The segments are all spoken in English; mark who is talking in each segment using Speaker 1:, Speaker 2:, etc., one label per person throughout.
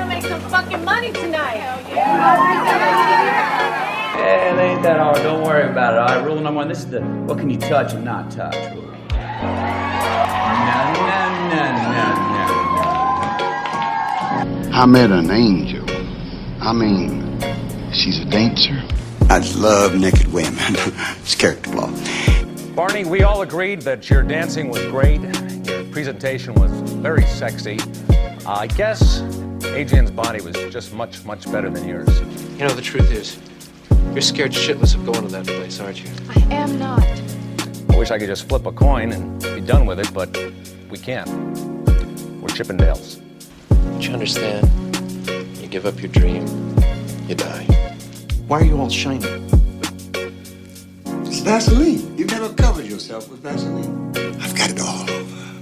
Speaker 1: fucking money tonight.
Speaker 2: Yeah, it ain't that hard. Don't worry about it. All right, rule number one. This is the what can you touch and not touch rule. No, no, no, no, no.
Speaker 3: I met an angel. I mean, she's a dancer. I love naked women. it's character flaw.
Speaker 4: Barney, we all agreed that your dancing was great. Your presentation was very sexy. Uh, I guess Adrian's body was just much, much better than yours.
Speaker 5: You know, the truth is, you're scared shitless of going to that place, aren't you?
Speaker 6: am not.
Speaker 4: I wish I could just flip a coin and be done with it, but we can't. We're Chippendales.
Speaker 5: Don't you understand? You give up your dream, you die. Why are you all shining?
Speaker 7: It's Vaseline. You never covered yourself with Vaseline. I've got it all over.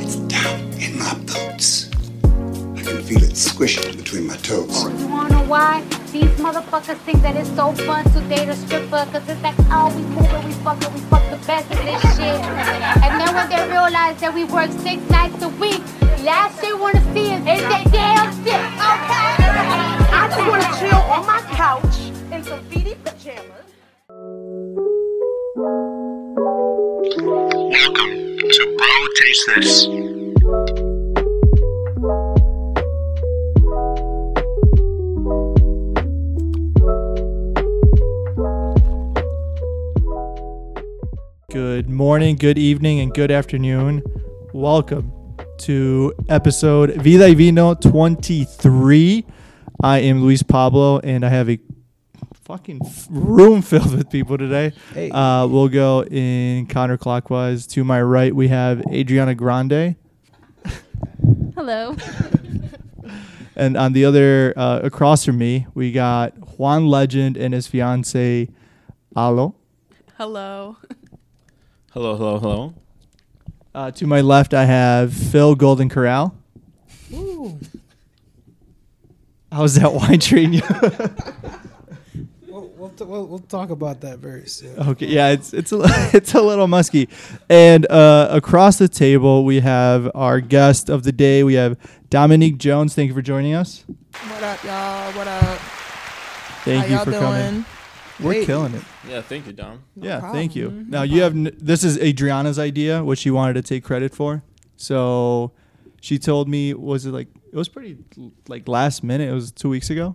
Speaker 7: It's down in my boots. I can feel it squishing between my toes.
Speaker 6: You wanna know why? These motherfuckers think that it's so fun to date a stripper, cause it's like, oh, we move and we fuck and we fuck the best of this shit. And then when they realize that we work six nights a week, last they wanna see is is that damn shit, okay?
Speaker 1: I just want to chill on my couch in some feety pajamas.
Speaker 8: Welcome to Bro Taste This.
Speaker 9: Good morning, good evening, and good afternoon. Welcome to episode Vida y Vino 23. I am Luis Pablo, and I have a fucking f- room filled with people today. Uh, we'll go in counterclockwise. To my right, we have Adriana Grande,
Speaker 6: Hello.
Speaker 9: and on the other, uh, across from me, we got Juan Legend and his fiance, Alo.
Speaker 10: Hello.
Speaker 11: Hello, hello, hello.
Speaker 9: Uh, to my left, I have Phil Golden Corral. How's that wine treating you?
Speaker 12: We'll, we'll, t- we'll, we'll talk about that very soon.
Speaker 9: okay, yeah, it's it's a, it's a little musky. And uh, across the table, we have our guest of the day. We have Dominique Jones. Thank you for joining us.
Speaker 10: What up, y'all? What up?
Speaker 9: Thank
Speaker 10: How
Speaker 9: you
Speaker 10: y'all
Speaker 9: for
Speaker 10: doing?
Speaker 9: coming. We're
Speaker 12: Hey. Mm-hmm.
Speaker 9: killing it.
Speaker 11: Yeah, thank you, Dom.
Speaker 9: yeah, thank you. Now you have n- this is Adriana's idea, which she wanted to take credit for. So she told me was it like it was pretty l- like last minute. It was two weeks ago.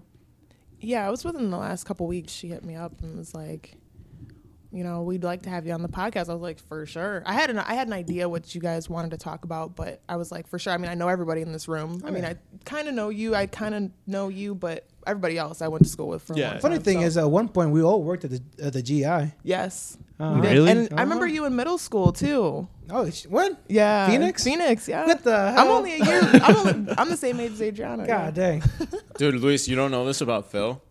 Speaker 10: Yeah, it was within the last couple weeks. She hit me up and was like, "You know, we'd like to have you on the podcast." I was like, "For sure." I had an I had an idea what you guys wanted to talk about, but I was like, "For sure." I mean, I know everybody in this room.
Speaker 12: Oh,
Speaker 10: I mean, I kind of know you. I kind of know you, but everybody else I went to school with for. a
Speaker 9: Yeah.
Speaker 10: long
Speaker 12: Funny
Speaker 10: time,
Speaker 12: thing
Speaker 10: so-
Speaker 12: is, at one point we all worked at the at the GI.
Speaker 10: yes,
Speaker 12: Uh,
Speaker 9: did. Really?
Speaker 10: And I remember you in middle school too.
Speaker 12: Oh, it's- when?
Speaker 10: Yeah,
Speaker 12: Phoenix?
Speaker 10: Phoenix. Yeah.
Speaker 12: What the
Speaker 10: I'm
Speaker 12: hell?
Speaker 10: only a year. I'm, only, I'm the same age as Adriana.
Speaker 12: God dang.
Speaker 11: Dude, Luis, you don't know this about Phil,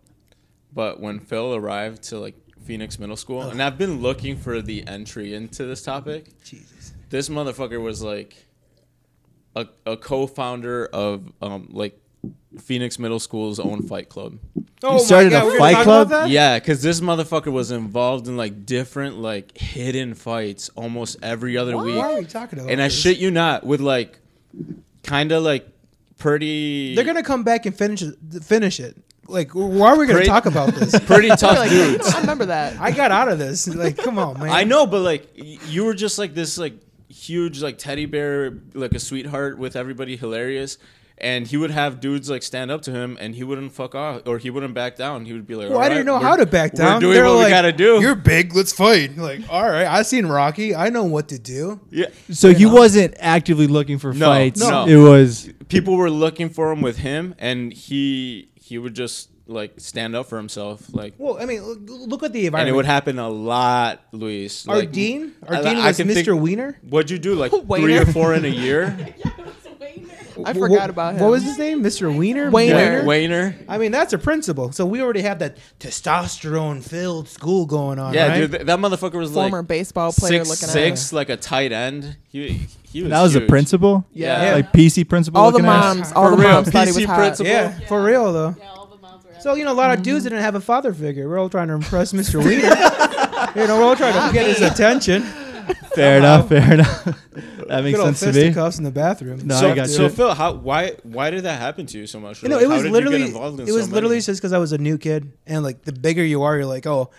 Speaker 11: but when Phil arrived to like Phoenix Middle School, and I've been looking for the entry into this topic,
Speaker 12: Jesus.
Speaker 11: this motherfucker was like a, a co-founder of um, like Phoenix Middle School's own fight club.
Speaker 12: Oh
Speaker 9: started a
Speaker 12: we're gonna
Speaker 9: fight
Speaker 12: talk
Speaker 9: club?
Speaker 12: about that?
Speaker 11: Yeah, because this motherfucker was involved in like different like hidden fights almost every other week.
Speaker 12: Why are we talking about
Speaker 11: and I
Speaker 12: this?
Speaker 11: shit you not, with like kind of like pretty.
Speaker 12: They're gonna come back and finish it, finish it. Like, why are we gonna
Speaker 11: Great.
Speaker 12: talk about this?
Speaker 11: pretty
Speaker 10: I,
Speaker 11: tough
Speaker 10: like, I
Speaker 11: dudes.
Speaker 10: don't remember that.
Speaker 12: I got out of this. Like, come on, man.
Speaker 11: I know, but like y- you were just like this like huge like teddy bear, like a sweetheart with everybody hilarious. And he would have dudes like stand up to him, and he wouldn't fuck off, or he wouldn't back down. He would be like,
Speaker 12: Well,
Speaker 11: "All
Speaker 12: I didn't
Speaker 11: right,
Speaker 12: know
Speaker 11: we're-
Speaker 12: how to back down.
Speaker 11: We're doing
Speaker 12: They were
Speaker 11: what we
Speaker 12: like,
Speaker 11: gotta do."
Speaker 12: You're big. Let's fight. Like, all right. I seen Rocky. I know what to do.
Speaker 11: yeah.
Speaker 9: So he wasn't actively looking for
Speaker 11: No,
Speaker 9: fights.
Speaker 11: no.
Speaker 9: It was
Speaker 11: people were looking for him with him, and he he would just like stand up for himself, like.
Speaker 12: Well, I mean, look, look at the
Speaker 11: and
Speaker 12: environment.
Speaker 11: it would happen a lot, Luis.
Speaker 12: Our
Speaker 11: Like,
Speaker 12: dean, our
Speaker 11: I-
Speaker 12: dean
Speaker 11: I
Speaker 12: was
Speaker 11: can think-
Speaker 12: Mr. Wiener.
Speaker 11: What'd you do, like three
Speaker 10: Waiter.
Speaker 11: or four in a year?
Speaker 10: I
Speaker 12: Wh-
Speaker 10: forgot about him.
Speaker 12: What was his name? Mr. Wiener.
Speaker 10: Wiener.
Speaker 11: Wainer.
Speaker 12: I mean, that's a principle. So we already have that testosterone-filled school going on.
Speaker 11: Yeah,
Speaker 12: right?
Speaker 11: dude, th- that motherfucker was like
Speaker 10: Former baseball player
Speaker 11: six,
Speaker 10: looking at
Speaker 11: six, like a tight end. He he was.
Speaker 9: that was
Speaker 11: huge.
Speaker 9: the principal.
Speaker 11: Yeah.
Speaker 12: Yeah.
Speaker 9: like PC principal.
Speaker 10: All the
Speaker 9: looking at us?
Speaker 10: moms, all
Speaker 11: For
Speaker 10: the
Speaker 11: real,
Speaker 10: moms thought he
Speaker 11: PC
Speaker 10: was hot.
Speaker 11: principal.
Speaker 12: Yeah, for real though. So you know, a lot of dudes didn't have a father figure. We're all trying to impress Mr. Wiener. you know, we're all trying to get his attention.
Speaker 9: Fair enough. Fair enough. that makes
Speaker 12: Good old
Speaker 9: sense to me.
Speaker 12: fisticuffs in the bathroom.
Speaker 9: No,
Speaker 11: so,
Speaker 9: I got
Speaker 11: so
Speaker 9: you.
Speaker 11: Phil, how why why did that happen to you so much?
Speaker 12: You know,
Speaker 11: Like,
Speaker 12: it
Speaker 11: how
Speaker 12: was
Speaker 11: did you get
Speaker 12: literally
Speaker 11: involved in
Speaker 12: it was
Speaker 11: so many?
Speaker 12: literally just because I was a new kid, and like the bigger you are, you're like, oh,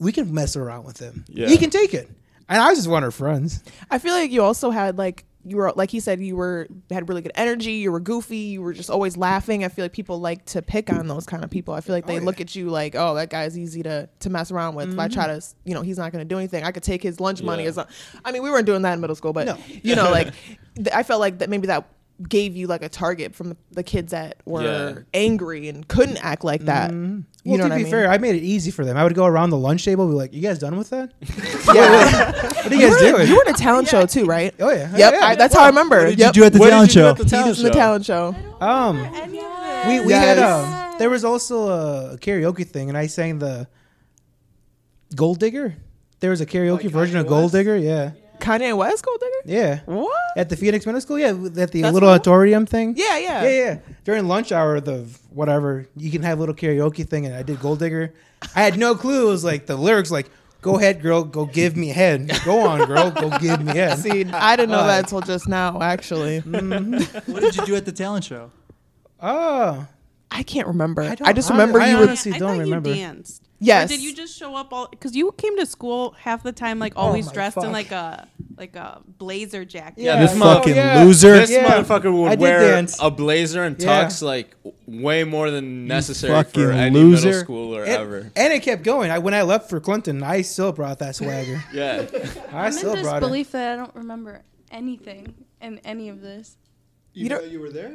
Speaker 12: we can mess around with him.
Speaker 11: Yeah.
Speaker 12: He can take it, and I was just one of her friends.
Speaker 10: I feel like you also had like you were like he said you were had really good energy. You were goofy. You were just always laughing. I feel like people like to pick on those kind of people. I feel like they look at you like, oh, that guy's easy to to mess around with. If I
Speaker 12: Mm-hmm.
Speaker 10: try to, s- you know, he's not going to do anything. I could take his lunch money.
Speaker 13: Yeah.
Speaker 10: As I mean, we weren't doing that in middle school, but you know, like th- I felt like that maybe that gave you like a target from the, the kids that were
Speaker 12: Yeah. Mm-hmm.
Speaker 10: angry and couldn't act like that. You
Speaker 12: well, to
Speaker 10: know what I
Speaker 12: be
Speaker 10: mean?
Speaker 12: fair, I made it easy for them. I would go around the lunch table, and be like, "You guys done with that?
Speaker 10: What
Speaker 12: do you guys
Speaker 10: were,
Speaker 12: doing?
Speaker 10: You were in a talent show too, right? Oh
Speaker 12: yeah.
Speaker 10: Yep.
Speaker 12: Yeah.
Speaker 10: I, that's how I remember.
Speaker 12: What did you
Speaker 10: yep.
Speaker 12: do at the What did talent you do at show? the
Speaker 10: He
Speaker 12: talent
Speaker 10: was in the
Speaker 12: show?
Speaker 10: talent show.
Speaker 12: Um, we we had
Speaker 10: Yes.
Speaker 12: um, there was also a karaoke thing, and I sang the Gold Digger. There was a
Speaker 10: Oh,
Speaker 12: karaoke version of Gold Digger. Yeah,
Speaker 10: Kanye West Gold Digger.
Speaker 12: yeah.
Speaker 10: What
Speaker 12: at the Phoenix Middle School? Yeah, at the
Speaker 10: That's
Speaker 12: little
Speaker 10: cool.
Speaker 12: auditorium thing.
Speaker 10: Yeah, yeah.
Speaker 12: yeah, yeah. During lunch hour, the whatever you can have a little karaoke thing, and I did Gold Digger. I had no clue. It was like the lyrics, like "Go ahead, girl, go give me head. Go on, girl, go give me head."
Speaker 10: See, I didn't know
Speaker 12: Uh,
Speaker 10: that until just now, actually.
Speaker 9: what did you do at the talent show?
Speaker 12: Oh,
Speaker 10: I can't remember. I,
Speaker 12: don't-
Speaker 10: just
Speaker 12: hon-
Speaker 10: remember
Speaker 12: I
Speaker 10: you
Speaker 12: honestly
Speaker 10: were.
Speaker 12: I don't thought you remember.
Speaker 14: danced.
Speaker 10: Yes.
Speaker 14: Or did you just show up all? Because you came to school half the time, like always
Speaker 12: my
Speaker 14: dressed in
Speaker 12: fuck.
Speaker 14: like a like a blazer jacket.
Speaker 9: Yeah, this fucking loser.
Speaker 11: This
Speaker 9: Yeah.
Speaker 11: motherfucker
Speaker 9: I
Speaker 11: would
Speaker 9: did
Speaker 11: wear
Speaker 9: dance.
Speaker 11: a blazer and
Speaker 12: Yeah.
Speaker 11: tux like w- way more than necessary
Speaker 9: fucking
Speaker 11: for any
Speaker 9: loser.
Speaker 11: middle school or
Speaker 12: and,
Speaker 11: ever.
Speaker 12: and it kept going. I when I left for Clinton, I still brought that swagger.
Speaker 11: Yeah.
Speaker 12: I
Speaker 15: I'm
Speaker 12: still
Speaker 15: in
Speaker 12: brought it.
Speaker 15: disbelief that I don't remember anything in any of this.
Speaker 12: You
Speaker 15: know
Speaker 12: don't-
Speaker 15: you were there?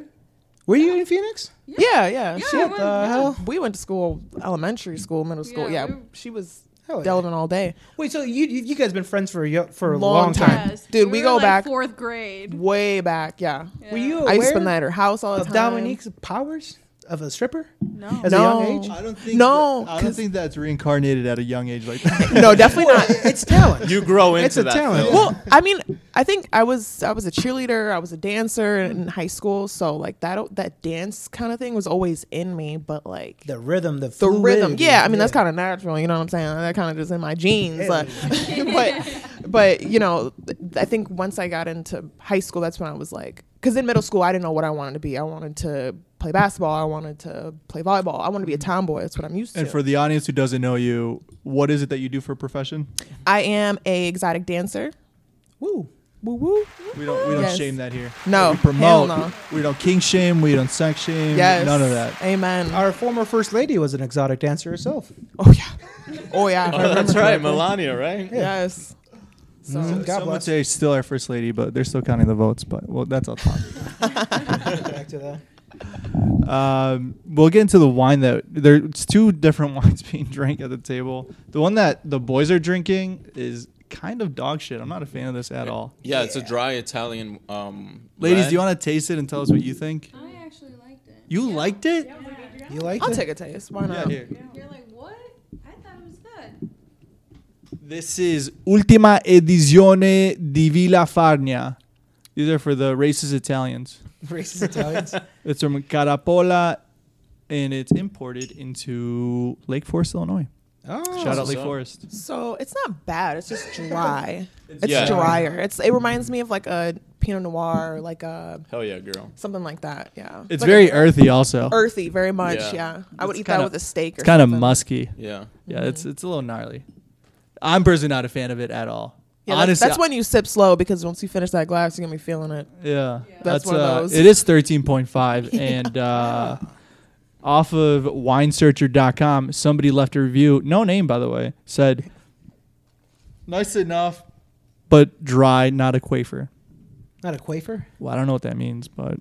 Speaker 12: Were you in Phoenix?
Speaker 10: Yeah,
Speaker 15: Yeah,
Speaker 10: yeah. Shit,
Speaker 15: I was,
Speaker 10: the
Speaker 15: yeah.
Speaker 10: hell. We went to school, elementary school, middle school. Yeah,
Speaker 15: Yeah, we
Speaker 10: she was
Speaker 12: Hell yeah.
Speaker 10: delving all day.
Speaker 12: Wait, so you you you guys been friends for a yo- for a long,
Speaker 10: Long time.
Speaker 12: time.
Speaker 10: Yes. Dude, we We were, go like, back-
Speaker 15: Fourth grade.
Speaker 10: Way back, yeah.
Speaker 12: Were you
Speaker 10: I used to spend
Speaker 12: aware
Speaker 10: the night at her house all the
Speaker 12: of
Speaker 10: time.
Speaker 12: Dominique's powers of a stripper?
Speaker 15: No.
Speaker 12: As
Speaker 10: No.
Speaker 12: a young age?
Speaker 10: I don't think No, that-
Speaker 9: I don't think that's reincarnated at a young age like that.
Speaker 10: no, definitely not. It's
Speaker 12: talent.
Speaker 11: You grow into
Speaker 9: It's a
Speaker 11: that.
Speaker 9: talent.
Speaker 11: Phil.
Speaker 10: Well, I mean, I think I was I was a cheerleader, I was a dancer in high school, so like that that dance kind of thing was always in me, but like
Speaker 12: the rhythm, the
Speaker 10: the rhythm.
Speaker 12: fluidity.
Speaker 10: Yeah, I mean that's kind of natural, you know what I'm saying? That kind of just in my genes. like- but but you know, th- I think once I got into high school, that's when I was like cuz in middle school I didn't know what I wanted to be. I wanted to play basketball, I wanted to play volleyball. I wanted to be a tomboy. That's what I'm used to.
Speaker 9: And for the audience who doesn't know you, what is it that you do for a profession?
Speaker 10: I am a exotic dancer.
Speaker 12: Woo.
Speaker 10: Woo woo.
Speaker 9: We don't we don't
Speaker 10: Yes.
Speaker 9: shame that here.
Speaker 10: No,
Speaker 9: we promote.
Speaker 10: hell no.
Speaker 9: We don't king shame. We don't sex shame.
Speaker 10: Yes.
Speaker 9: none of that.
Speaker 10: Amen.
Speaker 12: Our former first lady was an exotic dancer herself.
Speaker 10: Oh yeah. if I
Speaker 11: Oh, that's
Speaker 10: remember
Speaker 11: right,
Speaker 10: correctly.
Speaker 11: Melania, right?
Speaker 10: Yes. So
Speaker 9: Mm,
Speaker 12: Mm-hmm. God
Speaker 9: Some would
Speaker 12: bless.
Speaker 9: say still our first lady, but they're still counting the votes. But well, that's all top.
Speaker 12: Back to that.
Speaker 9: Um, we'll get into the wine that there's two different wines being drank at the table. The one that the boys are drinking is kind of dog shit. I'm not a fan of this at all.
Speaker 11: Yeah, it's a dry Italian. Um,
Speaker 9: Ladies,
Speaker 11: red.
Speaker 9: do you want to taste it and tell us what you think? I actually liked it. You liked it?
Speaker 15: Oh
Speaker 12: You liked
Speaker 10: I'll take a taste. Why not?
Speaker 9: here.
Speaker 15: You're like, what? I thought it was good.
Speaker 9: This is Ultima Edizione di Villa Farnia. These are for the racist Italians.
Speaker 12: Racist Italians.
Speaker 9: It's from Carapola, and it's imported into Lake Forest, Illinois. Shout out Lake Forest.
Speaker 10: So Oh. it's not bad. It's just dry.
Speaker 9: It's
Speaker 10: it's
Speaker 9: Yeah.
Speaker 10: drier. It's it reminds me of like a Pinot Noir, or like a
Speaker 11: Hell yeah, girl.
Speaker 10: something like that. Yeah.
Speaker 9: It's
Speaker 10: Like
Speaker 9: very
Speaker 10: a-
Speaker 9: earthy also.
Speaker 10: Earthy, very much. Yeah.
Speaker 11: Yeah.
Speaker 10: I would
Speaker 9: It's
Speaker 10: eat
Speaker 9: kinda-
Speaker 10: that with a steak. Or
Speaker 9: It's kind of
Speaker 10: something.
Speaker 9: musky.
Speaker 11: Yeah.
Speaker 9: Yeah, it's it's a little gnarly. I'm personally not a fan of it at all.
Speaker 10: Yeah, that's-
Speaker 9: Honestly,
Speaker 10: that's, when you sip slow because once you finish that glass, you're gonna be feeling it.
Speaker 9: Yeah,
Speaker 10: That's, one
Speaker 9: uh,
Speaker 10: of those.
Speaker 9: It is 13.5, and uh, off of WineSearcher.com, somebody left a review. No name, by the way. Said nice enough, but dry, not a quafer.
Speaker 12: Not a quafer.
Speaker 9: Well, I don't know what that means, but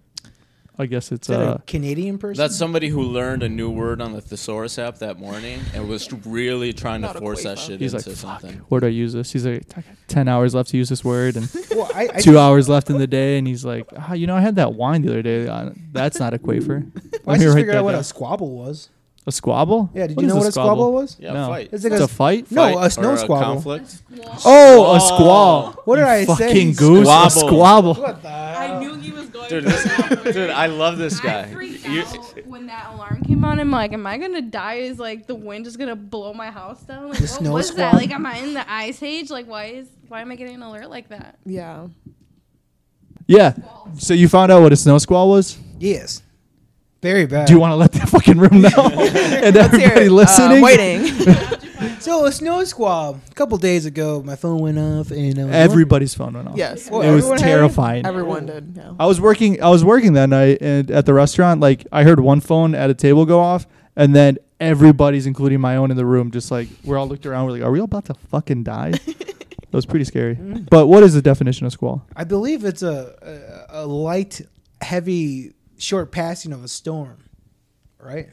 Speaker 9: I guess it's
Speaker 12: Is that
Speaker 9: uh,
Speaker 12: a Canadian person?
Speaker 11: That's somebody who learned a new word on the thesaurus app that morning and was really trying to force that shit
Speaker 9: He's like,
Speaker 11: into
Speaker 9: fuck.
Speaker 11: something.
Speaker 9: Where do I use this? He's like, I got ten hours left to use this word, and
Speaker 12: Well, I- I-
Speaker 9: two hours left in the day, and he's like, ah, you know, I had that wine the other day. Uh, That's not a quaver.
Speaker 12: Well, I
Speaker 9: Let me
Speaker 12: just
Speaker 9: write
Speaker 12: figured
Speaker 9: that
Speaker 12: out what
Speaker 9: down.
Speaker 12: a squabble was.
Speaker 9: A squabble?
Speaker 12: Yeah, did
Speaker 9: What
Speaker 12: you
Speaker 9: is
Speaker 12: know what a squabble was?
Speaker 11: Yeah,
Speaker 9: no.
Speaker 11: fight.
Speaker 9: It's,
Speaker 12: like
Speaker 9: a,
Speaker 12: s-
Speaker 9: fight.
Speaker 12: No,
Speaker 11: Fight
Speaker 12: a snow
Speaker 11: or a
Speaker 12: squabble.
Speaker 11: conflict?
Speaker 9: Oh, a squall.
Speaker 12: What did
Speaker 9: You
Speaker 12: I say?
Speaker 9: fucking goose. A
Speaker 11: Squabble.
Speaker 9: squabble.
Speaker 12: What the hell?
Speaker 14: I knew he was going
Speaker 11: Uh, Dude, this, dude, I love this guy. You-
Speaker 15: when that alarm came on, I'm like, am I gonna die? Is like the wind just gonna blow my house down? Like,
Speaker 11: The
Speaker 15: what
Speaker 11: snow
Speaker 15: was that?
Speaker 11: squall.
Speaker 15: Like, am I in the ice age? Like, why is why am I getting an alert like that?
Speaker 10: Yeah.
Speaker 9: Yeah. So you found out what a snow squall was?
Speaker 12: Yes. Very bad.
Speaker 9: Do you want to let that fucking room know? and
Speaker 10: Uh,
Speaker 9: everybody listening?
Speaker 12: so a snow squall. A couple days ago, my phone went off, and I was
Speaker 9: Everybody's phone went off.
Speaker 10: Yes.
Speaker 9: it was terrifying.
Speaker 10: Everyone did. Yeah.
Speaker 9: I was working. I was working that night and at the restaurant. Like I heard one phone at a table go off, and then everybody's, including my own, in the room. Just like we're all looked around. We're like, are we all about to fucking die? that was pretty scary.
Speaker 12: Mm.
Speaker 9: But what is the definition of squall?
Speaker 12: I believe it's a, a a light, heavy, short passing of a storm, right?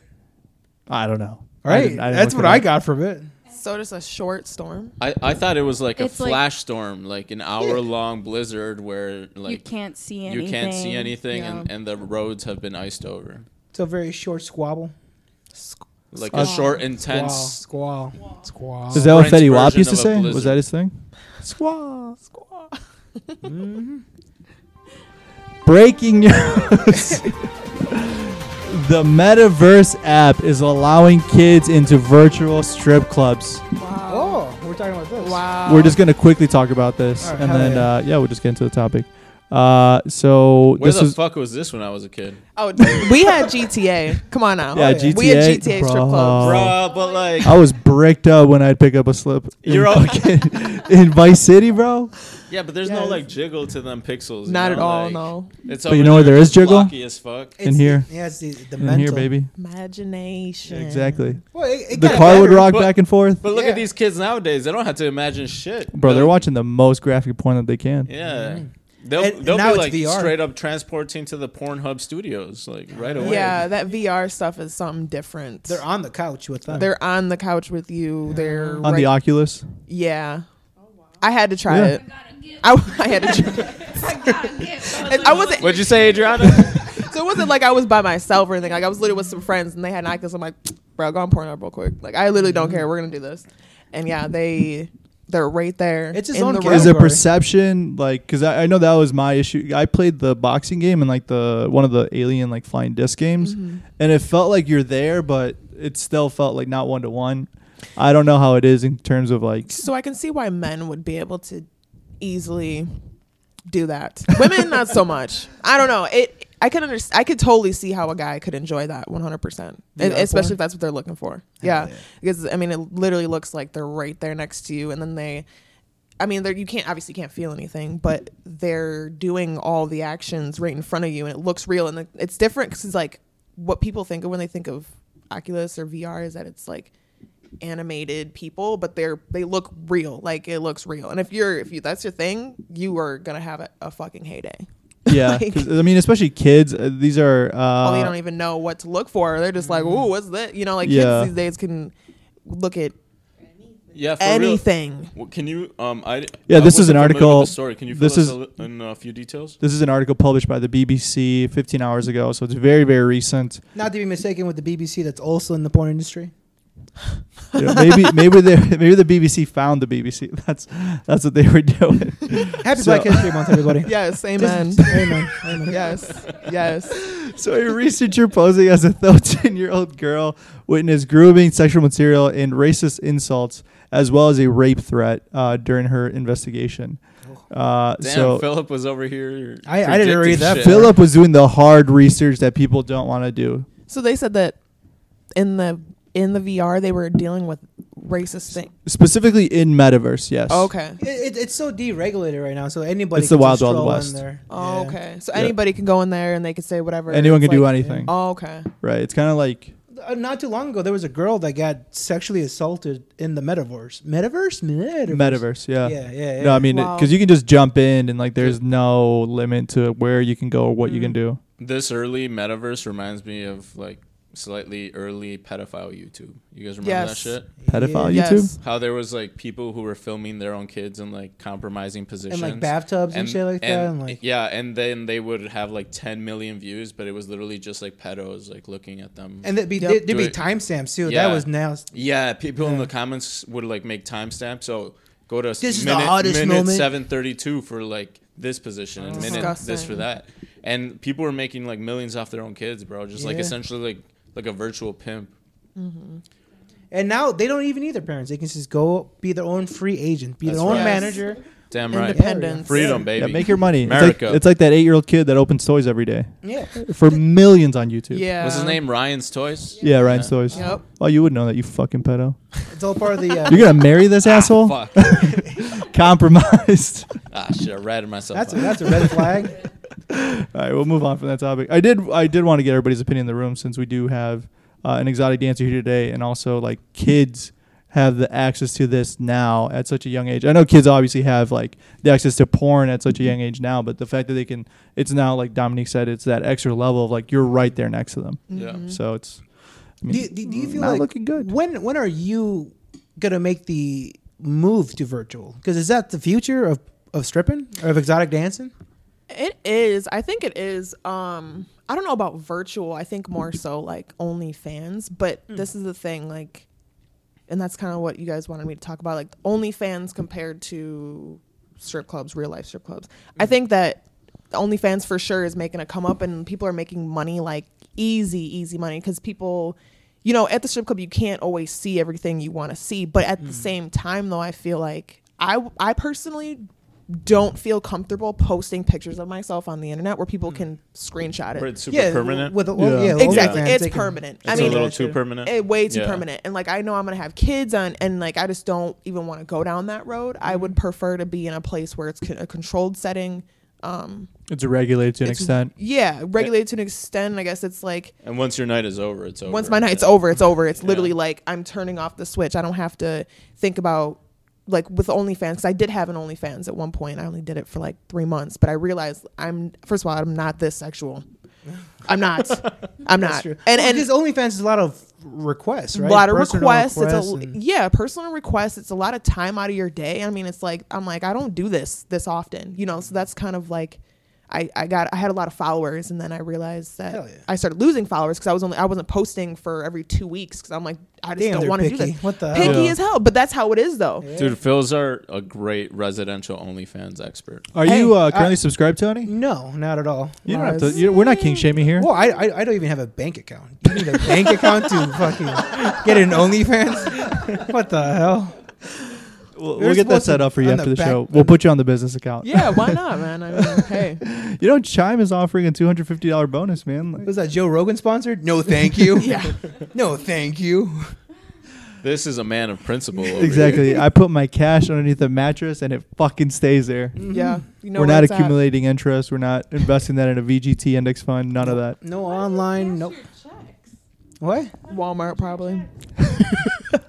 Speaker 9: I don't know.
Speaker 12: Right.
Speaker 9: didn't- didn't
Speaker 12: That's
Speaker 9: look
Speaker 12: what
Speaker 9: it
Speaker 12: I
Speaker 9: up.
Speaker 12: got from it.
Speaker 10: So just a short storm.
Speaker 11: I, I thought it was like
Speaker 15: It's
Speaker 11: a
Speaker 15: like-
Speaker 11: flash storm, like an hour long blizzard where like
Speaker 15: can't see
Speaker 11: You can't see
Speaker 15: anything.
Speaker 11: anything, and,
Speaker 15: Yeah.
Speaker 11: and the roads have been iced over.
Speaker 12: It's a very short squabble.
Speaker 11: Like a Squall. short, intense-
Speaker 12: squall. Squall. squall.
Speaker 9: Is that what
Speaker 11: Sprint's
Speaker 9: Fetty Wap
Speaker 11: version
Speaker 9: used to
Speaker 11: of a
Speaker 9: say? Was
Speaker 11: blizzard.
Speaker 9: that his thing?
Speaker 10: Oh,
Speaker 9: Squall. Squall. Breaking news. the Metaverse app is allowing kids into virtual strip clubs.
Speaker 12: Oh, we're talking about this.
Speaker 10: Wow.
Speaker 9: We're just going to quickly talk about this
Speaker 12: Alright,
Speaker 9: and
Speaker 12: hell
Speaker 9: then,
Speaker 12: yeah.
Speaker 9: uh, yeah, we'll just get into the topic. Uh, so
Speaker 11: Where
Speaker 9: this
Speaker 11: the
Speaker 9: is.
Speaker 11: fuck was this when I was a kid?
Speaker 10: Oh, dude, we had GTA. Come on now.
Speaker 9: Oh, Yeah, GTA.
Speaker 10: We had GTA strip
Speaker 9: bro.
Speaker 10: clubs.
Speaker 11: Bruh, but like-
Speaker 10: Oh.
Speaker 9: I was bricked up when I'd pick up a slip. in
Speaker 11: You're all-
Speaker 9: fucking- in Vice City, bro.
Speaker 11: Yeah, but there's no like jiggle to them pixels. you
Speaker 10: Not at
Speaker 11: know,
Speaker 10: all,
Speaker 11: like,
Speaker 10: no.
Speaker 11: It's
Speaker 9: But you know where there is jiggle?
Speaker 11: Blocky as fuck.
Speaker 9: in here. in here, baby.
Speaker 10: Imagination.
Speaker 9: Exactly.
Speaker 12: Well, it- it
Speaker 9: the
Speaker 12: got
Speaker 9: car would
Speaker 12: better,
Speaker 9: rock
Speaker 12: but-
Speaker 9: back and forth.
Speaker 11: But look at these kids nowadays; they don't have to imagine shit.
Speaker 9: Bro, they're watching the most graphic porn that they can.
Speaker 11: Yeah. They'll,
Speaker 12: And- and
Speaker 11: they'll
Speaker 12: now
Speaker 11: be like
Speaker 12: it's VR.
Speaker 11: straight up transporting to the Pornhub studios, like right away.
Speaker 10: Yeah, that VR stuff is something different. They're
Speaker 12: on the couch with them.
Speaker 10: They're on the couch with you. They're
Speaker 9: On the Oculus.
Speaker 10: Yeah. I had to try
Speaker 9: Yeah.
Speaker 10: it. I, I had to try it. I wasn't.
Speaker 11: What'd you say, Adriana?
Speaker 10: So it wasn't like I was by myself or anything. Like I was literally with some friends and they had an Oculus. I'm like, bro, go on Pornhub real quick. Like I literally
Speaker 9: Mm-hmm.
Speaker 10: don't care. We're gonna do this. And yeah, they they're right there. It's
Speaker 12: his
Speaker 10: in the
Speaker 9: Is
Speaker 10: room.
Speaker 9: it perception like? Because I, I know that was my issue. I played the boxing game and like the one of the alien like flying disc games,
Speaker 10: Mhm.
Speaker 9: and it felt like you're there, but it still felt like not one to one. I don't know how it is in terms of like.
Speaker 10: So I can see why men would be able to easily do that. Women, not so much. I don't know. It. I could understand. I could totally see how a guy could enjoy that 100, percent
Speaker 14: VR
Speaker 10: especially
Speaker 14: porn?
Speaker 10: if that's what they're looking for. Yeah. because I mean, it literally looks like they're right there next to you, and then they. I mean, they're- you can't obviously you can't feel anything, but they're doing all the actions right in front of you, and it looks real, and it's different because it's like what people think of when they think of Oculus or VR is that it's like animated people, but they're they look real. Like it looks real. And if you're if you that's your thing, you are gonna have a, a fucking heyday.
Speaker 9: Yeah,
Speaker 10: Like-
Speaker 9: 'cause, I mean, especially kids. Uh, these are. Uh, Mm.
Speaker 10: well, they don't even know what to look for. They're just like, ooh, what's that? You know, like
Speaker 9: Yeah.
Speaker 10: kids these days can look at
Speaker 11: Yeah, for
Speaker 10: anything.
Speaker 11: Real. Well, Can you? Um, I
Speaker 9: Yeah,
Speaker 11: I
Speaker 9: this is
Speaker 11: wasn't familiar
Speaker 9: an article.
Speaker 11: With the story. Can you fill
Speaker 9: this
Speaker 11: us
Speaker 9: is
Speaker 11: a li- in a few details?
Speaker 9: This is an article published by the BBC 15 hours ago, so it's very very recent.
Speaker 12: Not to be mistaken with the BBC that's also in the porn industry.
Speaker 9: You know, maybe maybe they maybe the BBC found the BBC. That's that's what they were doing.
Speaker 12: Happy Black History Month, everybody.
Speaker 10: Yes, amen.
Speaker 12: Just- amen, amen.
Speaker 10: Yes, yes.
Speaker 9: So a researcher posing as a 13 year old girl witnessed grooming, sexual material, and racist insults, as well as a rape threat uh, during her investigation. Uh,
Speaker 11: Oh. Damn,
Speaker 9: so
Speaker 11: Philip was over here.
Speaker 12: I- I didn't
Speaker 11: predicting
Speaker 12: read that
Speaker 11: shit.
Speaker 9: Philip was doing the hard research that people don't want to do.
Speaker 10: So they said that in the in the VR they were dealing with racist things.
Speaker 9: Specifically in metaverse, yes.
Speaker 11: Oh,
Speaker 10: Okay.
Speaker 12: It, it, it's so deregulated right now, so anybody.
Speaker 9: It's the
Speaker 12: can
Speaker 9: Wild
Speaker 12: just
Speaker 9: Wild
Speaker 12: stroll in
Speaker 9: West.
Speaker 12: there.
Speaker 10: Oh, okay. So
Speaker 9: Yeah.
Speaker 10: anybody can go in there and they can say whatever.
Speaker 9: Anyone
Speaker 10: It's
Speaker 9: can do
Speaker 10: like-
Speaker 9: anything.
Speaker 10: Oh, okay.
Speaker 9: Right. It's kind of like
Speaker 12: Uh, not too long ago, there was a girl that got sexually assaulted in the metaverse. Metaverse, metaverse.
Speaker 9: metaverse, yeah.
Speaker 12: Yeah, yeah. yeah.
Speaker 9: No, I mean, because you can just jump in and like there's no limit to where you can go or what you
Speaker 12: Mm.
Speaker 9: can do.
Speaker 11: This early metaverse reminds me of like slightly early pedophile YouTube. You guys remember that
Speaker 9: Yes.
Speaker 11: shit?
Speaker 9: Pedophile Yeah. YouTube? Yes.
Speaker 11: How there was like people who were filming their own kids in like compromising positions
Speaker 12: bathtubs and shit like that, and, like-
Speaker 11: yeah, and then they would have like 10 million views, but it was literally just like pedos like looking at them.
Speaker 12: And there'd be- Yep. there'd be timestamps, too. That was nas-
Speaker 11: Yeah, people in the comments would like make timestamps. So go to
Speaker 12: This is the
Speaker 11: minute,
Speaker 12: hottest
Speaker 11: minute
Speaker 12: moment.
Speaker 11: 732 for like this position and minute this
Speaker 12: Disgusting.
Speaker 11: for that. and people were making like millions off their own kids, bro. Just like
Speaker 12: Yeah.
Speaker 11: essentially like like a virtual pimp.
Speaker 12: Mm-hmm. And now they don't even need their parents. They can just go be their own free agent, be
Speaker 11: That's
Speaker 12: their own
Speaker 11: right.
Speaker 12: manager.
Speaker 11: Damn
Speaker 12: in
Speaker 11: right.
Speaker 12: the area.
Speaker 11: Freedom,
Speaker 9: Yeah,
Speaker 11: baby.
Speaker 9: make your money. It's like- It's
Speaker 11: America.
Speaker 9: like, that eight-year-old kid that opens toys every day.
Speaker 12: Yeah.
Speaker 9: For millions on YouTube.
Speaker 11: What's his name? Ryan's Toys.
Speaker 9: Uh, Yeah, Ryan's toys.
Speaker 11: Yep.
Speaker 9: Oh, you would know that, you fucking pedo.
Speaker 12: It's all part of the. Uh,
Speaker 9: You're gonna marry this asshole?
Speaker 11: fuck.
Speaker 9: Compromised.
Speaker 11: Ah, shit, I ratted myself.
Speaker 12: That's a,
Speaker 11: out.
Speaker 12: that's a red flag.
Speaker 9: All right, we'll move on from that topic. I did I did want to get everybody's opinion in the room since we do have uh, an exotic dancer here today, and also like kids have the access to this now at such a young age. I know kids obviously have like the access to porn at such a young age now, but the fact that they can, it's now like Dominique said, it's that extra level of like you're right there next to them.
Speaker 12: Yeah. Mhm.
Speaker 9: So it's. I
Speaker 12: do, do, do you feel
Speaker 9: Mm, not
Speaker 12: like
Speaker 9: looking good?
Speaker 12: When when are you gonna make the move to virtual? Because is that the future of of stripping or of exotic dancing?
Speaker 10: It is. I think it is. Um, I don't know about virtual. I think more so like OnlyFans. But
Speaker 9: Hmm.
Speaker 10: this is the thing, like, and that's kind of what you guys wanted me to talk about, like OnlyFans compared to strip clubs, real life strip clubs.
Speaker 12: Mm-hmm.
Speaker 10: I think that OnlyFans for sure is making a come up, and people are making money like easy, easy money because people. You know, at the strip club, you can't always see everything you want to see. But at the
Speaker 12: Mm-hmm.
Speaker 10: same time, though, I feel like I, I personally don't feel comfortable posting pictures of myself on the internet where
Speaker 12: Mm.
Speaker 10: people can screenshot it.
Speaker 11: Where it's super Yeah, permanent. with the-
Speaker 12: yeah, Yeah.
Speaker 10: exactly.
Speaker 12: OnlyFans,
Speaker 10: It's
Speaker 12: they can-
Speaker 10: permanent.
Speaker 11: It's a little too permanent.
Speaker 10: It, Eh, way too
Speaker 11: Yeah.
Speaker 10: permanent. And like I know I'm gonna have kids on, and like I just don't even want to go down that road. I
Speaker 12: Mm-hmm.
Speaker 10: would prefer to be in a place where it's c- a controlled setting. Um,
Speaker 9: It's regulated to an
Speaker 10: it's-
Speaker 9: extent.
Speaker 10: Yeah, regulated to an extent. I guess it's like
Speaker 11: And once your night is over, it's over.
Speaker 10: once my night's
Speaker 11: Yeah.
Speaker 10: over, it's over. It's literally like I'm turning off the switch. I don't have to think about like with OnlyFans. 'cause I did have an OnlyFans at one point. I only did it for like three months, but I realized I'm first of all I'm not this sexual. I'm not. I'm
Speaker 12: That's
Speaker 10: not.
Speaker 12: true.
Speaker 10: And and
Speaker 12: because OnlyFans is a lot of requests, right?
Speaker 10: a lot of
Speaker 12: Personal
Speaker 10: requests. It's a,
Speaker 12: and-
Speaker 10: yeah, personal requests. It's a lot of time out of your day. I mean, it's like I'm like I don't do this this often, you know. So that's kind of like I I got I had a lot of followers, and then I realized that I started losing followers because I was only I wasn't posting for every two weeks because I'm like I just
Speaker 12: Damn,
Speaker 10: don't
Speaker 12: they're
Speaker 10: want to do
Speaker 12: picky.
Speaker 10: this.
Speaker 12: What the
Speaker 10: picky
Speaker 11: hell?
Speaker 10: as hell? But that's how it is though.
Speaker 11: Dude, Phil's are a great residential OnlyFans expert.
Speaker 9: Are
Speaker 12: Hey,
Speaker 9: you uh, currently
Speaker 12: I- Mm,
Speaker 9: subscribed to any?
Speaker 12: No, not at all.
Speaker 9: You don't have to. You, we're not king shaming here.
Speaker 12: Well, I, I I don't even have a bank account. You need a bank account to fucking get an OnlyFans. What the hell?
Speaker 9: We'll,
Speaker 12: They're
Speaker 9: we'll get that
Speaker 12: supposed
Speaker 9: set
Speaker 12: to-
Speaker 9: up for you
Speaker 12: on
Speaker 9: after
Speaker 12: the
Speaker 9: the show.
Speaker 12: back-
Speaker 9: We'll put you on the business account.
Speaker 10: Yeah, why not, man? I mean, hey.
Speaker 9: You know, Chime is offering a two hundred fifty dollar bonus, man. Like,
Speaker 12: Was that Joe Rogan sponsored? No, thank you. yeah. No, thank you.
Speaker 11: This is a man of principle. Over
Speaker 9: exactly.
Speaker 11: here.
Speaker 9: I put my cash underneath the mattress, and it fucking stays there.
Speaker 10: Yeah, you know
Speaker 9: we're
Speaker 10: where
Speaker 9: not
Speaker 10: it's at.
Speaker 9: accumulating interest. We're not investing that in a VGT index fund. None of that.
Speaker 12: No online. Nope. What?
Speaker 10: Walmart probably.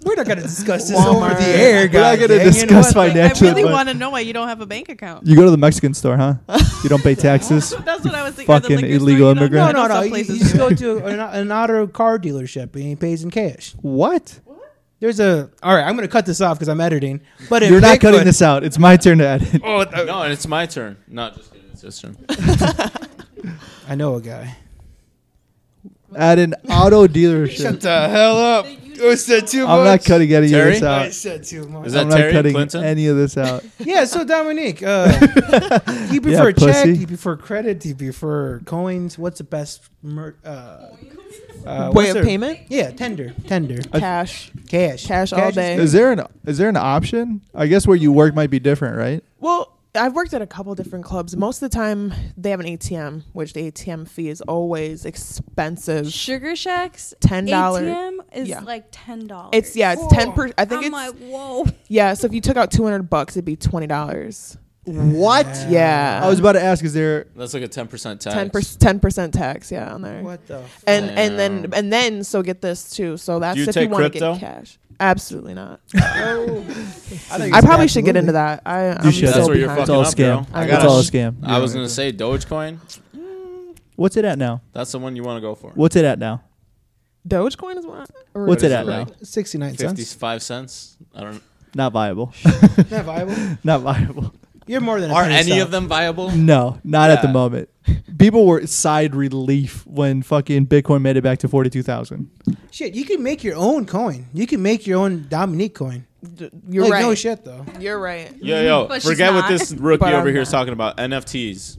Speaker 12: We're not gonna discuss this
Speaker 10: Walmart.
Speaker 12: over the air,
Speaker 9: We're not
Speaker 12: guys.
Speaker 9: gonna discuss financial
Speaker 14: I really
Speaker 9: advice.
Speaker 14: want to know why you don't have a bank account.
Speaker 9: You go to the Mexican store, huh? you don't pay taxes.
Speaker 14: That's what I was thinking, or the
Speaker 9: Fucking
Speaker 14: liquor store,
Speaker 9: illegal
Speaker 14: you don't
Speaker 12: No,
Speaker 9: immigrant.
Speaker 12: no,
Speaker 14: know
Speaker 12: no.
Speaker 14: some
Speaker 12: You,
Speaker 14: places
Speaker 12: you just
Speaker 14: do.
Speaker 12: go to an, an auto car dealership and he pays in cash.
Speaker 9: What?
Speaker 12: There's a. All right, I'm gonna cut this off because I'm editing. But in
Speaker 9: You're not cutting
Speaker 12: Bigfoot-
Speaker 9: this out. It's my turn to edit.
Speaker 11: Oh, no, and it's my turn. Not just kidding. It's his turn.
Speaker 12: I know a guy.
Speaker 9: At an auto dealership.
Speaker 12: Shut the hell up. I said too
Speaker 9: I'm not cutting any
Speaker 12: Terry?
Speaker 9: of this out.
Speaker 12: I said too much.
Speaker 11: Is that
Speaker 9: I'm not
Speaker 11: Terry
Speaker 9: cutting
Speaker 11: Clinton?
Speaker 9: any of this out.
Speaker 12: Yeah, so Dominique, uh, do you
Speaker 9: Yeah,
Speaker 12: prefer check? Do
Speaker 9: pussy.
Speaker 12: you prefer credit? Do you prefer coins? What's the best mer- uh, uh,
Speaker 10: Way
Speaker 12: what's
Speaker 10: of
Speaker 12: their-
Speaker 10: payment?
Speaker 12: Yeah, tender, tender,
Speaker 10: Cash.
Speaker 12: cash,
Speaker 10: Cash all
Speaker 12: is
Speaker 10: day.
Speaker 12: good.
Speaker 9: Is there an is there an option? I guess where you work might be different, right?
Speaker 10: Well, I've worked at a couple different clubs. Most of the time, they have an ATM, which the ATM fee is always expensive.
Speaker 15: Sugar Shacks
Speaker 10: ten dollars.
Speaker 15: ATM is
Speaker 10: Yeah.
Speaker 15: like ten dollars.
Speaker 10: It's yeah, it's ten per. I think
Speaker 15: I'm
Speaker 10: it's
Speaker 15: like whoa.
Speaker 10: yeah. So if you took out two hundred bucks, it'd be twenty dollars.
Speaker 9: What?
Speaker 10: Yeah.
Speaker 9: I was about to ask. Is there?
Speaker 11: That's like a 10% tax.
Speaker 10: Ten percent, ten percent tax, yeah, on there.
Speaker 12: What the
Speaker 10: And and then and then so get this too. So that's
Speaker 11: you
Speaker 10: if you
Speaker 11: take
Speaker 10: want to
Speaker 11: crypto?
Speaker 10: get cash. Absolutely not.
Speaker 11: Oh.
Speaker 12: I
Speaker 10: I,
Speaker 12: think it's
Speaker 10: probably should get
Speaker 12: absolutely.
Speaker 10: into that. I, I'm
Speaker 9: You should.
Speaker 10: So
Speaker 11: That's where you're
Speaker 10: behind.
Speaker 11: fucking
Speaker 9: all
Speaker 11: up,
Speaker 9: scam.
Speaker 11: Bro. I
Speaker 9: It's
Speaker 11: gotta-
Speaker 9: all a scam.
Speaker 11: I was gonna say Dogecoin.
Speaker 9: What's it at now?
Speaker 11: That's the one you want to go for.
Speaker 9: What's it at now?
Speaker 10: Dogecoin is what? or-
Speaker 9: What's it
Speaker 11: What
Speaker 9: at
Speaker 11: is
Speaker 9: now?
Speaker 11: like?
Speaker 12: 69 cents.
Speaker 11: 55 cents. I don't.
Speaker 9: Not viable.
Speaker 12: Not viable?
Speaker 9: not viable.
Speaker 12: You're more than a
Speaker 11: Are
Speaker 12: penny
Speaker 11: any
Speaker 12: stock.
Speaker 11: of them viable?
Speaker 9: No, not at the
Speaker 11: Yeah.
Speaker 9: moment. People were side relief when fucking Bitcoin made it back to forty two thousand.
Speaker 12: Shit, you can make your own coin. You can make your own Dominique coin.
Speaker 10: D- You're
Speaker 12: Like,
Speaker 10: right.
Speaker 12: no shit, though.
Speaker 10: You're right.
Speaker 11: Yo, yo, forget what this rookie
Speaker 10: But
Speaker 11: over
Speaker 10: I'm
Speaker 11: here is
Speaker 10: not.
Speaker 11: talking about. NFTs.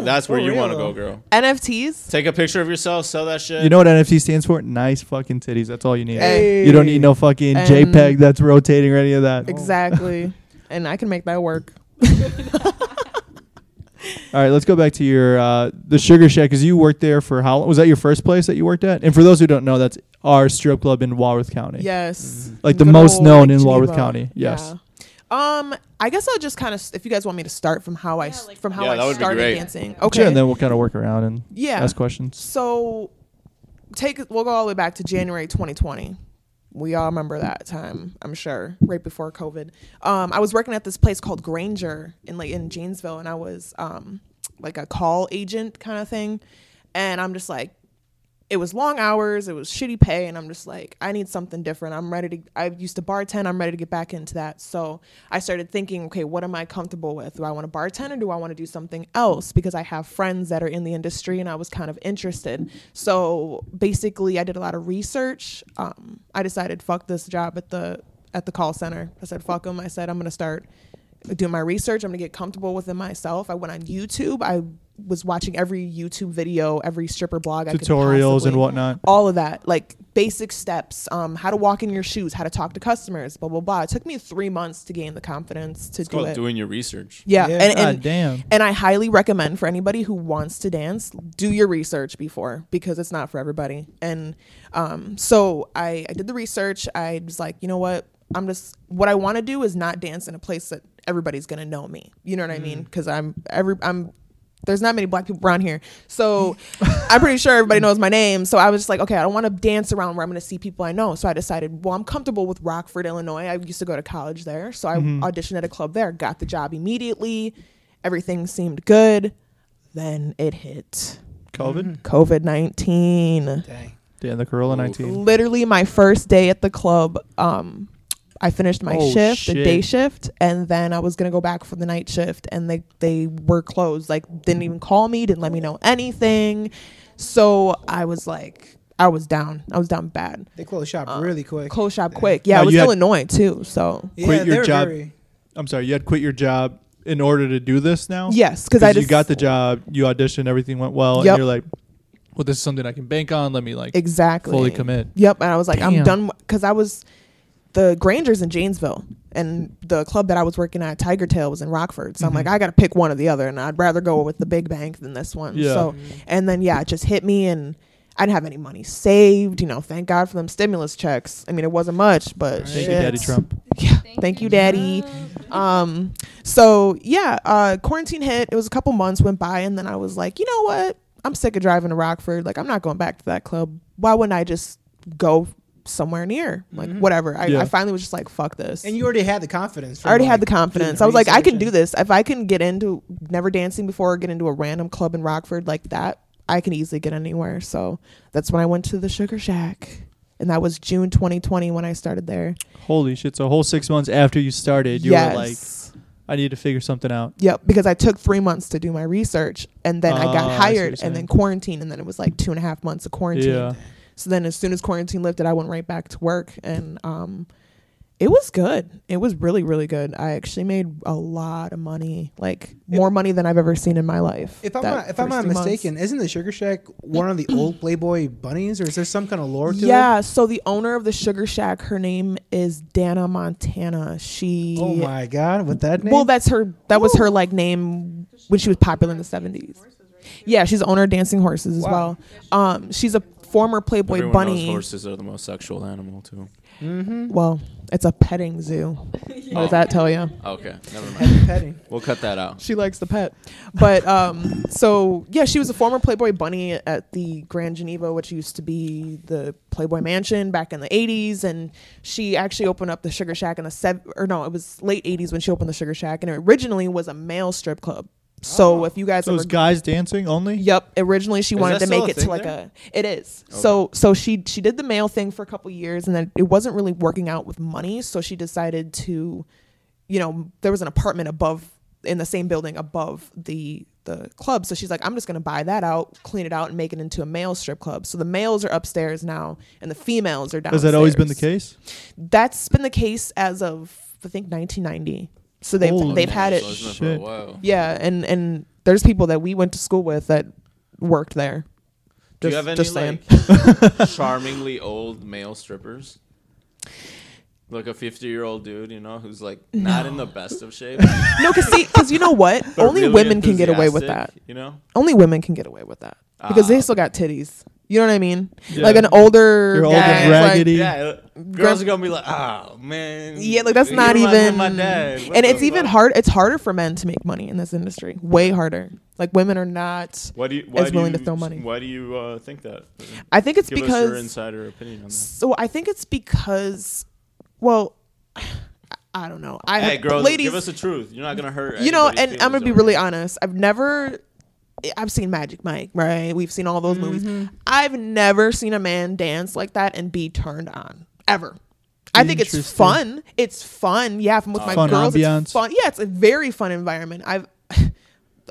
Speaker 11: That's where
Speaker 10: for
Speaker 11: you want to
Speaker 10: real.
Speaker 11: go, girl.
Speaker 10: NFTs.
Speaker 11: Take a picture of yourself, sell that shit.
Speaker 9: You know what NFT stands for? Nice fucking titties. That's all you need.
Speaker 10: Hey.
Speaker 9: You don't need no fucking
Speaker 10: And-
Speaker 9: JPEG that's rotating or any of that.
Speaker 10: Exactly. and I can make that work.
Speaker 9: All right, let's go back to your uh, the Sugar Shack. Cause you worked there for how long? Was that your first place that you worked at? And for those who don't know, that's our strip club in Walworth County.
Speaker 10: Yes.
Speaker 9: like the
Speaker 10: Good
Speaker 9: most
Speaker 10: old
Speaker 9: known in Walworth
Speaker 10: Geneva.
Speaker 9: County. Yes.
Speaker 10: Yeah. Um, I guess I'll just kind of if you guys want me to start from how I s- from how
Speaker 11: Yeah, that would
Speaker 10: I
Speaker 11: be
Speaker 10: started
Speaker 11: great.
Speaker 10: dancing.
Speaker 9: Sure,
Speaker 10: Okay.
Speaker 9: and then we'll kind of work around and
Speaker 10: yeah.
Speaker 9: ask questions.
Speaker 10: So take it- we'll go all the way back to January 2020. We all remember that time, I'm sure, right before COVID. Um, I was working at this place called Granger in like in Janesville, and I was um, like a call agent kind of thing. And I'm just like, it was long hours, it was shitty pay, and I'm just like, I need something different. I'm ready to. I used to bartend. I'm ready to get back into that. So I started thinking, okay, what am I comfortable with? Do I want to bartend or do I want to do something else? Because I have friends that are in the industry, and I was kind of interested. So basically, I did a lot of research. Um, I decided, fuck this job at the at the call center. I said, fuck them. I said, I'm gonna start doing my research. I'm gonna get comfortable within myself. I went on YouTube. I was watching every YouTube video, every stripper blog, I could
Speaker 9: Tutorials and
Speaker 10: possibly-
Speaker 9: whatnot.
Speaker 10: all of that, like basic steps, um, how to walk in your shoes, how to talk to customers, blah blah blah. It took me three months to gain the confidence to
Speaker 11: It's
Speaker 10: do
Speaker 11: called
Speaker 10: it.
Speaker 11: doing your research.
Speaker 10: yeah,
Speaker 11: Yeah.
Speaker 10: and, and
Speaker 11: God damn.
Speaker 10: and I highly recommend for anybody who wants to dance, do your research before because it's not for everybody. And um, so I, I did the research. I was like, you know what? I'm just what I want to do is not dance in a place that everybody's gonna know me. You know what I mean?
Speaker 9: Mm.
Speaker 10: Because I'm every I'm there's not many black people around here. So I'm pretty sure everybody knows my name. So I was just like, okay, I don't want to dance around where I'm going to see people I know. So I decided, well, I'm comfortable with Rockford, Illinois. I used to go to college there. So I
Speaker 13: Mhm.
Speaker 10: auditioned at a club there, got the job immediately. Everything seemed good. Then it hit
Speaker 9: COVID?
Speaker 10: COVID 19.
Speaker 9: Yeah, the Gorilla 19.
Speaker 10: Literally, my first day at the club, um, I finished my
Speaker 9: Oh,
Speaker 10: shift, the
Speaker 9: shit.
Speaker 10: day shift, and then I was gonna go back for the night shift, and they they were closed. Like, didn't even call me, didn't let me know anything. So I was like, I was down. I was down bad.
Speaker 12: They closed shop
Speaker 10: Uh,
Speaker 12: really quick.
Speaker 10: Closed shop quick. Yeah,
Speaker 9: Now,
Speaker 10: it was
Speaker 9: you had-
Speaker 10: Illinois too. So
Speaker 9: quit your job. I'm sorry, you had quit your job in order to do this now.
Speaker 10: Yes, 'cause I
Speaker 9: you
Speaker 10: just-
Speaker 9: got the job, you auditioned, everything went well,
Speaker 10: Yep.
Speaker 9: and you're like, well, this is something I can bank on. Let me like
Speaker 10: exactly
Speaker 9: fully commit.
Speaker 10: Yep, and I was like, I'm
Speaker 9: Damn.
Speaker 10: done because I was the Grangers in Janesville, and the club that I was working at, Tiger Tail, was in Rockford. So I'm
Speaker 9: Mm-hmm.
Speaker 10: like, I got to pick one or the other, and I'd rather go with the big bank than this one.
Speaker 13: Yeah.
Speaker 10: So, and then yeah, it just hit me, and I didn't have any money saved. You know, thank God for them stimulus checks. I mean, it wasn't much, but
Speaker 9: Thank
Speaker 10: shit.
Speaker 9: you, Daddy Trump.
Speaker 10: Yeah, thank you, Daddy. Um, so yeah, uh, quarantine hit. It was a couple months went by, and then I was like, you know what? I'm sick of driving to Rockford. Like, I'm not going back to that club. Why wouldn't I just go somewhere near? Like, whatever. I,
Speaker 12: Yeah.
Speaker 10: I finally was just like, fuck this.
Speaker 12: Mm-hmm. And you already had the confidence.
Speaker 10: I already had the confidence. I was like, I can do this. If I can get into never dancing before, get into a random club in Rockford like that, I can easily get anywhere. So that's when I went to the Sugar Shack. And that was June 2020 when I started there.
Speaker 9: Holy shit! So a whole six months after you started, you were
Speaker 10: Yes.
Speaker 9: like, I need to figure something out.
Speaker 10: Yep, because I took three months to do my research, and then
Speaker 12: Ah,
Speaker 10: I
Speaker 9: Oh, I
Speaker 10: got
Speaker 9: see what
Speaker 10: hired,
Speaker 9: you're
Speaker 10: and then
Speaker 9: saying.
Speaker 10: quarantine, and then it was like two and a half months of quarantine.
Speaker 9: Yeah.
Speaker 10: So then, as soon as quarantine lifted, I went right back to work, and um, it was good. It was really, really good. I actually made a lot of money, like more money than I've ever seen in my life.
Speaker 12: If I'm
Speaker 10: that
Speaker 12: not, if I'm
Speaker 10: first
Speaker 12: not
Speaker 10: two months.
Speaker 12: mistaken, isn't the Sugar Shack one of the old Playboy bunnies, or is there some kind of lore to it?
Speaker 10: yeah. So the owner of the Sugar Shack, her name is Dana Montana. She.
Speaker 12: Oh my God! With that name.
Speaker 10: Well, that's her. That was her like name when she was popular in the seventies. Yeah, she's the owner of Dancing Horses as well. Um, she's a former Playboy
Speaker 11: Everyone knows
Speaker 10: bunny.
Speaker 11: horses are the most sexual animal too.
Speaker 10: Well, it's a petting zoo. What does that tell you?
Speaker 11: Okay, never mind.
Speaker 12: Petting.
Speaker 11: We'll cut that out.
Speaker 10: She likes the pet. But um, so yeah, she was a former Playboy bunny at the Grand Geneva, which used to be the Playboy Mansion back in the '80s, and she actually opened up the Sugar Shack in the seven or no, it was late '80s when she opened the Sugar Shack, and it originally was a male strip club. So
Speaker 11: Oh.
Speaker 10: if you guys
Speaker 9: So it was
Speaker 10: ever-
Speaker 9: guys dancing only.
Speaker 10: Yep. Originally, she
Speaker 9: Is
Speaker 10: wanted
Speaker 9: that
Speaker 10: to make
Speaker 9: still a
Speaker 10: it to
Speaker 9: thing
Speaker 10: like
Speaker 9: there?
Speaker 10: a. It is. So so she she did the male thing for a couple years, and then it wasn't really working out with money. So she decided to, you know, there was an apartment above in the same building above the the club. So she's like, I'm just gonna buy that out, clean it out, and make it into a male strip club. So the males are upstairs now, and the females are downstairs.
Speaker 9: Has that always been the case?
Speaker 10: That's been the case as of I think 1990. So they've
Speaker 9: Holy
Speaker 10: they've had it.
Speaker 9: So it's been for a Shit. while.
Speaker 10: Yeah, and and there's people that we went to school with that worked there.
Speaker 11: Do you
Speaker 10: Just-
Speaker 11: have any
Speaker 10: just saying.
Speaker 11: like charmingly old male strippers? Like a fifty-year-old dude, you know, who's like not
Speaker 10: No.
Speaker 11: in the best of shape.
Speaker 10: no, because because you know what?
Speaker 11: But
Speaker 10: Only
Speaker 11: really
Speaker 10: women can get away with that.
Speaker 11: enthusiastic, You know,
Speaker 10: Only women can get away with that because they still got titties. You know what I mean? Like an
Speaker 11: Yeah.
Speaker 10: older
Speaker 11: They're all
Speaker 10: guy,
Speaker 11: like
Speaker 10: is like-
Speaker 11: raggedy. Yeah, girls are gonna be like, "Oh, man,
Speaker 10: Yeah, like that's
Speaker 11: you
Speaker 10: not
Speaker 11: remind me of
Speaker 10: even.
Speaker 11: my dad. What
Speaker 10: And
Speaker 11: the
Speaker 10: it's even hard. It's harder for men to make money in this industry. Way harder. Like women are not
Speaker 11: why do you why
Speaker 10: as
Speaker 11: do
Speaker 10: willing
Speaker 11: you,
Speaker 10: to throw money.
Speaker 11: Why do you uh, think that?
Speaker 10: I think it's
Speaker 11: Give us
Speaker 10: because
Speaker 11: your insider opinion on that.
Speaker 10: So I think it's because, well, I- I don't know. I
Speaker 11: hey, girls,
Speaker 10: uh, ladies,
Speaker 11: give us the truth. You're not gonna hurt.
Speaker 10: you know, and
Speaker 11: anybody's
Speaker 10: I'm gonna
Speaker 11: feelings
Speaker 10: be
Speaker 11: over
Speaker 10: really honest. I've never, I've seen Magic Mike, right? We've seen all those movies.
Speaker 9: Mm-hmm.
Speaker 10: I've never seen a man dance like that and be turned on ever. I think it's
Speaker 9: Interesting.
Speaker 10: fun. It's fun. Yeah, if I'm with
Speaker 9: Oh.
Speaker 10: my
Speaker 9: Fun
Speaker 10: girls,
Speaker 9: ambiance.
Speaker 10: it's fun. Yeah, it's a very fun environment. I've.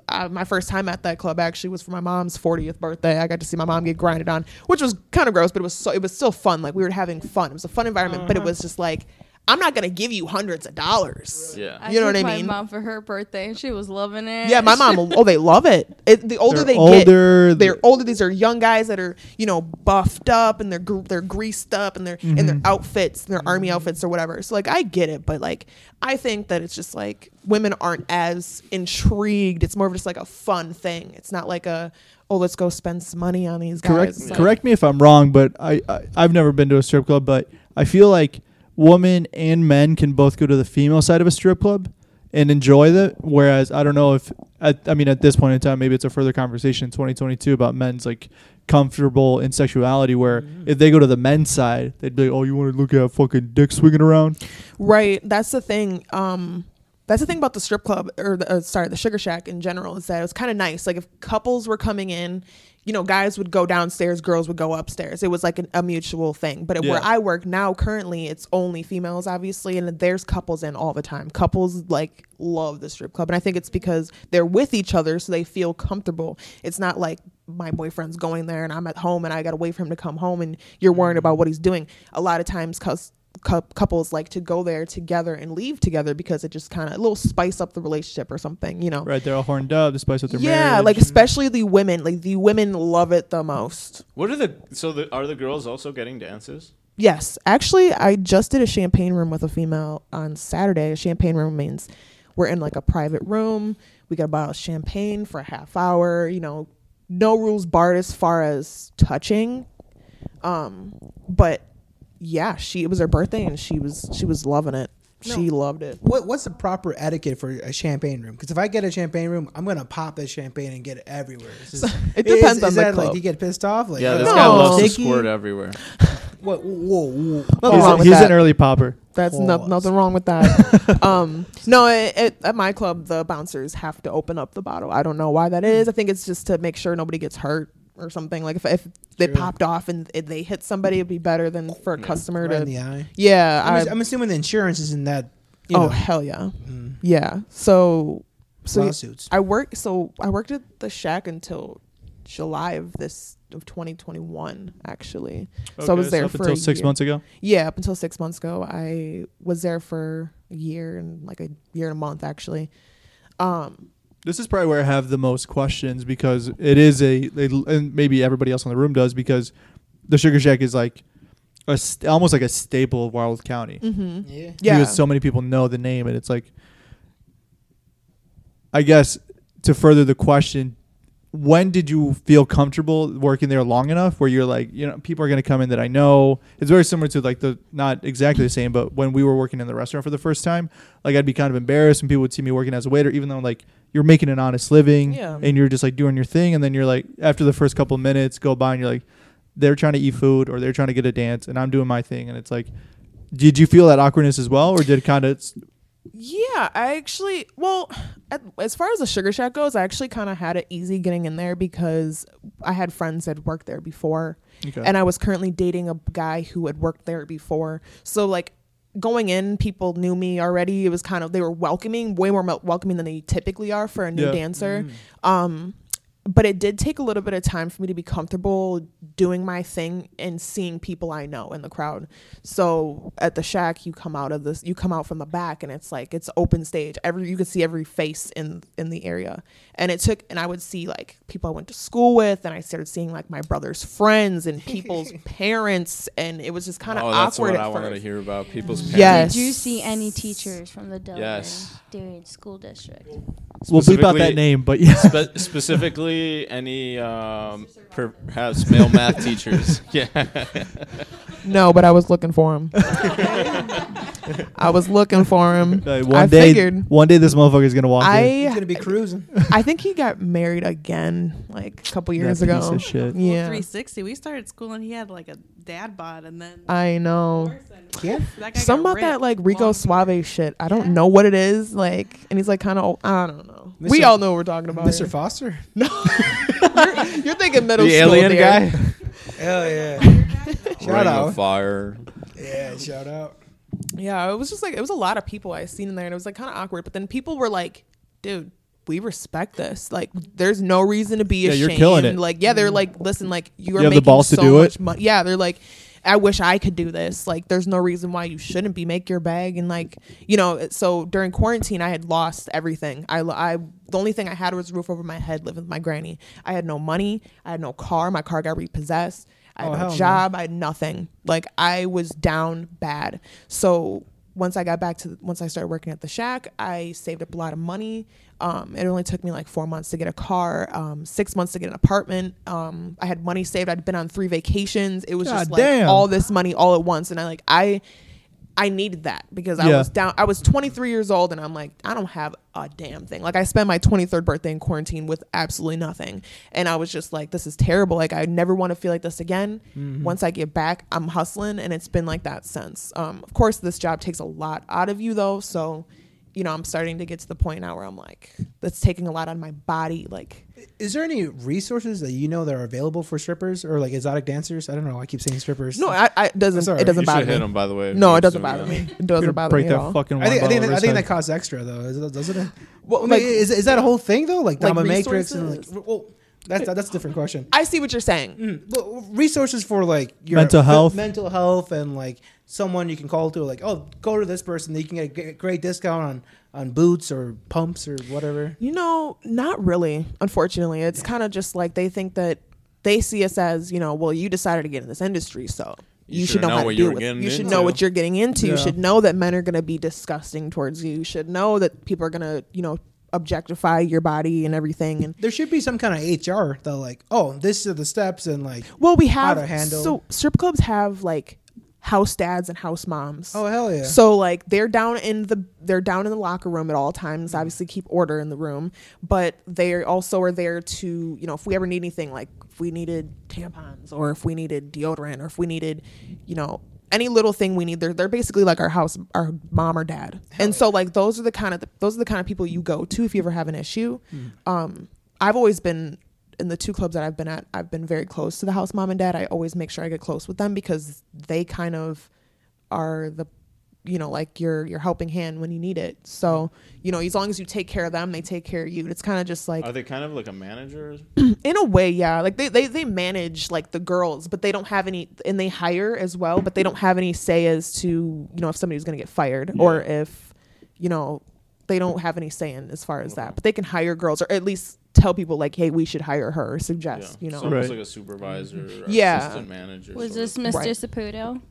Speaker 10: Uh, my first time at that club actually was for my mom's 40th birthday. I got to see my mom get grinded on, which was kind of gross, but it was so it was still fun. Like we were having fun. It was a fun environment, but it
Speaker 15: Uh-huh.
Speaker 10: was just like I'm not gonna give you hundreds of dollars.
Speaker 11: Yeah,
Speaker 15: I
Speaker 10: you know
Speaker 15: took
Speaker 10: what I
Speaker 15: my
Speaker 10: mean.
Speaker 15: mom for her birthday, and she was loving it.
Speaker 10: Yeah, my mom. Oh, they love it. it the older
Speaker 9: They're
Speaker 10: they
Speaker 9: older,
Speaker 10: get, they're older. These are young guys that are you know buffed up and they're gr- they're greased up and they're in their
Speaker 9: Mhm.
Speaker 10: outfits, their army outfits or whatever. So like I get it, but like I think that it's just like women aren't as intrigued. It's more of just like a fun thing. It's not like a oh let's go spend some money on these guys.
Speaker 9: correct
Speaker 10: It's like-
Speaker 9: correct me if I'm wrong, but I, I I've never been to a strip club, but I feel like women and men can both go to the female side of a strip club and enjoy that. Whereas I don't know if at, I mean at this point in time, maybe it's a further conversation in 2022 about men's like comfortable in sexuality. Where
Speaker 10: Mm-hmm.
Speaker 9: if they go to the men's side, they'd be like, "Oh, you want to look at fucking dick swinging around?"
Speaker 10: Right. That's the thing. Um, that's the thing about the strip club or the, uh, sorry, the sugar shack in general is that it was kind of nice. Like if couples were coming in, you know, guys would go downstairs, girls would go upstairs. It was like an, a mutual thing. But where
Speaker 15: Yeah.
Speaker 10: I work now, currently, it's only females, obviously, and there's couples in all the time. Couples like love the strip club, and I think it's because they're with each other, so they feel comfortable. It's not like my boyfriend's going there and I'm at home and I gotta wait for him to come home, and you're worried about what he's doing. A lot of times, cause cou- couples like to go there together and leave together because it just kind of a little spice up the relationship or something, you know.
Speaker 9: Right? They're all horned up, despite what they're
Speaker 10: Yeah, like especially the women, like the women love it the most.
Speaker 11: What are the so the, are the girls also getting dances?
Speaker 10: Yes, actually, I just did a champagne room with a female on Saturday. A champagne room means we're in like a private room. We got a bottle of champagne for a half hour. You know, no rules barred as far as touching. Um, but yeah, she it was her birthday and she was she was loving it. She loved it.
Speaker 12: What, what's the proper etiquette for a champagne room? Because if I get a champaign room, I'm gonna pop that champagne and get it everywhere. It's just-
Speaker 10: it depends
Speaker 12: is,
Speaker 10: on
Speaker 12: is
Speaker 10: the
Speaker 12: that
Speaker 10: club.
Speaker 12: Like you get pissed off? Like
Speaker 11: yeah, this
Speaker 12: oh,
Speaker 11: guy loves to
Speaker 12: sticky?
Speaker 11: squirt everywhere.
Speaker 12: What? Whoa, whoa.
Speaker 10: Nothing wrong with that.
Speaker 9: popper.
Speaker 10: That's no, nothing wrong with that. um, no, it, it, at my club, the bouncers have to open up the bottle. I don't know why that is. I think it's just to make sure nobody gets hurt or something. Like if if they popped off and it, they hit somebody, it'd be better than for a customer
Speaker 12: Oh, Right
Speaker 10: to.
Speaker 12: in the eye.
Speaker 10: Yeah,
Speaker 12: I'm,
Speaker 10: I-
Speaker 12: ass- I'm assuming the insurance is in that. You
Speaker 10: oh
Speaker 12: know.
Speaker 10: hell yeah, yeah. So so
Speaker 12: Mm. Lawsuits.
Speaker 10: I work. So I worked at the shack until July of this of 2021 actually. so I
Speaker 9: Okay,
Speaker 10: was
Speaker 9: so
Speaker 10: there
Speaker 9: up
Speaker 10: for
Speaker 9: until
Speaker 10: a
Speaker 9: six
Speaker 10: year.
Speaker 9: months ago?
Speaker 10: Yeah, up until six months ago, I was there for a year and like a year and a month actually. Um,
Speaker 9: This is probably where I have the most questions because it is a, they- and maybe everybody else in the room does because the Sugar Shack is like a st- almost like a staple of Wild County.
Speaker 12: Mm-hmm.
Speaker 10: Mhm. Yeah. Yeah.
Speaker 9: Because so many people know the name, and it's like, I guess to further the question, when did you feel comfortable working there long enough where you're like, you know, people are going to come in that I know? It's very similar to like the, not exactly the same, but when we were working in the restaurant for the first time, like I'd be kind of embarrassed when people would see me working as a waiter, even though like you're making an honest living
Speaker 10: Yeah.
Speaker 9: and you're just like doing your thing. And then you're like, after the first couple minutes go by and you're like, they're trying to eat food or they're trying to get a dance and I'm doing my thing. And it's like, did you feel that awkwardness as well, or did it kind of?
Speaker 10: Yeah, I actually, well, at, as far as the Sugar Shack goes, I actually kind of had it easy getting in there because I had friends that worked there before.
Speaker 9: Okay.
Speaker 10: And I was currently dating a guy who had worked there before. So, like, going in, people knew me already. It was kind of they were welcoming, way more mel- welcoming than they typically are for a new
Speaker 13: Yeah.
Speaker 10: dancer. Um, but it did take a little bit of time for me to be comfortable doing my thing and seeing people I know in the crowd. So at the shack, you come out of this, you come out from the back, and it's like it's open stage. Every you could see every face in in the area, and it took. And I would see like people I went to school with, and I started seeing like my brother's friends and people's parents, and it was just kind of
Speaker 11: oh, that's
Speaker 10: awkward
Speaker 11: what
Speaker 10: at
Speaker 11: I wanted
Speaker 10: first.
Speaker 11: to hear about people's parents.
Speaker 10: Yes.
Speaker 16: Did you see any teachers from the Delaware
Speaker 11: Yes.
Speaker 16: Darian School District?
Speaker 9: We'll bleep out that
Speaker 11: Specifically-
Speaker 9: name, but yeah.
Speaker 11: spe- specifically, any um, perhaps male math teachers. Yeah.
Speaker 10: No, but I was looking for him. I was looking for him.
Speaker 9: Like, one
Speaker 10: I
Speaker 9: day,
Speaker 10: figured.
Speaker 9: one day this motherfucker's gonna walk
Speaker 10: I
Speaker 9: in.
Speaker 12: He's gonna be cruising.
Speaker 10: I think he got married again, like a couple years
Speaker 9: That
Speaker 10: ago.
Speaker 9: piece of shit.
Speaker 14: Well,
Speaker 10: Yeah,
Speaker 14: 360. We started school and he had like a dad bod, and then
Speaker 10: I know.
Speaker 12: Yeah.
Speaker 14: That guy
Speaker 10: Something
Speaker 14: got
Speaker 10: about that
Speaker 14: ripped
Speaker 10: like Rico Suave shit. I don't know what it is. Like, and he's like kind of. I don't know. We
Speaker 12: Mr.
Speaker 10: all know what we're talking about.
Speaker 12: Mr.
Speaker 10: here.
Speaker 12: Foster?
Speaker 10: No, you're, you're thinking middle
Speaker 11: The
Speaker 10: school.
Speaker 11: alien
Speaker 10: there.
Speaker 11: guy?
Speaker 12: Hell yeah.
Speaker 11: Ring
Speaker 12: shout
Speaker 11: of
Speaker 12: out.
Speaker 11: fire.
Speaker 12: Yeah, shout out.
Speaker 10: Yeah, it was just like it was a lot of people I seen in there, and it was like kind of awkward. But then people were like, "Dude, we respect this. Like, there's no reason to be
Speaker 9: Yeah,
Speaker 10: ashamed."
Speaker 9: you're killing it.
Speaker 10: Like, yeah, they're like, "Listen, like you are
Speaker 9: have the
Speaker 10: making
Speaker 9: balls to
Speaker 10: so
Speaker 9: do
Speaker 10: much
Speaker 9: it?
Speaker 10: money." Yeah, they're like, "I wish I could do this. Like, there's no reason why you shouldn't be. Make your bag and like, you know." it- So during quarantine, I had lost everything. I, lo- I the only thing I had was a roof over my head, living with my granny. I had no money. I had no car. My car got repossessed. I
Speaker 12: Oh,
Speaker 10: had
Speaker 12: hell
Speaker 10: no
Speaker 12: no.
Speaker 10: job. I had nothing. Like I was down bad. So once I got back to once I started working at the shack, I saved up a lot of money. Um, it only took me like four months to get a car, um, six months to get an apartment. Um, I had money saved. I'd been on three vacations. It was just
Speaker 9: God
Speaker 10: like
Speaker 9: damn.
Speaker 10: all this money all at once, and I like I. I needed that because I
Speaker 9: Yeah.
Speaker 10: was down. I was 23 years old, and I'm like, I don't have a damn thing. Like, I spent my 23rd birthday in quarantine with absolutely nothing, and I was just like, this is terrible. Like, I never want to feel like this again.
Speaker 9: Mm-hmm.
Speaker 13: Mhm.
Speaker 10: Once I get back, I'm hustling, and it's been like that since. Um, of course, this job takes a lot out of you, though. So, you know, I'm starting to get to the point now where I'm like, that's taking a lot on my body. Like,
Speaker 12: Is there any resources that you know that are available for strippers or like exotic dancers? I don't know. I keep saying strippers.
Speaker 10: no, I, I it doesn't.
Speaker 12: That's all
Speaker 10: It
Speaker 12: right.
Speaker 10: doesn't
Speaker 12: You
Speaker 10: bother
Speaker 12: should
Speaker 10: me.
Speaker 12: hit him, by the way,
Speaker 10: No,
Speaker 12: if
Speaker 10: it
Speaker 12: you
Speaker 10: doesn't
Speaker 12: zoom
Speaker 10: bother
Speaker 12: in.
Speaker 10: me. It
Speaker 12: You're
Speaker 10: doesn't
Speaker 12: gonna
Speaker 10: bother
Speaker 9: break
Speaker 10: me
Speaker 9: that
Speaker 10: at all.
Speaker 9: fucking
Speaker 12: I think, I think, that, I think
Speaker 9: head.
Speaker 12: that costs extra though, is- doesn't it?
Speaker 10: Well,
Speaker 12: I mean,
Speaker 10: like-
Speaker 12: is, is that a whole thing though? Like,
Speaker 10: Like
Speaker 12: Dama Matrix and like,
Speaker 10: resources?
Speaker 12: well, that's that's a different question.
Speaker 10: I see what you're saying.
Speaker 11: Mm.
Speaker 12: Well, resources for like your
Speaker 9: Mental
Speaker 12: f-
Speaker 9: health.
Speaker 12: mental health, and like someone you can call to, like, oh, go to this person. You can get a g- great discount on on boots or pumps or whatever.
Speaker 10: You know, not really. Unfortunately, it's kind of just like they think that they see us as you know. Well, you decided to get in this industry, so you, should know, how
Speaker 11: what
Speaker 10: to
Speaker 11: you
Speaker 10: do
Speaker 11: were
Speaker 10: it.
Speaker 11: getting
Speaker 10: You should know what
Speaker 11: into.
Speaker 10: you're getting into. You
Speaker 11: Yeah.
Speaker 10: should know that men are going to be disgusting towards you. You should know that people are going to you know objectify your body and everything. And
Speaker 12: There should be some kind of HR though, like, oh, this are the steps and like,
Speaker 10: well, we
Speaker 12: how
Speaker 10: have
Speaker 12: to handle.
Speaker 10: so strip clubs have like house dads and house moms.
Speaker 12: oh hell yeah!
Speaker 10: So like they're down in the they're down in the locker room at all
Speaker 12: Mm-hmm.
Speaker 10: times. Obviously keep order in the room, but they also are there to you know if we ever need anything like if we needed tampons or if we needed deodorant or if we needed you know any little thing we need they're they're basically like our house our mom or dad. and so like those are the kind of those are the kind of people you go to if you ever have an issue.
Speaker 12: Mm.
Speaker 10: Um, I've always been in the two clubs that I've been at. I've been very close to the house mom and dad. I always make sure I get close with them because they kind of are the you know like your your helping hand when you need it so you know as long as you take care of them they take care of you it's kind of just like
Speaker 11: Are they kind of like a manager?
Speaker 10: in a way yeah like they, they they manage like the girls but they don't have any and they hire as well but they don't have any say as to you know if somebody's going to get fired or if you know they don't have any say in as far as that but they can hire girls or at least tell people like hey we should hire her or suggest you know
Speaker 11: so almost like a supervisor, or
Speaker 10: Yeah.
Speaker 11: assistant manager.
Speaker 16: Was
Speaker 11: sort of
Speaker 16: this
Speaker 11: thing.
Speaker 16: Mr.
Speaker 10: Right.
Speaker 16: Saputo?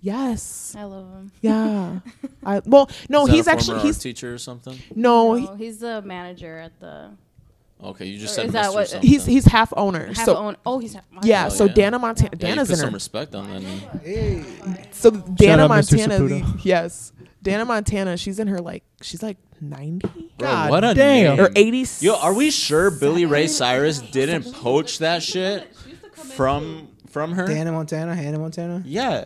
Speaker 10: Yes.
Speaker 16: I love him.
Speaker 10: yeah I, well
Speaker 11: Is
Speaker 10: no
Speaker 11: that a
Speaker 10: he's
Speaker 11: former
Speaker 10: actually
Speaker 11: art
Speaker 10: he's
Speaker 11: teacher or something.
Speaker 10: no Oh, he-
Speaker 16: No, he's the manager at the.
Speaker 11: Okay, you just
Speaker 16: Or
Speaker 11: said
Speaker 16: is that
Speaker 11: Mr.
Speaker 16: what-
Speaker 11: something.
Speaker 10: he's he's half owner
Speaker 16: Half
Speaker 10: so
Speaker 16: own- oh, he's half-
Speaker 10: yeah
Speaker 11: Oh,
Speaker 10: so
Speaker 11: yeah.
Speaker 10: dana montana
Speaker 11: Yeah, you
Speaker 10: dana's
Speaker 11: put
Speaker 10: in
Speaker 11: some
Speaker 10: her
Speaker 11: respect on that. name.
Speaker 10: So Dana
Speaker 9: out Mr.
Speaker 10: Montana, the,
Speaker 9: Saputo.
Speaker 10: yes, Dana Montana. She's in her like she's like ninety.
Speaker 11: Bro, what a
Speaker 10: damn.
Speaker 11: name.
Speaker 10: Or eighty.
Speaker 11: Yo, are we sure Billy Ray Cyrus didn't poach that shit from from her?
Speaker 12: Dana Montana, Hannah Montana.
Speaker 11: Yeah.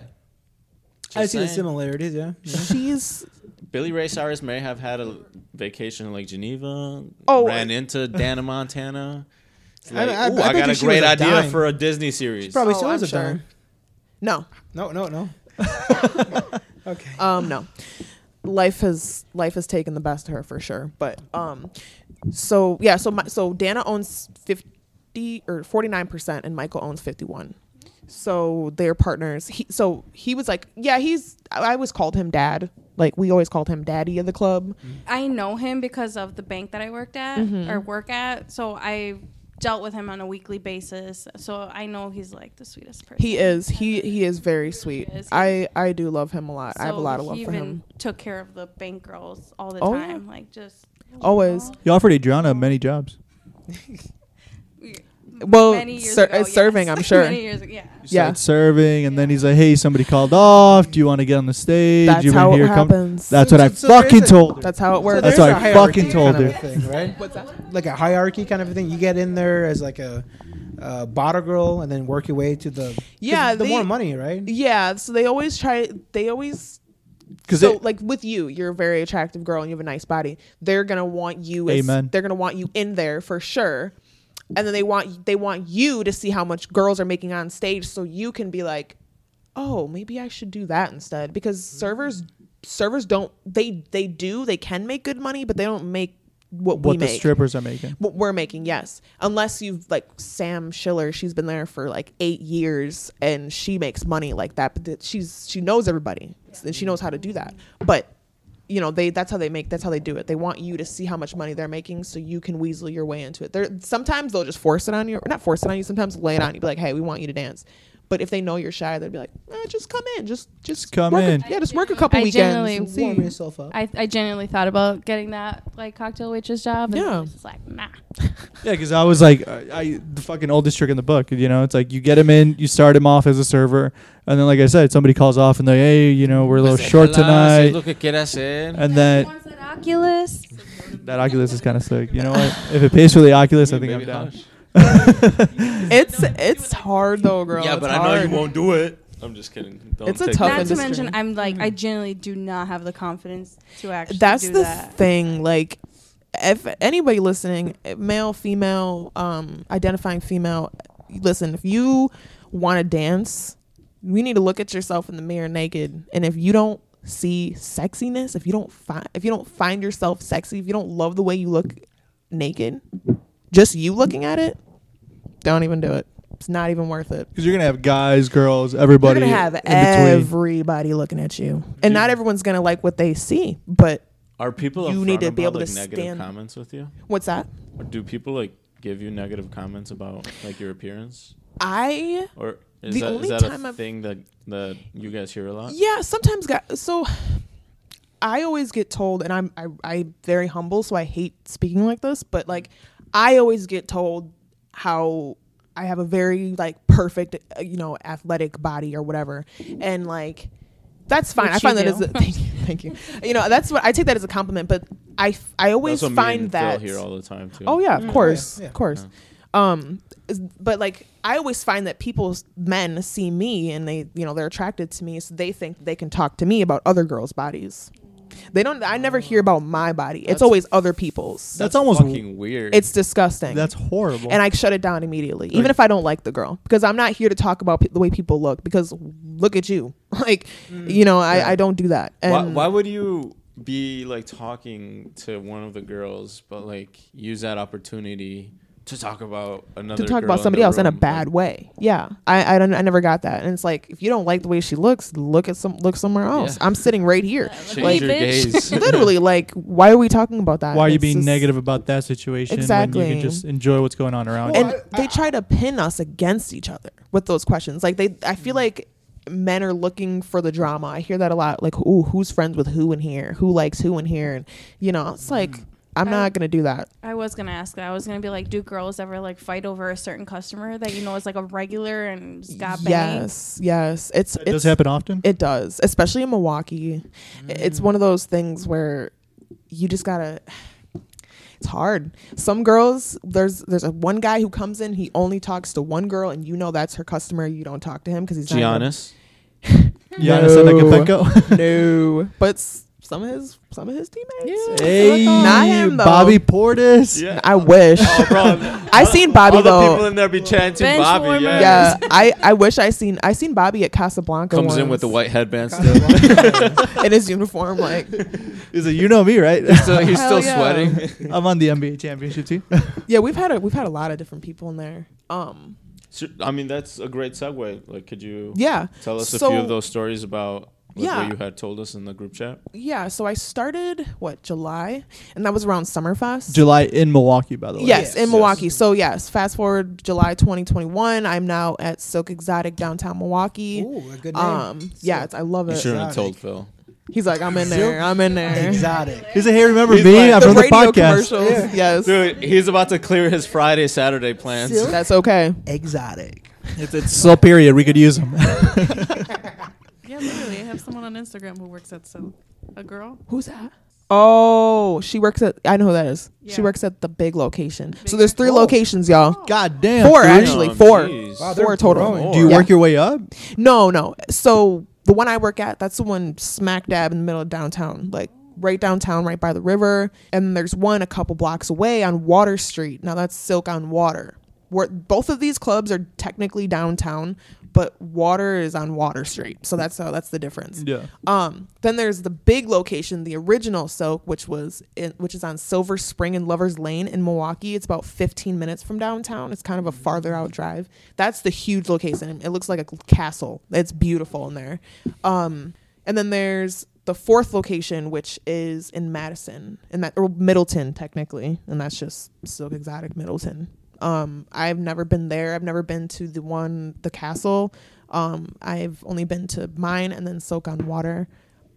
Speaker 12: I
Speaker 11: Just
Speaker 12: see the
Speaker 11: saying.
Speaker 12: similarities. Yeah, yeah.
Speaker 10: She's
Speaker 11: Billy Ray Cyrus may have had a vacation in like Geneva.
Speaker 12: Oh,
Speaker 11: ran into Dana Montana. It's
Speaker 12: I-
Speaker 11: Like,
Speaker 12: I-
Speaker 11: ooh,
Speaker 12: I
Speaker 11: I, got
Speaker 12: bet you
Speaker 11: a
Speaker 12: she was
Speaker 11: great
Speaker 12: a
Speaker 11: idea
Speaker 12: dime.
Speaker 11: for a Disney series.
Speaker 12: probably
Speaker 10: Oh,
Speaker 12: still
Speaker 10: I'm
Speaker 12: is a
Speaker 10: sure.
Speaker 12: dime.
Speaker 10: No,
Speaker 12: No, no, no.
Speaker 10: Okay. Um, no, life has life has taken the best of her for sure. But um, so yeah, so my, so Dana owns fifty or forty nine percent, and Michael owns fifty one. So they're partners. He, so he was like, yeah, he's. I I always called him dad. Like we always called him daddy of the club.
Speaker 16: I know him because of the bank that I worked at
Speaker 14: Mm-hmm.
Speaker 10: Mhm.
Speaker 16: or work at. So I dealt with him on a weekly basis. So I know he's like the sweetest person.
Speaker 10: He is. He he is very sweet.
Speaker 16: is.
Speaker 10: I I do love him a lot. I have a
Speaker 16: So
Speaker 10: lot of love
Speaker 16: he
Speaker 10: for
Speaker 16: even
Speaker 10: him.
Speaker 16: Took care of the bank girls all the
Speaker 10: Oh, yeah.
Speaker 16: time, like just
Speaker 10: Always.
Speaker 9: You offered Adriana many jobs.
Speaker 10: Well,
Speaker 16: many years
Speaker 10: ser-
Speaker 16: ago,
Speaker 10: it's serving,
Speaker 16: yes.
Speaker 10: I'm sure.
Speaker 16: many years ago, yeah.
Speaker 9: You
Speaker 10: Yeah.
Speaker 9: started serving, and then he's like, "Hey, somebody called off. Do you want to get on the stage?
Speaker 10: That's
Speaker 9: you
Speaker 10: how it
Speaker 9: wanna come-"
Speaker 10: happens.
Speaker 9: That's what I fucking told her.
Speaker 10: That's how it
Speaker 9: So
Speaker 10: works.
Speaker 9: That's
Speaker 12: there's
Speaker 9: what
Speaker 12: a
Speaker 9: I fucking
Speaker 12: hierarchy
Speaker 9: told
Speaker 12: kind
Speaker 9: her.
Speaker 12: of a Thing, right? What's that? Like a hierarchy kind of a thing. You get in there as like a uh, bottle girl, and then work your way to the 'cause
Speaker 10: Yeah,
Speaker 12: the
Speaker 10: they-
Speaker 12: more money, right?
Speaker 10: Yeah, so they always try. They always.
Speaker 9: 'Cause
Speaker 10: so,
Speaker 9: it-
Speaker 10: like with you, you're a very attractive girl and you have a nice body. They're gonna want you. as-
Speaker 9: Amen.
Speaker 10: they're gonna want you in there for sure, and then they want they want you to see how much girls are making on stage, so you can be like, oh, maybe I should do that instead. Because servers servers don't they they do they can make good money, but they don't make what, we
Speaker 9: What the
Speaker 10: make.
Speaker 9: strippers are making.
Speaker 10: What we're making, yes. Unless you've like Sam Schiller, she's been there for like eight years and she makes money like that. But th- she's she knows everybody and she knows how to do that. But you know they that's how they make that's how they do it. They want you to see how much money they're making so you can weasel your way into it. They're sometimes they'll just force it on you, or not force it on you. Sometimes lay it on you, be like, hey, we want you to dance. But if they know you're shy, they'd be like, eh, just come in, just just,
Speaker 9: come
Speaker 10: work a-
Speaker 9: in.
Speaker 10: yeah, just work a couple weekends
Speaker 16: genuinely
Speaker 10: and see.
Speaker 16: warm yourself up. I, I genuinely thought about getting that like cocktail waitress job. And yeah,
Speaker 10: Oh.
Speaker 16: it's like nah.
Speaker 9: Yeah, because I was like, I, I the fucking oldest trick in the book. You know, it's like you get him in, you start him off as a server, and then like I said, somebody calls off and they, hey, you know, we're a little
Speaker 11: Dice,
Speaker 9: short
Speaker 11: "Hello,
Speaker 9: tonight.
Speaker 11: es lo que quiere hacer.
Speaker 9: And then
Speaker 16: Oculus.
Speaker 9: that Oculus is kind of sick. You know what? If it pays for the Oculus, I think I'm
Speaker 11: Maybe
Speaker 9: down.
Speaker 11: hush.
Speaker 10: it's it's hard though, girl.
Speaker 11: yeah,
Speaker 10: It's
Speaker 11: but I know
Speaker 10: hard.
Speaker 11: you won't do it. I'm just kidding. Don't
Speaker 10: It's a
Speaker 11: take it.
Speaker 10: tough
Speaker 16: Not to
Speaker 10: industry. Mm-hmm.
Speaker 16: mention, I'm like I genuinely do not have the confidence to actually
Speaker 10: that's
Speaker 16: do
Speaker 10: the
Speaker 16: that.
Speaker 10: thing like if anybody listening male female um identifying female listen if you want to dance we need to look at yourself in the mirror naked and if you don't see sexiness if you don't find if you don't find yourself sexy if you don't love the way you look naked just you looking at it don't even do it it's not even worth it
Speaker 9: Because you're gonna have guys, girls, everybody.
Speaker 10: you're gonna have
Speaker 9: in between.
Speaker 10: everybody looking at you and not everyone's gonna like what they see but
Speaker 11: Are people
Speaker 10: you
Speaker 11: upfront
Speaker 10: need to be
Speaker 11: about,
Speaker 10: able
Speaker 11: like,
Speaker 10: to
Speaker 11: negative
Speaker 10: stand
Speaker 11: comments with you?
Speaker 10: what's that
Speaker 11: Or do people like give you negative comments about Oh, like your appearance?
Speaker 10: I-
Speaker 11: or is
Speaker 10: the
Speaker 11: that, is
Speaker 10: only
Speaker 11: that
Speaker 10: time
Speaker 11: a
Speaker 10: I've-
Speaker 11: thing that that you guys hear a lot?
Speaker 10: Yeah, sometimes guys. So I always get told, and I'm I, I'm very humble, so I hate speaking like this. But like, I always get told how I have a very like perfect, uh, you know, athletic body or whatever, and like that's fine.
Speaker 16: Which
Speaker 10: I find
Speaker 16: you
Speaker 10: that as
Speaker 16: do.
Speaker 10: a, thank you, thank you. You know, that's what I take that as a compliment. But I f- I always
Speaker 11: That's what me
Speaker 10: find
Speaker 11: and Phil
Speaker 10: that
Speaker 11: hear all the time, too.
Speaker 10: Oh yeah, of
Speaker 11: Mm.
Speaker 10: course,
Speaker 11: Yeah, yeah.
Speaker 10: of course. Um, is- but like I always find that people, men, see me and they, you know, they're attracted to me, so they think they can talk to me about other girls' bodies. They don't. I never hear about my body. it's
Speaker 11: That's-
Speaker 10: always other people's.
Speaker 11: That's That's almost- fucking weird.
Speaker 10: It's disgusting. That's
Speaker 9: horrible.
Speaker 10: And I shut it down immediately, even if I don't like the girl, because I'm not here to talk about pe- the way people look. Because look at you, like, you know, I, I don't do that.
Speaker 11: Mm. why,
Speaker 10: And
Speaker 11: why would you be like talking to one of the girls, but like use that opportunity to talk about another
Speaker 10: to talk
Speaker 11: girl in
Speaker 10: about
Speaker 11: the
Speaker 10: somebody else in a
Speaker 11: room?
Speaker 10: bad way. Yeah, I, I don't I never got that, and it's like if you don't like the way she looks, look at some look somewhere else.
Speaker 11: Yeah.
Speaker 10: I'm sitting right here,
Speaker 11: Change
Speaker 10: like
Speaker 11: your gaze.
Speaker 10: literally like why are we talking about that?
Speaker 9: Why are you
Speaker 10: It's
Speaker 9: being
Speaker 10: just-
Speaker 9: negative about that situation when you
Speaker 10: Exactly.
Speaker 9: can just enjoy what's going on around you?
Speaker 10: And they try to pin us against each other with those questions. Like they, I feel like men are looking for the drama. I hear that a lot. Like, ooh, who's friends with who in here? Who likes who in here? And you know, it's like I'm not gonna do that.
Speaker 16: I was gonna ask that. I was gonna be like, do girls ever like fight over a certain customer that you know is like a regular and just got banged?
Speaker 10: Yes, yes. It's
Speaker 9: does
Speaker 10: it's,
Speaker 9: happen often?
Speaker 10: It does, especially in Milwaukee. I- It's one of those things where you just gotta. It's hard. Some girls, there's there's a one guy who comes in. He only talks to one girl, and you know that's her customer. You don't talk to him because he's not gonna-
Speaker 11: Giannis.
Speaker 9: Giannis
Speaker 10: No.
Speaker 9: Antetokounmpo?
Speaker 10: no, but s- some of his some of his teammates.
Speaker 9: Hey,
Speaker 10: not him though.
Speaker 9: Bobby Portis.
Speaker 10: I wish. I seen Bobby
Speaker 11: Oh, Other
Speaker 10: though.
Speaker 11: people in there be chanting Bench Bobby, warmers. yeah.
Speaker 10: Yeah, I, I wish I seen I seen Bobby at Casablanca.
Speaker 11: Comes in
Speaker 10: once
Speaker 11: with the white headband still.
Speaker 10: in his uniform, like
Speaker 9: He's like, you know me, right?
Speaker 11: He's still- he's Hell still yeah. sweating.
Speaker 9: I'm on the NBA championship team.
Speaker 10: yeah. We've had a we've had a lot of different people in there. Um,
Speaker 11: So, I mean, that's a great segue. Like, could you
Speaker 10: Yeah.
Speaker 11: tell us a few
Speaker 10: So-
Speaker 11: of those stories about like,
Speaker 10: Yeah.
Speaker 11: what you had told us in the group chat?
Speaker 10: yeah. So I started what July, and that was around Summerfest.
Speaker 9: July in Milwaukee, by the way.
Speaker 10: Yes, in Milwaukee. So yes, fast forward July 2021. I'm now at Silk Exotic downtown Milwaukee. Ooh, a
Speaker 12: good name.
Speaker 10: Um, yeah, it's, I love it.
Speaker 11: You shouldn't have told Phil.
Speaker 10: He's like, I'm in
Speaker 12: Silk
Speaker 10: there. I'm in there.
Speaker 12: Exotic.
Speaker 9: He's like, hey, remember
Speaker 11: He's like-
Speaker 9: me? I'm
Speaker 11: The
Speaker 9: from the
Speaker 10: radio
Speaker 9: podcast.
Speaker 10: commercials. Yes.
Speaker 11: Dude, he's about to clear his Friday, Saturday plans.
Speaker 10: That's okay.
Speaker 12: Exotic.
Speaker 9: It's, it's slow period. We could use him.
Speaker 14: Yeah, literally. I have someone on Instagram who works at Silk. A girl?
Speaker 10: Who's that? Oh, she works at. I know who that is.
Speaker 14: Yeah.
Speaker 10: She works at the big location. so there's three locations, y'all.
Speaker 9: God damn.
Speaker 10: Four
Speaker 9: three?
Speaker 10: actually. Four.
Speaker 11: Oh,
Speaker 10: four total.
Speaker 9: Do you work your way up?
Speaker 10: No, no. So the one I work at, that's the one smack dab in the middle of downtown, like right downtown, right by the river. And then there's one a couple blocks away on Water Street. Now that's Silk on Water. Where both of these clubs are technically downtown, but Water is on Water Street. So that's how that's the difference.
Speaker 9: Yeah.
Speaker 10: Um, then there's the big location, the original Silk, which was in, which is on Silver Spring and Lovers Lane in Milwaukee. It's about 15 minutes from downtown. It's kind of a farther out drive. That's the huge location. It looks like a castle. It's beautiful in there. Um, and then there's the fourth location, which is in Madison, and that or Middleton technically, and that's just Silk Exotic Middleton. Um, I've never been there. I've never been to the one, the castle. Um, I've only been to mine and then Soak on Water.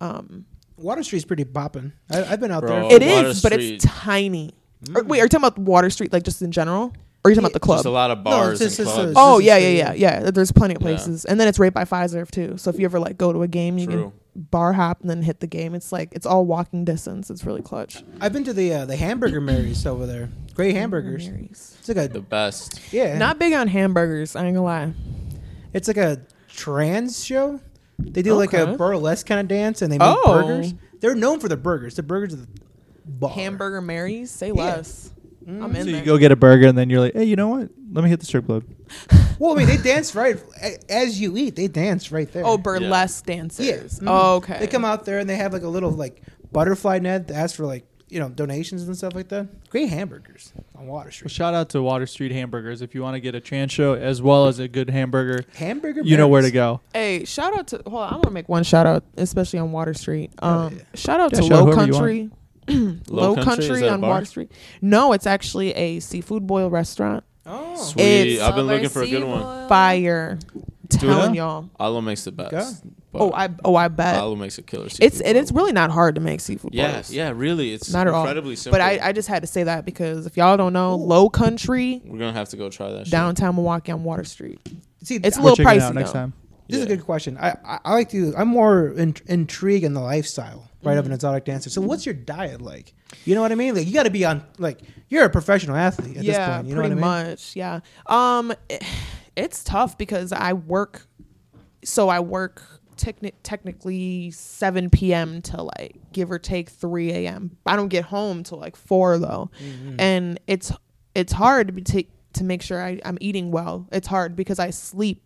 Speaker 10: Um,
Speaker 12: Water Street's pretty bopping. I, I've been out
Speaker 11: Oh,
Speaker 12: there.
Speaker 10: it is, but it's tiny. Or, wait, are you talking about Water Street, like just in general? Or are you talking about the club?
Speaker 11: Just a lot of bars
Speaker 12: just-
Speaker 11: and
Speaker 12: it's
Speaker 11: clubs.
Speaker 12: a-
Speaker 10: Oh
Speaker 12: This is
Speaker 10: yeah,
Speaker 12: the-
Speaker 10: yeah, yeah, yeah. There's plenty of
Speaker 11: Yeah.
Speaker 10: places, and then it's right by Pfizer too. So if you ever like go to a game, you
Speaker 11: True.
Speaker 10: can bar hop and then hit the game. It's like it's all walking distance. It's really clutch.
Speaker 12: I've been to the uh, the hamburger Marys over there. Great hamburgers. It's like a
Speaker 11: the best.
Speaker 12: yeah.
Speaker 10: Not big on hamburgers. I ain't gonna lie.
Speaker 12: It's like a trans show. They do like
Speaker 10: Okay.
Speaker 12: a burlesque kind of dance, and they make
Speaker 10: Oh.
Speaker 12: burgers. They're known for the burgers. The burgers are the bar.
Speaker 10: Hamburger Marys, say less. I'm in
Speaker 9: So you
Speaker 10: there.
Speaker 9: go get a burger and then you're like, hey, you know what? Let me hit the strip club.
Speaker 12: Well, I mean, they dance right a- as you eat. They dance right there.
Speaker 10: Oh, burlesque dancers.
Speaker 12: Yeah.
Speaker 10: Oh, okay.
Speaker 12: They come out there and they have like a little like butterfly net to ask for like you know donations and stuff like that. Great hamburgers on Water Street.
Speaker 9: Well, shout out to Water Street Hamburgers. If you want to get a trans show as well as a good hamburger,
Speaker 12: hamburger,
Speaker 9: you know where to
Speaker 12: Marys.
Speaker 9: go.
Speaker 10: Hey, shout out to. Hold on, I want to make one shout out, especially on Water Street. Um, shout out
Speaker 9: Yeah,
Speaker 10: to
Speaker 9: shout out
Speaker 10: Low
Speaker 9: whoever you
Speaker 10: Country. Low
Speaker 11: Country, is
Speaker 10: Country
Speaker 11: that a
Speaker 10: on
Speaker 11: bar?
Speaker 10: Water Street. No, it's actually a seafood boil restaurant. Oh,
Speaker 11: Sweet. I've been looking for a good one.
Speaker 10: Fire, telling y'all.
Speaker 11: Alo makes the best. but
Speaker 10: Oh, I oh I bet.
Speaker 11: Alo makes a killer seafood.
Speaker 10: It's and it's really not hard to make seafood
Speaker 11: Yeah,
Speaker 10: boils.
Speaker 11: yeah, really, it's
Speaker 10: not at all.
Speaker 11: incredibly simple.
Speaker 10: But I, I just had to say that because if y'all don't know, Low Country,
Speaker 11: We're gonna have to go try that. shit.
Speaker 10: downtown Milwaukee on Water Street.
Speaker 12: See,
Speaker 10: it's a
Speaker 12: We'll
Speaker 10: little
Speaker 12: check it
Speaker 10: pricey
Speaker 12: out next
Speaker 10: though.
Speaker 12: time. This is a good question. I, I, I like to. I'm more in, intrigued in the lifestyle, right,
Speaker 10: Mm-hmm.
Speaker 12: of an exotic dancer. So, what's your diet like? You know what I mean? Like, you got to be on. Like, you're a professional athlete at
Speaker 10: yeah,
Speaker 12: this point. You know what
Speaker 10: pretty
Speaker 12: I mean?
Speaker 10: much. Yeah. Um, it- it's tough because I work. So I work techni- technically 7 p.m. to like give or take 3 a.m. I don't get home till like four though,
Speaker 12: Mm-hmm.
Speaker 10: and it's it's hard to be to, to make sure I, I'm eating well. It's hard because I sleep.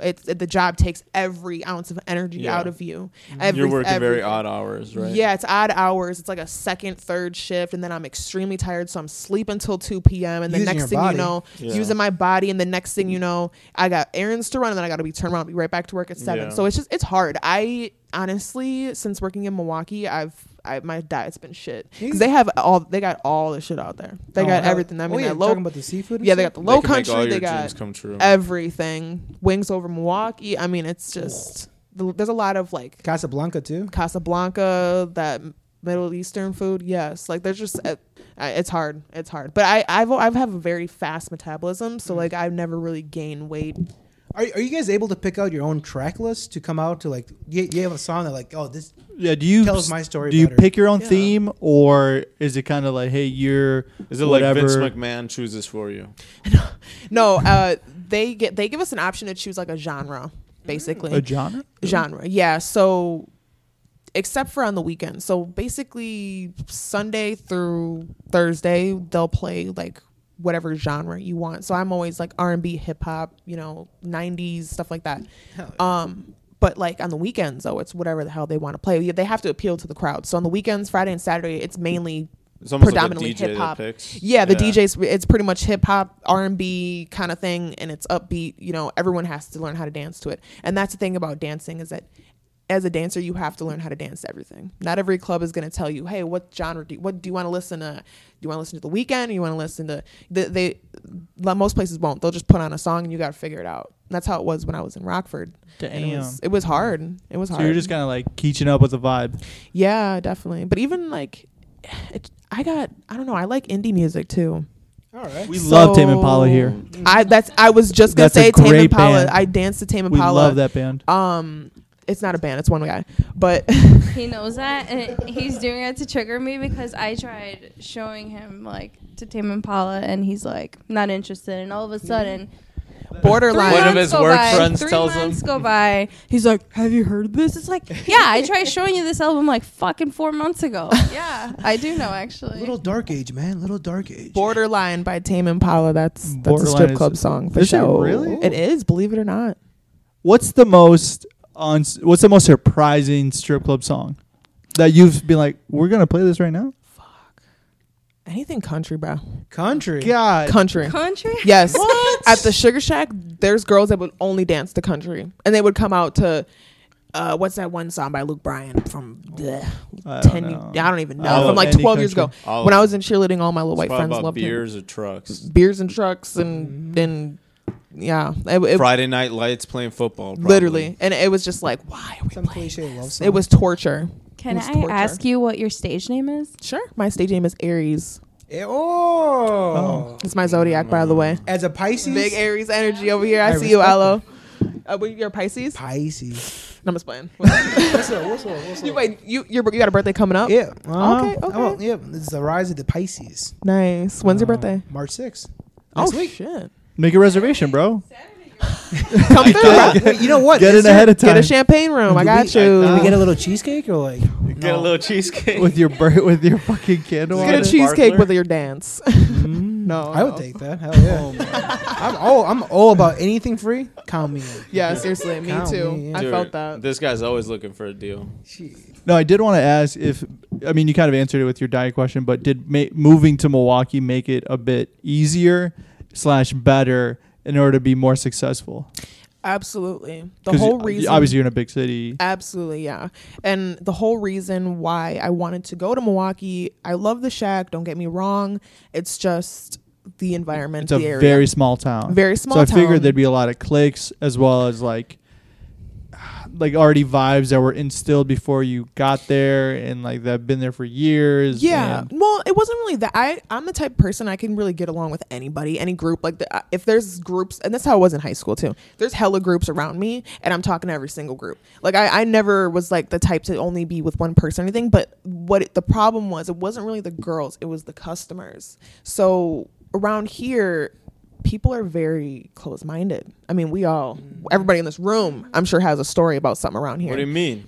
Speaker 10: It's the job takes every ounce of energy
Speaker 11: Yeah.
Speaker 10: out of you. Every,
Speaker 11: You're working very
Speaker 10: everything.
Speaker 11: odd hours, right?
Speaker 10: Yeah, it's odd hours. It's like a second, third shift, and then I'm extremely tired, so I'm sleeping until 2 p.m. And the
Speaker 12: Using your
Speaker 10: next thing
Speaker 12: body.
Speaker 10: you know,
Speaker 12: Yeah.
Speaker 10: using my body, and the next thing you know, I got errands to run, and then I got to be turned around, and be right back to work at seven.
Speaker 12: Yeah.
Speaker 10: So it's just it's hard. I honestly, since working in Milwaukee, I've I, my diet's been shit because they have all they got all the shit out there. They
Speaker 12: Oh,
Speaker 10: got
Speaker 12: hell-
Speaker 10: everything. I
Speaker 12: oh,
Speaker 10: mean,
Speaker 12: yeah,
Speaker 10: that
Speaker 12: you're
Speaker 10: low,
Speaker 12: talking about the seafood and
Speaker 10: Yeah, they
Speaker 12: stuff?
Speaker 10: got the
Speaker 12: They
Speaker 10: low
Speaker 11: can make all
Speaker 10: country.
Speaker 11: your
Speaker 10: They
Speaker 11: dreams
Speaker 10: got
Speaker 11: come true.
Speaker 10: everything. Wings over Milwaukee. I mean, it's just there's a lot of like
Speaker 12: Casablanca too.
Speaker 10: Casablanca, that Middle Eastern food. Yes, like there's just uh, I- it's hard. It's hard. But I I've I've have a very fast metabolism, so like I've never really gained weight.
Speaker 12: Are, are you guys able to pick out your own track list to come out to like? You, you have a song that like, oh, this.
Speaker 9: Yeah, do you
Speaker 12: tells my story?
Speaker 9: Do you
Speaker 12: better.
Speaker 9: pick your own
Speaker 12: Yeah.
Speaker 9: theme, or is it kind of like, hey, you're
Speaker 11: Is it
Speaker 9: whatever?
Speaker 11: like Vince McMahon chooses for you?
Speaker 10: No, uh, they get they give us an option to choose like a genre, basically.
Speaker 9: A genre?
Speaker 10: Genre, yeah. So except for on the weekends. So basically, Sunday through Thursday, they'll play like whatever genre you want. So I'm always like R and B, hip hop, you know, '90s stuff like that.
Speaker 1: Hell
Speaker 10: Um, but like on the weekends, though, it's whatever the hell they want to play. Yeah, They have to appeal to the crowd. So on the weekends, Friday and Saturday, it's mainly
Speaker 11: It's almost like a
Speaker 10: predominantly
Speaker 11: DJ that
Speaker 10: hip hop.
Speaker 11: picks.
Speaker 10: Yeah, the
Speaker 11: Yeah.
Speaker 10: DJs it's it's pretty much hip hop, R and B kind of thing, and it's upbeat. You know, everyone has to learn how to dance to it, and that's the thing about dancing is that as a dancer, you have to learn how to dance to everything. Not every club is going to tell you, hey, what genre do you, what do you want to listen to? Do you want to listen to The Weekend? You want to listen to the, they? like, Most places won't. They'll just put on a song, and you got to figure it out. That's how it was when I was in Rockford. And it was,
Speaker 9: Damn.
Speaker 10: it was hard. It was hard.
Speaker 9: So you're just kind of like keeching up with the vibe.
Speaker 10: yeah, definitely. But even like, it, I got I don't know. I like indie music too.
Speaker 12: All right.
Speaker 9: We love Tame Impala here.
Speaker 10: I that's I was just gonna
Speaker 9: That's a
Speaker 10: say Tame
Speaker 9: great
Speaker 10: Impala.
Speaker 9: band.
Speaker 10: I danced to Tame
Speaker 9: We
Speaker 10: Impala.
Speaker 9: love that band.
Speaker 10: Um, it's not a band. It's one guy, but
Speaker 15: He knows that, and he's doing it to trigger me because I tried showing him like to Tame Impala, and he's like not interested. And all of
Speaker 10: Mm-hmm.
Speaker 15: a sudden,
Speaker 10: Borderline.
Speaker 15: three
Speaker 10: One of
Speaker 15: months
Speaker 10: his
Speaker 15: go
Speaker 10: work
Speaker 15: by,
Speaker 10: friends
Speaker 15: three
Speaker 10: tells
Speaker 15: months
Speaker 10: him.
Speaker 15: go by. He's like, "Have you heard of this?" It's like, "Yeah, I tried showing you this album like fucking four months ago." Yeah, I do know actually.
Speaker 12: Little dark age, man. Little dark age.
Speaker 10: Borderline by Tame Impala. That's that's a
Speaker 9: Borderline
Speaker 10: strip
Speaker 9: is-
Speaker 10: club song for
Speaker 9: Is it
Speaker 10: sure.
Speaker 9: really?
Speaker 10: It is. Believe it or not.
Speaker 9: What's the most on? What's the most surprising strip club song that you've been like, we're gonna play this right now?
Speaker 10: Anything country, bro.
Speaker 12: Country.
Speaker 9: God.
Speaker 10: Country.
Speaker 15: Country?
Speaker 10: Yes.
Speaker 15: What?
Speaker 10: At the Sugar Shack, there's girls that would only dance to country, and they would come out to. Uh, what's that one song by Luke Bryan from bleh,
Speaker 11: I don't
Speaker 10: ten?
Speaker 11: know.
Speaker 10: I don't even know.
Speaker 11: All
Speaker 10: from
Speaker 11: of
Speaker 10: like
Speaker 11: any
Speaker 10: twelve years ago,
Speaker 11: country. All
Speaker 10: when
Speaker 11: of
Speaker 10: I
Speaker 11: it.
Speaker 10: was in cheerleading, all my little
Speaker 11: It's
Speaker 10: white
Speaker 11: probably
Speaker 10: friends
Speaker 11: about
Speaker 10: loved
Speaker 11: beers
Speaker 10: him.
Speaker 11: or trucks.
Speaker 10: Beers and trucks, and
Speaker 15: Mm-hmm.
Speaker 10: then yeah, it, it-
Speaker 11: Friday Night Lights playing football. Probably.
Speaker 10: literally, and it was just like why are we playing this? It was torture.
Speaker 15: Can
Speaker 10: It was
Speaker 15: I
Speaker 10: torture.
Speaker 15: ask you what your stage name is?
Speaker 10: Sure. My stage name is Aries.
Speaker 12: Eh, oh.
Speaker 10: It's my zodiac, by the way.
Speaker 12: As a Pisces,
Speaker 10: Big Aries energy over here. I,
Speaker 12: I
Speaker 10: see you,
Speaker 12: respect
Speaker 10: Aloe. Uh, but you're Pisces.
Speaker 12: Pisces.
Speaker 10: No, I'm just playing. what's
Speaker 12: up? What's up? What's
Speaker 10: up? You, wait, you you're, you got a birthday coming up?
Speaker 12: Yeah. Uh-huh.
Speaker 10: Oh. Okay. Okay.
Speaker 12: Oh, yeah. This is the rise of the Pisces. Um,
Speaker 10: Nice. When's your birthday?
Speaker 12: March 6th.
Speaker 10: Oh,
Speaker 12: Next week.
Speaker 10: shit.
Speaker 9: Make a reservation, bro.
Speaker 10: Come
Speaker 12: I thought-
Speaker 10: through. bro.
Speaker 12: Wait, you know what?
Speaker 9: Get
Speaker 12: Is
Speaker 9: in ahead
Speaker 12: there-
Speaker 9: of time.
Speaker 10: Get a champagne room. I
Speaker 12: Did
Speaker 10: got
Speaker 12: we-
Speaker 10: you.
Speaker 12: Did we get a little cheesecake or like?
Speaker 11: Get a little cheesecake.
Speaker 9: with your bur- with your fucking candle.
Speaker 10: Get
Speaker 9: on
Speaker 10: a
Speaker 9: it.
Speaker 10: cheesecake with your dance. no,
Speaker 12: I would
Speaker 10: no.
Speaker 12: take that. Hell yeah. I'm all I'm all about anything free. Count me in.
Speaker 10: Yeah, seriously, me
Speaker 12: Count
Speaker 10: too.
Speaker 12: me in.
Speaker 10: I
Speaker 11: Dude,
Speaker 10: felt that.
Speaker 11: This guy's always looking for a deal.
Speaker 9: No, I did want to ask if I mean you kind of answered it with your diet question, but did ma- moving to Milwaukee make it a bit easier slash better in order to be more successful?
Speaker 10: Absolutely. The
Speaker 9: 'Cause
Speaker 10: whole
Speaker 9: you-
Speaker 10: reason.
Speaker 9: obviously, you're in a big city.
Speaker 10: Absolutely, yeah. And the whole reason why I wanted to go to Milwaukee, I love the shack, don't get me wrong. It's just the environment,
Speaker 9: It's a
Speaker 10: the area.
Speaker 9: very small town.
Speaker 10: Very small
Speaker 9: So I figured
Speaker 10: town.
Speaker 9: there'd be a lot of clicks as well as like like already vibes that were instilled before you got there and like that have been there for years.
Speaker 10: Yeah.
Speaker 9: and-
Speaker 10: Well, it wasn't really that. I I'm the type of person I can really get along with anybody, any group. Like the, uh, if there's groups, and that's how I was in high school too. There's hella groups around me, and I'm talking to every single group. Like I I never was like the type to only be with one person or anything. But what it, the problem was, it wasn't really the girls, it was the customers. So around here. People are very close minded. I mean, we all, everybody in this room, I'm sure has a story about something around here
Speaker 11: What do you mean?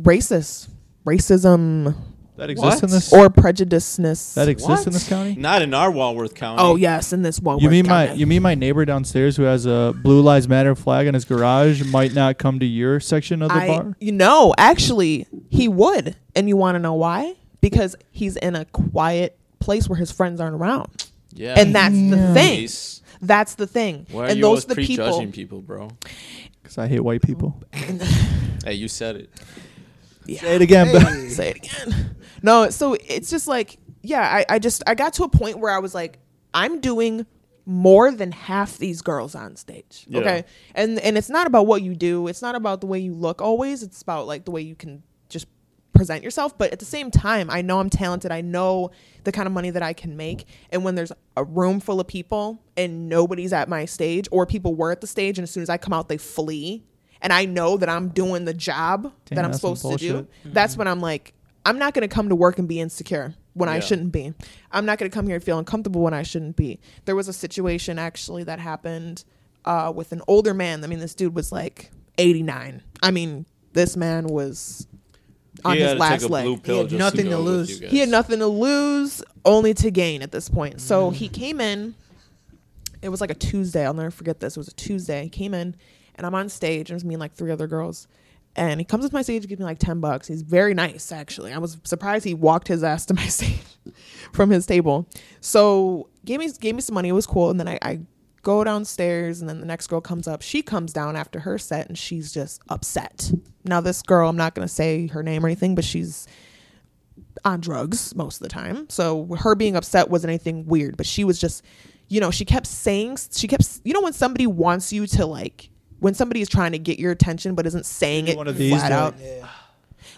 Speaker 10: racist racism
Speaker 9: That exists in this-
Speaker 10: or prejudiceness
Speaker 9: That exists in this county?
Speaker 11: Not in our Walworth County.
Speaker 10: oh yes in this one
Speaker 9: You mean my you mean my neighbor downstairs who has a blue lives matter flag in his garage might not come to your section of the
Speaker 10: I,
Speaker 9: bar?
Speaker 10: you know actually he would and you want to know why because he's in a quiet place where his friends aren't around
Speaker 11: Yeah.
Speaker 10: and that's the
Speaker 11: Damn.
Speaker 10: thing
Speaker 11: Nice.
Speaker 10: that's the thing
Speaker 11: Why are
Speaker 10: and
Speaker 11: you
Speaker 10: those
Speaker 11: always
Speaker 10: are the people
Speaker 11: prejudging people, bro?
Speaker 9: Because I hate white people.
Speaker 11: Hey, you said it.
Speaker 9: Say it again, bro.
Speaker 10: Hey. Say it again. No, so it's just like, yeah, I, I just I got to a point where I was like, I'm doing more than half these girls on stage.
Speaker 1: Yeah.
Speaker 10: Okay. And and it's not about what you do, it's not about the way you look always. It's about like the way you can just present yourself. But at the same time, I know I'm talented. I know the kind of money that I can make. And when there's a room full of people and nobody's at my stage, or people were at the stage and as soon as I come out they flee. And I know that I'm doing the job
Speaker 9: Damn,
Speaker 10: that I'm
Speaker 9: that's some
Speaker 10: supposed to do.
Speaker 9: bullshit.
Speaker 10: That's when I'm like, I'm not going to come to work and be insecure when I
Speaker 9: Yeah.
Speaker 10: shouldn't be. I'm not going to come here and feel uncomfortable when I shouldn't be. There was a situation actually that happened uh, with an older man. I mean, this dude was like 89. I mean, this man was on
Speaker 11: He had
Speaker 10: his
Speaker 11: to take
Speaker 10: last
Speaker 11: a
Speaker 10: leg.
Speaker 11: blue pill
Speaker 10: he had
Speaker 11: just to
Speaker 10: nothing to,
Speaker 11: go with
Speaker 10: lose.
Speaker 11: you guys.
Speaker 10: He had nothing to lose, only to gain at this point. So he came in. It was like a Tuesday. I'll never forget this. It was a Tuesday. He came in, and I'm on stage. And it was me and like three other girls. And he comes up to my stage, gives me like ten bucks. He's very nice, actually. I was surprised he walked his ass to my stage from his table. So gave me gave me some money. It was cool. And then I, I go downstairs, and then the next girl comes up. She comes down after her set, and she's just upset. Now this girl, I'm not gonna say her name or anything, but she's on drugs most of the time. So her being upset wasn't anything weird, but she was just, you know, she kept saying, she kept, you know, when somebody wants you to like, when somebody is trying to get your attention but isn't saying it
Speaker 9: one of these,
Speaker 10: flat
Speaker 9: like-
Speaker 10: out.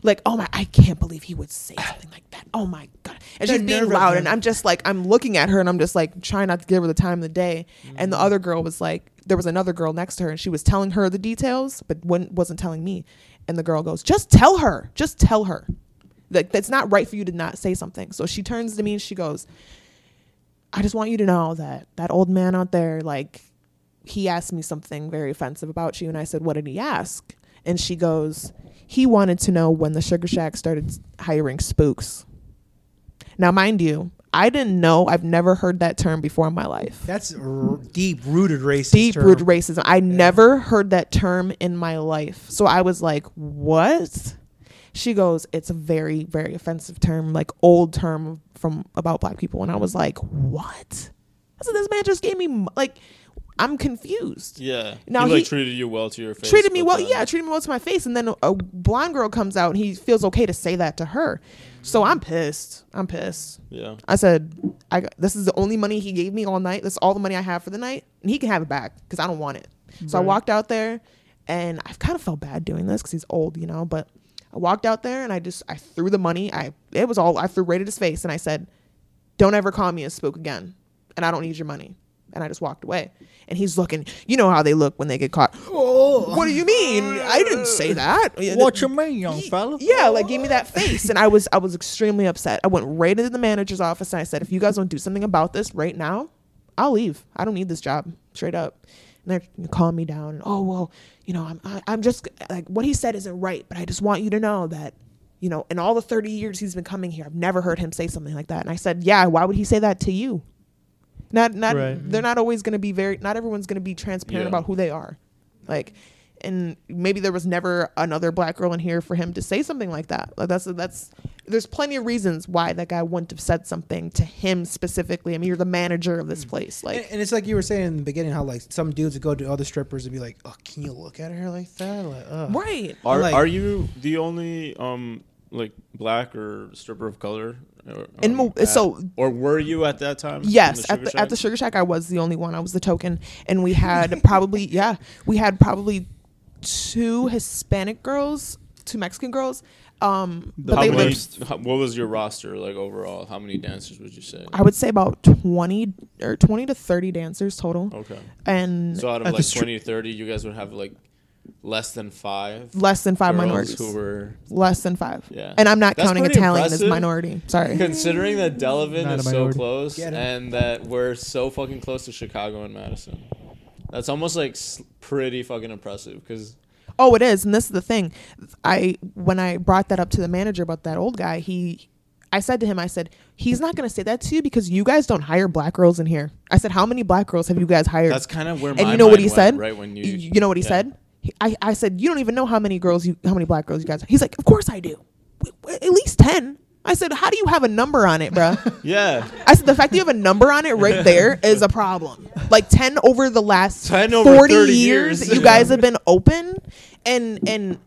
Speaker 10: Like, oh my, I can't believe he would say something like that. Oh my God. And
Speaker 12: The
Speaker 10: she's being
Speaker 12: nerve of
Speaker 10: loud.
Speaker 12: him.
Speaker 10: And I'm just like, I'm looking at her and I'm just like trying not to give her the time of the day. And the other girl was like, there was another girl next to her and she was telling her the details, but wouldn't, wasn't telling me. And the girl goes, just tell her, just tell her like that's not right for you to not say something. So she turns to me and she goes, I just want you to know that that old man out there, like, he asked me something very offensive about you. And I said, What did he ask? And she goes, He wanted to know when the Sugar Shack started s- hiring spooks. Now, mind you, I didn't know. I've never heard that term before in my life.
Speaker 12: That's r- deep rooted racist.
Speaker 10: Deep
Speaker 12: term.
Speaker 10: rooted racism. I never heard that term in my life. So I was like, what? She goes, it's a very, very offensive term, like old term from about black people. And I was like, what? I said, this man just gave me, mo- like, I'm confused.
Speaker 11: Yeah.
Speaker 10: Now
Speaker 11: he, like
Speaker 10: he-
Speaker 11: treated you well to your face.
Speaker 10: treated me
Speaker 11: but
Speaker 10: well.
Speaker 11: then-
Speaker 10: Yeah, treated me well to my face. And then a, a blonde girl comes out and he feels okay to say that to her. So I'm pissed. I'm pissed.
Speaker 11: Yeah.
Speaker 10: I said, I got- this is the only money he gave me all night. That's all the money I have for the night, and he can have it back because I don't want it. So I
Speaker 12: Right.
Speaker 10: walked out there, and I've kind of felt bad doing this because he's old, you know. But I walked out there and I just I threw the money. I it was all I threw right at his face, and I said, "Don't ever call me a spook again, and I don't need your money." And I just walked away. And he's looking, you know how they look when they get caught. Oh, what do you mean? I didn't say
Speaker 12: Oh,
Speaker 10: that.
Speaker 9: What you mean, young fella?
Speaker 10: Yeah, like give me that face. And I was I was extremely upset. I went right into the manager's office and I said, if you guys don't do something about this right now, I'll leave. I don't need this job. Straight up. And they're calming me down. And, oh well, you know, I'm I, I'm just like what he said isn't right, but I just want you to know that, you know, in all the 30 years he's been coming here, I've never heard him say something like that. And I said, yeah, why would he say that to you? Not not
Speaker 9: Right.
Speaker 10: they're not always going to be very. Not everyone's going to be transparent
Speaker 9: Yeah.
Speaker 10: about who they are, like. And maybe there was never another black girl in here for him to say something like that. Like that's that's there's plenty of reasons why that guy wouldn't have said something to him specifically. I mean, you're the manager of this place. Like,
Speaker 12: Mm. And, and it's like you were saying in the beginning how like some dudes would go to other strippers and be like, "Oh, can you look at her like that?" Like, ugh.
Speaker 10: Right.
Speaker 11: Are
Speaker 12: Like-
Speaker 11: are you the only um like black or stripper of color? Or,
Speaker 10: In
Speaker 11: um,
Speaker 10: Mo- so-
Speaker 11: or were you at that time? in
Speaker 10: Yes,
Speaker 11: the
Speaker 10: at
Speaker 11: Sugar
Speaker 10: the, at
Speaker 11: Shack?
Speaker 10: the Sugar Shack, I was the only one. I was the token, and we had probably yeah, we had probably two Hispanic girls, two Mexican girls. Um, but
Speaker 11: how
Speaker 10: they
Speaker 11: many,
Speaker 10: lived
Speaker 11: how- what was your roster like overall? How many dancers would you say?
Speaker 10: I would say about 20 or 20 to 30 dancers total.
Speaker 11: Okay.
Speaker 10: And
Speaker 11: so out of
Speaker 10: At the
Speaker 11: like
Speaker 10: str-
Speaker 11: 20 30, you guys would have like less than five.
Speaker 10: less than 5
Speaker 11: girls
Speaker 10: minorities.
Speaker 11: Who were
Speaker 10: less than 5.
Speaker 11: Yeah.
Speaker 10: And I'm not
Speaker 11: That's
Speaker 10: counting
Speaker 11: pretty
Speaker 10: Italian
Speaker 11: impressive,
Speaker 10: as minority. Sorry.
Speaker 11: Considering that Delavan
Speaker 10: Not a
Speaker 11: is so
Speaker 10: minority.
Speaker 11: close
Speaker 10: Get it.
Speaker 11: and that we're so fucking close to Chicago and Madison. That's almost like s- pretty fucking impressive cuz
Speaker 10: Oh, it is, and this is the thing. I when I brought that up to the manager about that old guy, he, I said to him, I said he's not going to say that to you because you guys don't hire black girls in here. I said, how many black girls have you guys hired?
Speaker 11: That's kinda where
Speaker 10: And
Speaker 11: my
Speaker 10: you know what
Speaker 11: mind
Speaker 10: he
Speaker 11: went,
Speaker 10: said?
Speaker 11: right, when you-
Speaker 10: Y- you know what he
Speaker 11: yeah.
Speaker 10: said? He- I, I said you don't even know how many girls you how many black girls you guys. He's like, of course I do, W- w- at least ten. I said, how do you have a number on it, bruh?
Speaker 11: yeah.
Speaker 10: I said the fact that you have a number on it right there is a problem. Like ten over the last
Speaker 11: 10 over
Speaker 10: 40
Speaker 11: 30
Speaker 10: years,
Speaker 11: years.
Speaker 10: you guys have been open, and and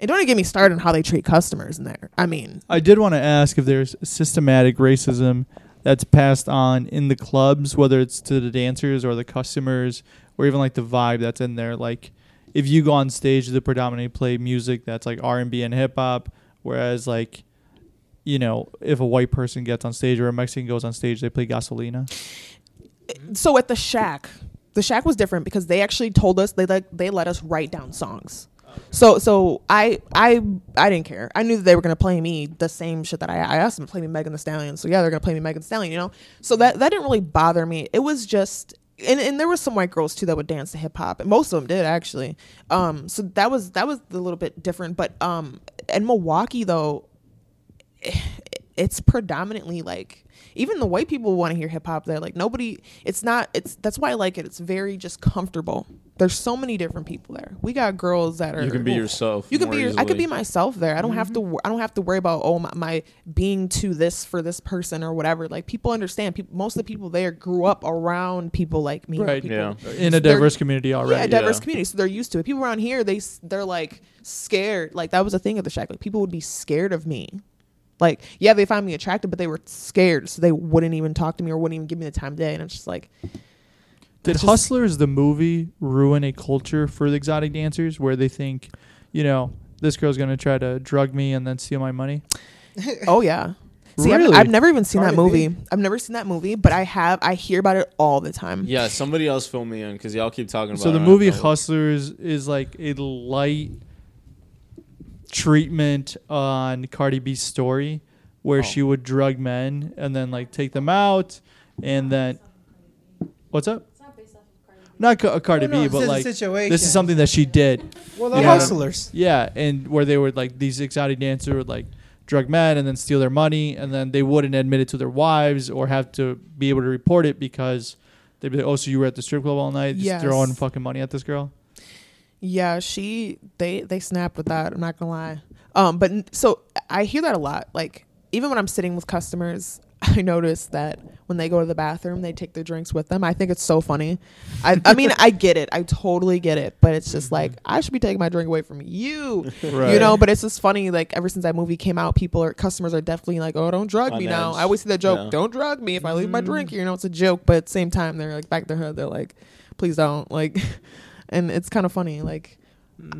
Speaker 10: and don't even get me started on how they treat customers in there. I mean,
Speaker 9: I did want to ask if there's systematic racism that's passed on in the clubs, whether it's to the dancers or the customers, or even like the vibe that's in there. Like, if you go on stage, they predominantly play music that's like R and B and hip hop, whereas like, you know, if a white person gets on stage or a Mexican goes on stage, they play Gasolina.
Speaker 10: so at the shack, the shack was different because they actually told us they like they let us write down songs. So so I I I didn't care. I knew that they were gonna play me the same shit that I I asked them to play me Megan the Stallion. So yeah, they're gonna play me Megan the Stallion, you know? So that that didn't really bother me. It was just and, and there were some white girls too that would dance to hip hop and most of them did actually. Um so that was that was a little bit different. But um in Milwaukee though, it's predominantly like even the white people want to hear hip hop there. Like nobody, it's not. It's that's why I like it. It's very just comfortable. There's so many different people there. We got girls that are
Speaker 11: You can be yourself
Speaker 10: You can
Speaker 11: more
Speaker 10: be. Your, I could
Speaker 11: easily.
Speaker 10: be myself there. I don't have to. wor- I don't have to worry about oh my, my being to this for this person or whatever. Like people understand. People, most of the people there grew up around people like me.
Speaker 9: Right.
Speaker 10: people-
Speaker 9: Yeah. In a
Speaker 10: So they're-
Speaker 9: diverse community already.
Speaker 10: Yeah, a diverse
Speaker 9: Yeah.
Speaker 10: community. So they're used to it. People around here, they s- they're like scared. Like that was a thing at the shack. Like people would be scared of me. Like yeah, they found me attractive, but they were scared, so they wouldn't even talk to me or wouldn't even give me the time of day. And I'm just like,
Speaker 9: Did
Speaker 10: It's just-
Speaker 9: Hustlers the movie ruin a culture for the exotic dancers where they think, you know, this girl's gonna try to drug me and then steal my money?
Speaker 10: oh yeah. See, I've-
Speaker 9: Really?
Speaker 10: I've, never even seen that
Speaker 9: Cardi
Speaker 10: movie.
Speaker 9: B.
Speaker 10: I've never seen that movie, but I have. I hear about it all the time.
Speaker 11: Yeah, somebody else fill me in because y'all keep talking about.
Speaker 9: So
Speaker 11: it.
Speaker 9: the
Speaker 11: I
Speaker 9: movie
Speaker 11: don't know.
Speaker 9: Hustlers is like a light treatment on Cardi B's story
Speaker 11: Oh.
Speaker 9: where she would drug men and then like take them out and then what's up? Not Ca- uh, Cardi
Speaker 12: No, no,
Speaker 9: B,
Speaker 12: it's
Speaker 9: but
Speaker 12: just a
Speaker 9: like
Speaker 12: situation.
Speaker 9: this is something that she did.
Speaker 12: Well, the
Speaker 9: You know what I'm-
Speaker 12: Hustlers.
Speaker 9: Yeah, and where they would like these exotic dancers would like drug men and then steal their money, and then they wouldn't admit it to their wives or have to be able to report it because they'd be like, "Oh, so you were at the strip club all night, just
Speaker 10: Yes.
Speaker 9: throwing fucking money at this girl."
Speaker 10: Yeah, she they they snapped with that. I'm not gonna lie. Um, but n- so I hear that a lot. Like even when I'm sitting with customers, I notice that when they go to the bathroom, they take their drinks with them. I think it's so funny. I I mean I get it. I totally get it. But it's just like I should be taking my drink away from you. You
Speaker 9: Right.
Speaker 10: know. But it's just funny. Like ever since that movie came out, people are customers are definitely like, oh, don't drug
Speaker 11: On
Speaker 10: me now.
Speaker 11: edge.
Speaker 10: I always see that joke.
Speaker 11: Yeah.
Speaker 10: Don't drug me if I leave my drink here. You know, it's a joke. But at the same time, they're like back their head. They're like, please don't. Like, and it's kind of funny. Like.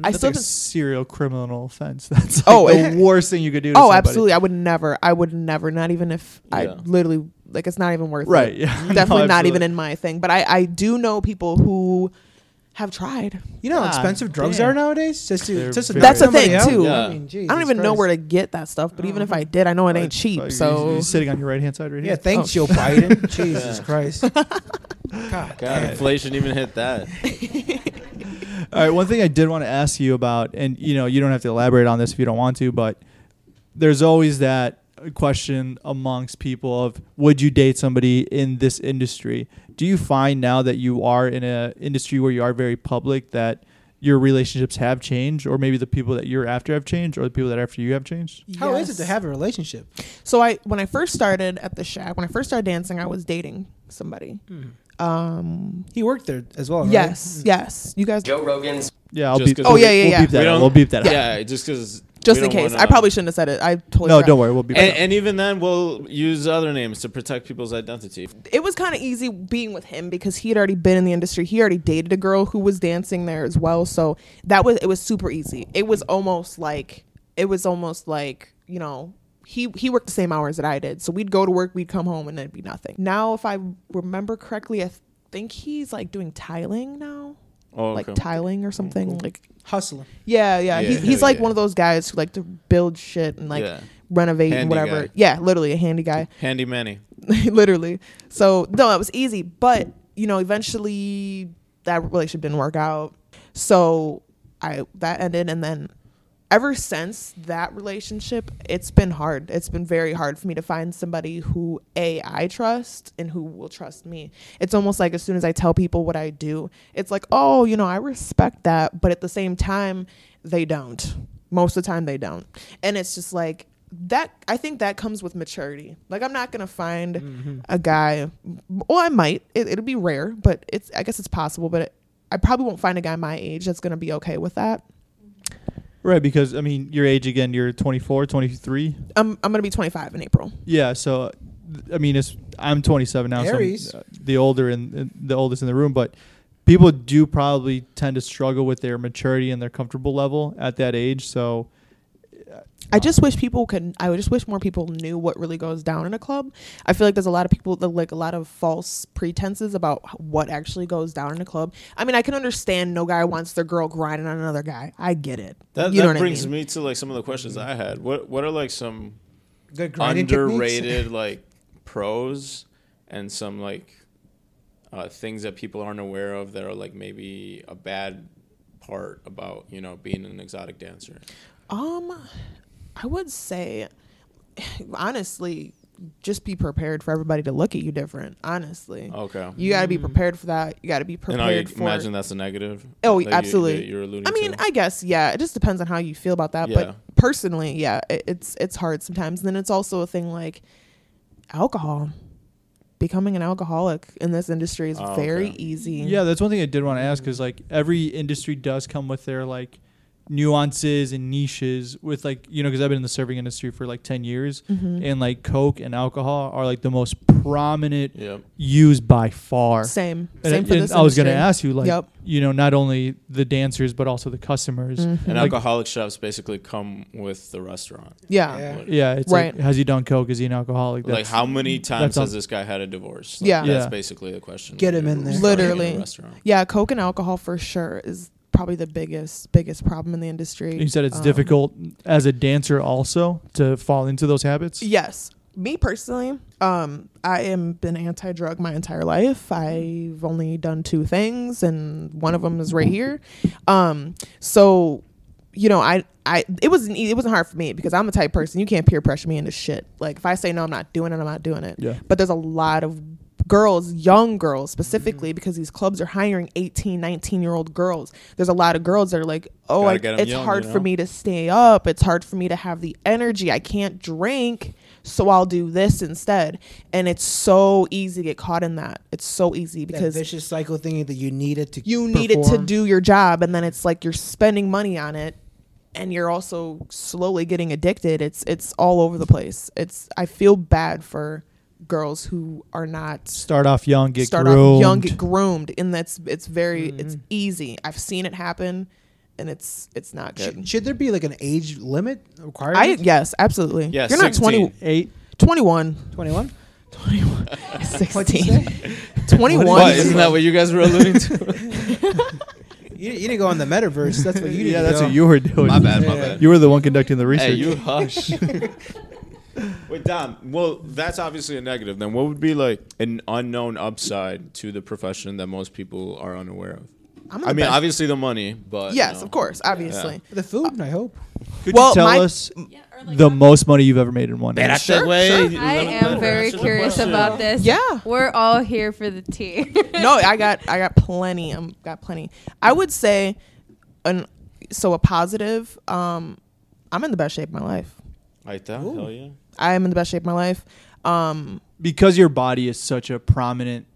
Speaker 10: I
Speaker 9: That's
Speaker 10: still
Speaker 9: like a
Speaker 10: just
Speaker 9: serial criminal offense. That's like
Speaker 10: oh
Speaker 9: the
Speaker 10: it-
Speaker 9: worst thing you could do. To
Speaker 10: oh,
Speaker 9: somebody.
Speaker 10: absolutely. I would never. I would never. Not even if I
Speaker 9: Yeah.
Speaker 10: literally like it's not even worth it.
Speaker 9: Right, yeah. No,
Speaker 10: Definitely not even
Speaker 9: absolutely.
Speaker 10: in my thing. But I I do know people who have tried.
Speaker 12: You know how expensive drugs are nowadays? Just to,
Speaker 9: They're
Speaker 12: just to
Speaker 9: very-
Speaker 12: knock
Speaker 10: Ah, That's the
Speaker 12: somebody
Speaker 10: thing
Speaker 12: out?
Speaker 10: too.
Speaker 12: I
Speaker 10: I,
Speaker 12: mean,
Speaker 10: don't
Speaker 12: Jesus
Speaker 10: even know
Speaker 12: Christ.
Speaker 10: where to get that stuff. But even if I did, I know it ain't cheap.
Speaker 9: Like,
Speaker 10: so
Speaker 9: you're, you're sitting on your right hand side right here.
Speaker 12: Yeah, thanks,
Speaker 10: Oh.
Speaker 12: Joe Biden. Jesus Christ. God.
Speaker 11: God, inflation even hit that.
Speaker 9: All right, one thing I did want to ask you about, and you know, you don't have to elaborate on this if you don't want to, but there's always that question amongst people of would you date somebody in this industry? Do you find now that you are in a industry where you are very public that your relationships have changed, or maybe the people that you're after have changed, or the people that are after you have changed?
Speaker 12: How is it to have a relationship?
Speaker 10: So I when I first started at the shack, when I first started dancing, I was dating somebody.
Speaker 9: Mm.
Speaker 10: Um,
Speaker 12: he worked there as well. right?
Speaker 10: Yes,
Speaker 12: Mm.
Speaker 10: yes. You guys.
Speaker 12: Joe Rogan's-
Speaker 9: Yeah, I'll
Speaker 11: Just
Speaker 9: beep.
Speaker 11: 'cause
Speaker 10: Oh,
Speaker 11: we-
Speaker 10: yeah, yeah,
Speaker 11: we'll
Speaker 10: yeah.
Speaker 11: beep that
Speaker 10: We
Speaker 11: out.
Speaker 10: don't-
Speaker 11: We'll beep that out.
Speaker 10: Yeah.
Speaker 11: Yeah, just because.
Speaker 10: Just in case, I probably shouldn't have said it. I totally
Speaker 9: No,
Speaker 10: forgot.
Speaker 9: don't worry, we'll beep it
Speaker 11: And, and even then, we'll use other names to protect people's identity.
Speaker 10: it was kind of easy being with him because he had already been in the industry. He already dated a girl who was dancing there as well. So that was it was super easy. It was almost like it was almost like, you know, he he worked the same hours that I did. So we'd go to work, we'd come home and it'd be nothing. Now if I remember correctly, I think he's like doing tiling now.
Speaker 12: Oh,
Speaker 10: like
Speaker 12: okay.
Speaker 10: tiling or something like
Speaker 12: Hustling.
Speaker 10: yeah, yeah. He-
Speaker 12: Yeah,
Speaker 10: he's
Speaker 12: yeah.
Speaker 10: like one of those guys who like to build shit and like
Speaker 11: Yeah.
Speaker 10: renovate and
Speaker 11: Handy
Speaker 10: whatever.
Speaker 11: guy.
Speaker 10: Yeah, literally a handy guy.
Speaker 11: Handy Manny.
Speaker 10: literally. So no, it was easy, but you know, eventually that relationship didn't work out. So I that ended, and then ever since that relationship, it's been hard. It's been very hard for me to find somebody who a I trust and who will trust me. It's almost like as soon as I tell people what I do, it's like, oh, you know, I respect that, but at the same time, they don't. Most of the time, they don't, and it's just like that I think that comes with maturity. Like I'm not gonna find
Speaker 11: Mm-hmm.
Speaker 10: a guy. Well, I might. It, it'll be rare, but it's. I guess it's possible. But it, I probably won't find a guy my age that's gonna be okay with that.
Speaker 9: Right, because I mean, your age again, you're 24, 23.
Speaker 10: I'm I'm gonna be 25 in April.
Speaker 9: Yeah, so uh, th- I mean, it's I'm 27 now,
Speaker 10: Aries.
Speaker 9: so I'm uh, the older and, and the oldest in the room, but people do probably tend to struggle with their maturity and their comfortable level at that age. So
Speaker 10: I just wish people could. I would just wish more people knew what really goes down in a club. I feel like there's a lot of people that like a lot of false pretenses about h- what actually goes down in a club. I mean, I can understand no guy wants their girl grinding on another guy. I get it.
Speaker 11: That,
Speaker 10: you know
Speaker 11: that
Speaker 10: what
Speaker 11: brings
Speaker 10: I mean?
Speaker 11: me to like some of the questions I had. What What are like some
Speaker 12: Good grinding techniques?
Speaker 11: underrated like pros and some like uh, things that people aren't aware of that are like maybe a bad part about you know being an exotic dancer.
Speaker 10: Um, I would say, honestly, just be prepared for everybody to look at you different. Honestly,
Speaker 11: Okay.
Speaker 10: you got to be
Speaker 9: Mm.
Speaker 10: prepared for that. You got to be
Speaker 11: And I
Speaker 10: prepared for.
Speaker 11: imagine that's a negative.
Speaker 10: Oh,
Speaker 11: that you-
Speaker 10: absolutely.
Speaker 11: that You're alluding
Speaker 10: I mean,
Speaker 11: to.
Speaker 10: I guess yeah. It just depends on how you feel about that.
Speaker 11: Yeah.
Speaker 10: But personally, yeah, it, it's it's hard sometimes. And then it's also a thing like alcohol. Becoming an alcoholic in this industry is
Speaker 9: Oh,
Speaker 10: very
Speaker 9: okay.
Speaker 10: easy.
Speaker 9: Yeah, that's one thing I did want to ask because like every industry does come with their like nuances and niches with like you know because I've been in the serving industry for like ten years
Speaker 10: Mhm.
Speaker 9: and like Coke and alcohol are like the most prominent
Speaker 11: Yep.
Speaker 9: used by far.
Speaker 10: Same.
Speaker 9: And,
Speaker 10: Same for
Speaker 9: and
Speaker 10: this
Speaker 9: I was gonna
Speaker 10: industry.
Speaker 9: ask you like
Speaker 10: Yep.
Speaker 9: you know not only the dancers but also the customers
Speaker 10: Mm.
Speaker 11: And
Speaker 9: Like,
Speaker 11: alcoholic chefs basically come with the restaurant.
Speaker 10: Yeah.
Speaker 11: Like,
Speaker 9: yeah, it's right. like, has he done coke? Is he an alcoholic?
Speaker 11: like how many times
Speaker 9: that's on-
Speaker 11: has this guy had a divorce? Like,
Speaker 10: Yeah.
Speaker 11: that's
Speaker 9: Yeah.
Speaker 11: basically the question.
Speaker 12: Get
Speaker 11: when
Speaker 12: him
Speaker 11: you're
Speaker 12: in there.
Speaker 11: starting a
Speaker 10: Literally.
Speaker 11: restaurant.
Speaker 10: Yeah, coke and alcohol for sure is probably the biggest biggest problem in the industry.
Speaker 9: You said it's
Speaker 10: Um,
Speaker 9: difficult as a dancer also to fall into those habits.
Speaker 10: Yes. Me personally, um, I am been anti drug my entire life. I've only done two things, and one of them is right here. Um, so, you know, I, I it wasn't e- it wasn't hard for me because I'm a type person. You can't peer pressure me into shit. Like if I say no, I'm not doing it. I'm not doing it.
Speaker 9: Yeah.
Speaker 10: But there's a lot of girls, young girls specifically,
Speaker 11: Mm-hmm.
Speaker 10: because these clubs are hiring 18, 19 year old girls. There's a lot of girls that are like, oh,
Speaker 11: Gotta
Speaker 10: I,
Speaker 11: get 'em
Speaker 10: it's
Speaker 11: young,
Speaker 10: hard
Speaker 11: you
Speaker 10: for
Speaker 11: know?
Speaker 10: me to stay up. It's hard for me to have the energy. I can't drink, so I'll do this instead. And it's so easy to get caught in that. It's so easy
Speaker 12: Because
Speaker 10: because
Speaker 12: vicious cycle thing that you need it to
Speaker 10: you need it to
Speaker 12: perform.
Speaker 10: do your job, and then it's like you're spending money on it, and you're also slowly getting addicted. It's it's all over the place. It's I feel bad for girls who are not
Speaker 9: Start off young, get
Speaker 10: start off
Speaker 9: groomed. Mm-hmm.
Speaker 10: young, get groomed, and that's it's very it's easy. I've seen it happen, and it's it's not good.
Speaker 12: Should, should there be like an age limit required?
Speaker 10: I yes, absolutely.
Speaker 12: Yeah,
Speaker 10: You're not
Speaker 12: 16.
Speaker 10: 28, 21.
Speaker 12: 21?
Speaker 10: 21.
Speaker 12: What'd you
Speaker 10: 16.
Speaker 12: say?
Speaker 10: 21.
Speaker 11: What, isn't that what you guys were alluding to?
Speaker 12: you, you didn't go on the metaverse. That's what you did.
Speaker 9: yeah, that's what you were doing.
Speaker 11: My bad, my bad.
Speaker 9: You were the one conducting the research.
Speaker 11: Hey, you hush. Wait, Dom. Well, that's obviously a negative. Then, what would be like an unknown upside to the profession that most people are unaware of?
Speaker 10: I'm
Speaker 11: I
Speaker 10: the
Speaker 11: mean,
Speaker 10: best.
Speaker 11: obviously the money, but you
Speaker 10: Yes,
Speaker 11: know.
Speaker 10: of course,
Speaker 11: Yeah.
Speaker 10: obviously.
Speaker 12: The food, I hope.
Speaker 9: Could
Speaker 10: Well,
Speaker 9: you tell
Speaker 10: my-
Speaker 9: us the most money you've ever made in one
Speaker 11: Better
Speaker 9: night?
Speaker 11: Sure, segue. sure.
Speaker 15: I am very curious about this.
Speaker 10: Yeah.
Speaker 15: We're all here for the tea.
Speaker 10: no, I got I got plenty. I'm got plenty. I would say an so a positive um I'm in the best shape of my life.
Speaker 11: Like that? Hell yeah.
Speaker 10: I am in the best shape of my life. Um
Speaker 9: Because your body is such a prominent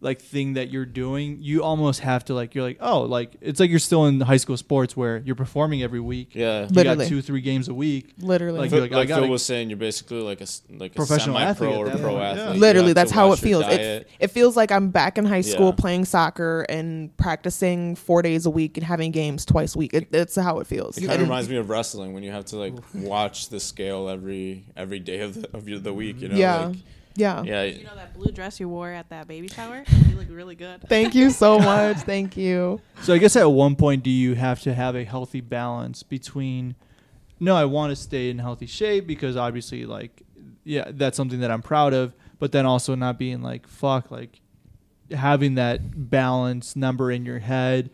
Speaker 9: like thing that you're doing, you almost have to like you're like, oh, like it's like you're still in high school sports where you're performing every week.
Speaker 11: Yeah.
Speaker 9: You
Speaker 11: Literally.
Speaker 9: got two, three games a week.
Speaker 10: Literally.
Speaker 11: Like,
Speaker 9: Like you're like, I
Speaker 11: like
Speaker 9: gotta
Speaker 11: Phil was saying, you're basically like a s- like a
Speaker 9: Professional
Speaker 11: semi-pro
Speaker 9: athlete at
Speaker 11: or
Speaker 9: that
Speaker 11: pro
Speaker 9: point, yeah.
Speaker 11: athlete. Uh, You
Speaker 10: literally
Speaker 11: have
Speaker 10: that's
Speaker 11: to
Speaker 10: how it
Speaker 11: watch your
Speaker 10: feels. It,
Speaker 11: diet.
Speaker 10: it feels like I'm back in high school
Speaker 11: Yeah.
Speaker 10: playing soccer and practicing 4 days a week and having games twice a week. It, it's how it feels.
Speaker 11: It kind of
Speaker 10: And-
Speaker 11: reminds me of wrestling when you have to like watch the scale every every day of the, of your, the week. You know,
Speaker 10: Yeah.
Speaker 11: like-
Speaker 10: Yeah.
Speaker 11: yeah.
Speaker 14: You know that blue dress you wore at that baby shower? You look really good.
Speaker 10: Thank you so much. Thank you.
Speaker 9: So I guess at one point do you have to have a healthy balance between no, I want to stay in healthy shape because obviously like yeah, that's something that I'm proud of, but then also not being like fuck like having that balance number in your head,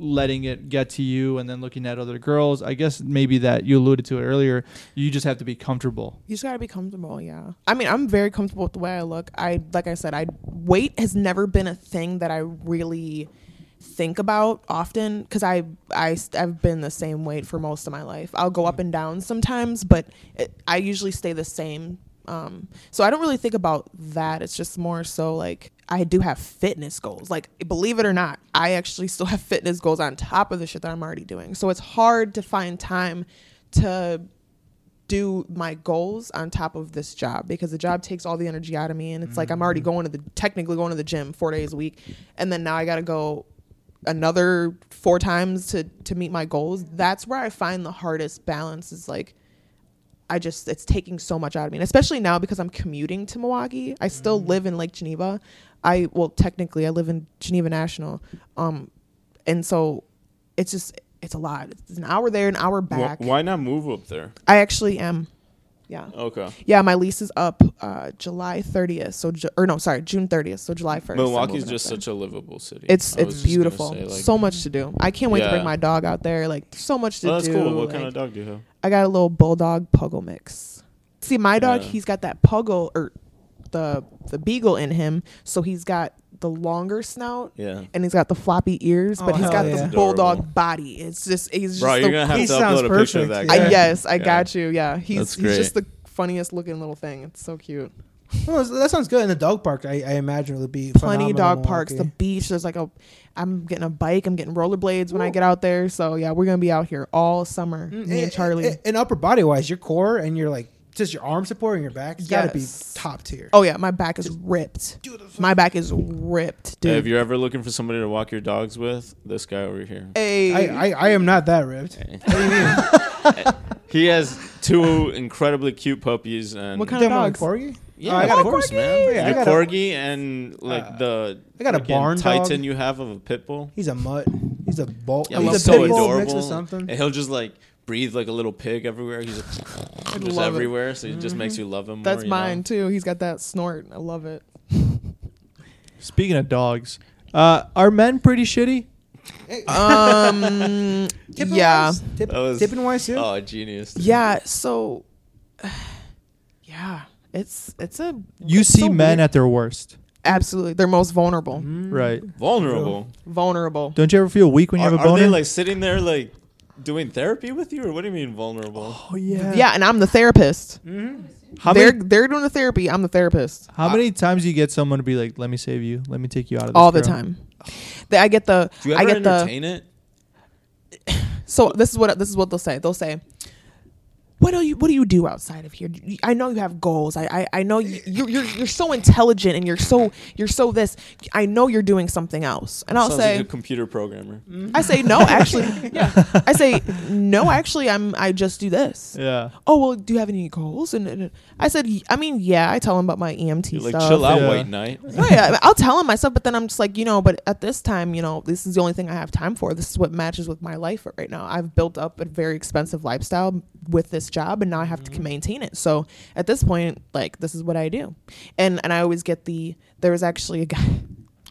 Speaker 9: letting it get to you and then looking at other girls. I guess maybe that you alluded to it earlier, you just have to be comfortable.
Speaker 10: You just gotta be comfortable, yeah. I mean, I'm very comfortable with the way I look. I like I said, I weight has never been a thing that I really think about often because I I have been the same weight for most of my life. I'll go up and down sometimes, but it, I usually stay the same. Um, so I don't really think about that. It's just more so like I do have fitness goals. Like believe it or not, I actually still have fitness goals on top of the shit that I'm already doing. So it's hard to find time to do my goals on top of this job because the job takes all the energy out of me and it's like I'm already going to the technically going to the gym 4 days a week and then now I got to go another four times to to meet my goals. That's where I find the hardest balance is like I just it's taking so much out of me, and especially now because I'm commuting to Milwaukee. I still live in Lake Geneva. I well technically I live in Geneva National, um, and so it's just it's a lot. It's an hour there, an hour
Speaker 11: Wh-
Speaker 10: back.
Speaker 11: Why not move up there?
Speaker 10: I actually am. Yeah.
Speaker 11: Okay.
Speaker 10: Yeah, my lease is up uh, July 30th. So, ju- or no, sorry, June 30th. So July 1st. I'm
Speaker 11: Milwaukee's
Speaker 10: moving up
Speaker 11: just
Speaker 10: there.
Speaker 11: such a livable city.
Speaker 10: It's
Speaker 11: I was
Speaker 10: it's
Speaker 11: just gonna
Speaker 10: beautiful.
Speaker 11: say, like-
Speaker 10: so much to do. I can't wait to
Speaker 11: Yeah.
Speaker 10: bring my dog out there. Like, there's so much to
Speaker 11: Oh, that's
Speaker 10: do.
Speaker 11: cool. What kind
Speaker 10: like-
Speaker 11: of dog do you have?
Speaker 10: I got a little bulldog puggle mix. See, my dog,
Speaker 11: Yeah.
Speaker 10: he's got that puggle or the the beagle in him, so he's got the longer snout.
Speaker 11: Yeah.
Speaker 10: And he's got the floppy ears, but
Speaker 12: Oh,
Speaker 10: he's got
Speaker 12: hell yeah.
Speaker 10: the
Speaker 12: That's
Speaker 10: bulldog body. It's just he's
Speaker 11: Bro,
Speaker 10: just
Speaker 11: you're
Speaker 10: the-
Speaker 11: gonna have
Speaker 12: He
Speaker 11: to
Speaker 12: sounds
Speaker 11: upload a picture of that.
Speaker 12: perfect,
Speaker 11: Guy.
Speaker 10: I- yes, I
Speaker 11: Yeah.
Speaker 10: got you. Yeah. He's
Speaker 11: That's
Speaker 10: he's just
Speaker 11: great.
Speaker 10: the funniest looking little thing. It's so cute.
Speaker 12: Well, that sounds good. In the dog park, I, I imagine it would be
Speaker 10: Plenty
Speaker 12: phenomenal
Speaker 10: dog parks, the
Speaker 12: Milwaukee.
Speaker 10: beach. There's like a I'm getting a bike, I'm getting rollerblades when I get out there. So yeah, we're gonna be out here all summer.
Speaker 12: Mm, eh,
Speaker 10: Me and Charlie.
Speaker 12: And- and upper body wise, your core and your like just your arm support and your back, it's got to be
Speaker 10: Yes.
Speaker 12: top tier.
Speaker 10: Oh yeah, my back is ripped. My back is ripped,
Speaker 11: Hey, if
Speaker 10: dude.
Speaker 11: you're ever looking for somebody to walk your dogs with, this guy over here.
Speaker 10: Hey.
Speaker 12: I, I, I am not that ripped. What do you mean?
Speaker 11: He has two incredibly cute puppies and
Speaker 12: What kind of Them on dogs? corgi?
Speaker 11: Yeah,
Speaker 12: Oh, I got
Speaker 11: of
Speaker 12: a
Speaker 11: course,
Speaker 12: corgi.
Speaker 11: man.
Speaker 12: Yeah, I
Speaker 11: Your
Speaker 12: got a-
Speaker 11: corgi and like the
Speaker 12: I got a
Speaker 11: freaking
Speaker 12: barn dog.
Speaker 11: Titan you have of a pit bull.
Speaker 12: He's a mutt. He's a bull.
Speaker 11: Yeah,
Speaker 12: he's
Speaker 11: he's
Speaker 12: a
Speaker 11: so
Speaker 12: pit bull
Speaker 11: adorable.
Speaker 12: mix with something.
Speaker 11: And he'll just like breathe like a little pig everywhere. He's just, just
Speaker 10: love it.
Speaker 11: everywhere, so he just makes you love him.
Speaker 10: That's
Speaker 11: more, you know?
Speaker 10: mine too. He's got that snort. I love it.
Speaker 9: Speaking of dogs, uh, are men pretty shitty?
Speaker 10: Um,
Speaker 12: Tipping
Speaker 10: yeah,
Speaker 12: wise? Tip-
Speaker 11: That was-
Speaker 12: tipping wise too.
Speaker 11: Oh, genius. dude.
Speaker 10: yeah. So, yeah, it's it's a
Speaker 9: You
Speaker 10: it's
Speaker 9: see
Speaker 10: so
Speaker 9: men
Speaker 10: weird. Mm.
Speaker 9: at their worst,
Speaker 10: absolutely they're most vulnerable.
Speaker 11: Mm-hmm.
Speaker 9: right?
Speaker 11: Vulnerable.
Speaker 10: Vulnerable.
Speaker 9: Don't you ever feel weak when you
Speaker 11: Are,
Speaker 9: have a
Speaker 11: are
Speaker 9: boner?
Speaker 11: they like sitting there like doing therapy with you, or what do you mean vulnerable?
Speaker 9: oh yeah.
Speaker 10: Yeah. and I'm the therapist.
Speaker 11: Mm-hmm.
Speaker 9: How
Speaker 10: they're
Speaker 9: many-
Speaker 10: they're doing the therapy. I'm the therapist.
Speaker 11: Uh,
Speaker 9: How many times do you get someone to be like, "Let me save you. Let me take you out of this
Speaker 10: All the
Speaker 9: girl?"
Speaker 10: time. They- I get the
Speaker 11: Do you
Speaker 10: I
Speaker 11: ever
Speaker 10: get the
Speaker 11: entertain it?
Speaker 10: So this is what this is what they'll say. They'll say, "What do you What do you do outside of here? You- I know you have goals. I I, I know you, you're, you're you're so intelligent and you're so you're so this. I know you're doing something else." And I'll
Speaker 11: Sounds
Speaker 10: say,
Speaker 11: like a computer programmer.
Speaker 10: "I say no, actually. yeah. I say no, actually. I'm I just do this.
Speaker 9: Yeah.
Speaker 10: Oh well, do you have any goals?" And, and- and I said, "Y- "I mean, yeah. I tell them about my EMT
Speaker 11: You're like,
Speaker 10: stuff.
Speaker 11: chill out,
Speaker 9: Yeah.
Speaker 11: white knight.
Speaker 10: Right. I- I'll tell him myself, but then I'm just like, you know, but at this time, you know, this is the only thing I have time for. This is what matches with my life right now. I've built up a very expensive lifestyle with this job and now I have
Speaker 9: Mm-hmm.
Speaker 10: to maintain it. So at this point, like this is what I do. And and I always get the there was actually a guy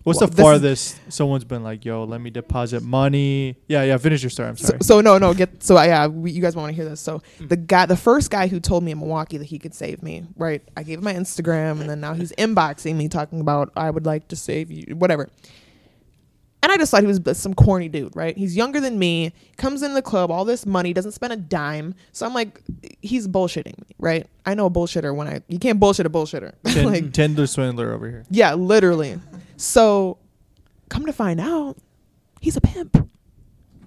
Speaker 9: What's
Speaker 10: Well,
Speaker 9: the
Speaker 10: this is-
Speaker 9: farthest someone's been like, "Yo, let me deposit money." Yeah, yeah. Finish your story. I'm
Speaker 10: so,
Speaker 9: sorry.
Speaker 10: so no no get so I, yeah we, you guys want to hear this so the guy the first guy who told me in milwaukee that he could save me right i gave him my instagram and then now he's inboxing me talking about i would like to save you whatever and i just thought he was some corny dude right he's younger than me comes into the club all this money doesn't spend a dime so i'm like he's bullshitting me right i know a bullshitter when i you can't bullshit a bullshitter
Speaker 9: Tin-
Speaker 10: like
Speaker 9: Tinder swindler over here.
Speaker 10: yeah, literally. So, come to find out, he's a pimp.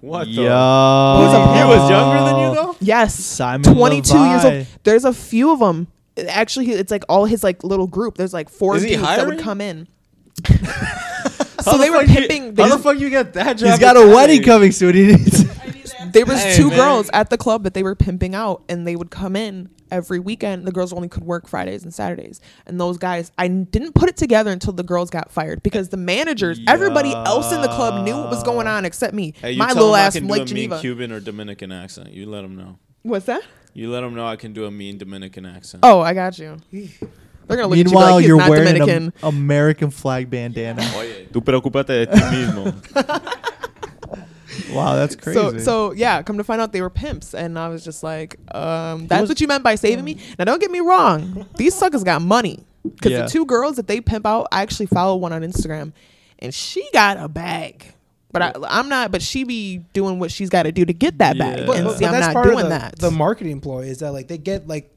Speaker 11: What the?
Speaker 9: Yo.
Speaker 11: he was younger than you though.
Speaker 10: Yes,
Speaker 9: Simon
Speaker 10: 22 years
Speaker 9: Levi.
Speaker 10: old. There's a few of them. Actually, he- it's like all his like little group. There's like four
Speaker 11: Is he
Speaker 10: dudes that
Speaker 11: hiring?
Speaker 10: would come in.
Speaker 11: How
Speaker 10: so
Speaker 11: the
Speaker 10: they were
Speaker 11: fuck you-
Speaker 10: pimping.
Speaker 11: how
Speaker 10: They,
Speaker 11: the fuck you got that job?
Speaker 9: He's got a
Speaker 11: at
Speaker 9: wedding
Speaker 11: 30?
Speaker 9: coming soon. He needs.
Speaker 10: there was
Speaker 11: Hey,
Speaker 10: two
Speaker 11: man.
Speaker 10: girls at the club that they were pimping out, and they would come in every weekend. The girls only could work Fridays and Saturdays, and those guys. I n- didn't put it together until the girls got fired because the managers, everybody else in the club knew what was going on except me.
Speaker 11: Hey, you
Speaker 10: My
Speaker 11: tell
Speaker 10: little
Speaker 11: him I
Speaker 10: ass
Speaker 11: can
Speaker 10: from
Speaker 11: do
Speaker 10: Lake
Speaker 11: a mean
Speaker 10: Geneva.
Speaker 11: Cuban or Dominican accent. You let him know.
Speaker 10: What's that?
Speaker 11: You let him know I can do a mean Dominican accent.
Speaker 10: Oh, I got you. They're gonna look
Speaker 9: Meanwhile,
Speaker 10: at you
Speaker 9: you're
Speaker 10: like, he's not
Speaker 9: wearing
Speaker 10: Dominican.
Speaker 9: an Am- American flag bandana.
Speaker 11: Oye, tú preocupate de ti mismo.
Speaker 9: wow, that's crazy.
Speaker 10: So so yeah, come to find out they were pimps, and I was just like, um, that's what you meant by saving me. Now don't get me wrong, these suckers got money because
Speaker 9: Yeah.
Speaker 10: the two girls that they pimp out, I actually follow one on Instagram, and she got a bag. But I, I'm not. But she be doing what she's got to do to get that bag,
Speaker 9: Yeah.
Speaker 12: But,
Speaker 10: and
Speaker 12: but-
Speaker 10: see,
Speaker 12: but
Speaker 10: I'm
Speaker 12: that's
Speaker 10: not
Speaker 12: part
Speaker 10: doing
Speaker 12: of the,
Speaker 10: that.
Speaker 12: the marketing ploy is that like they get like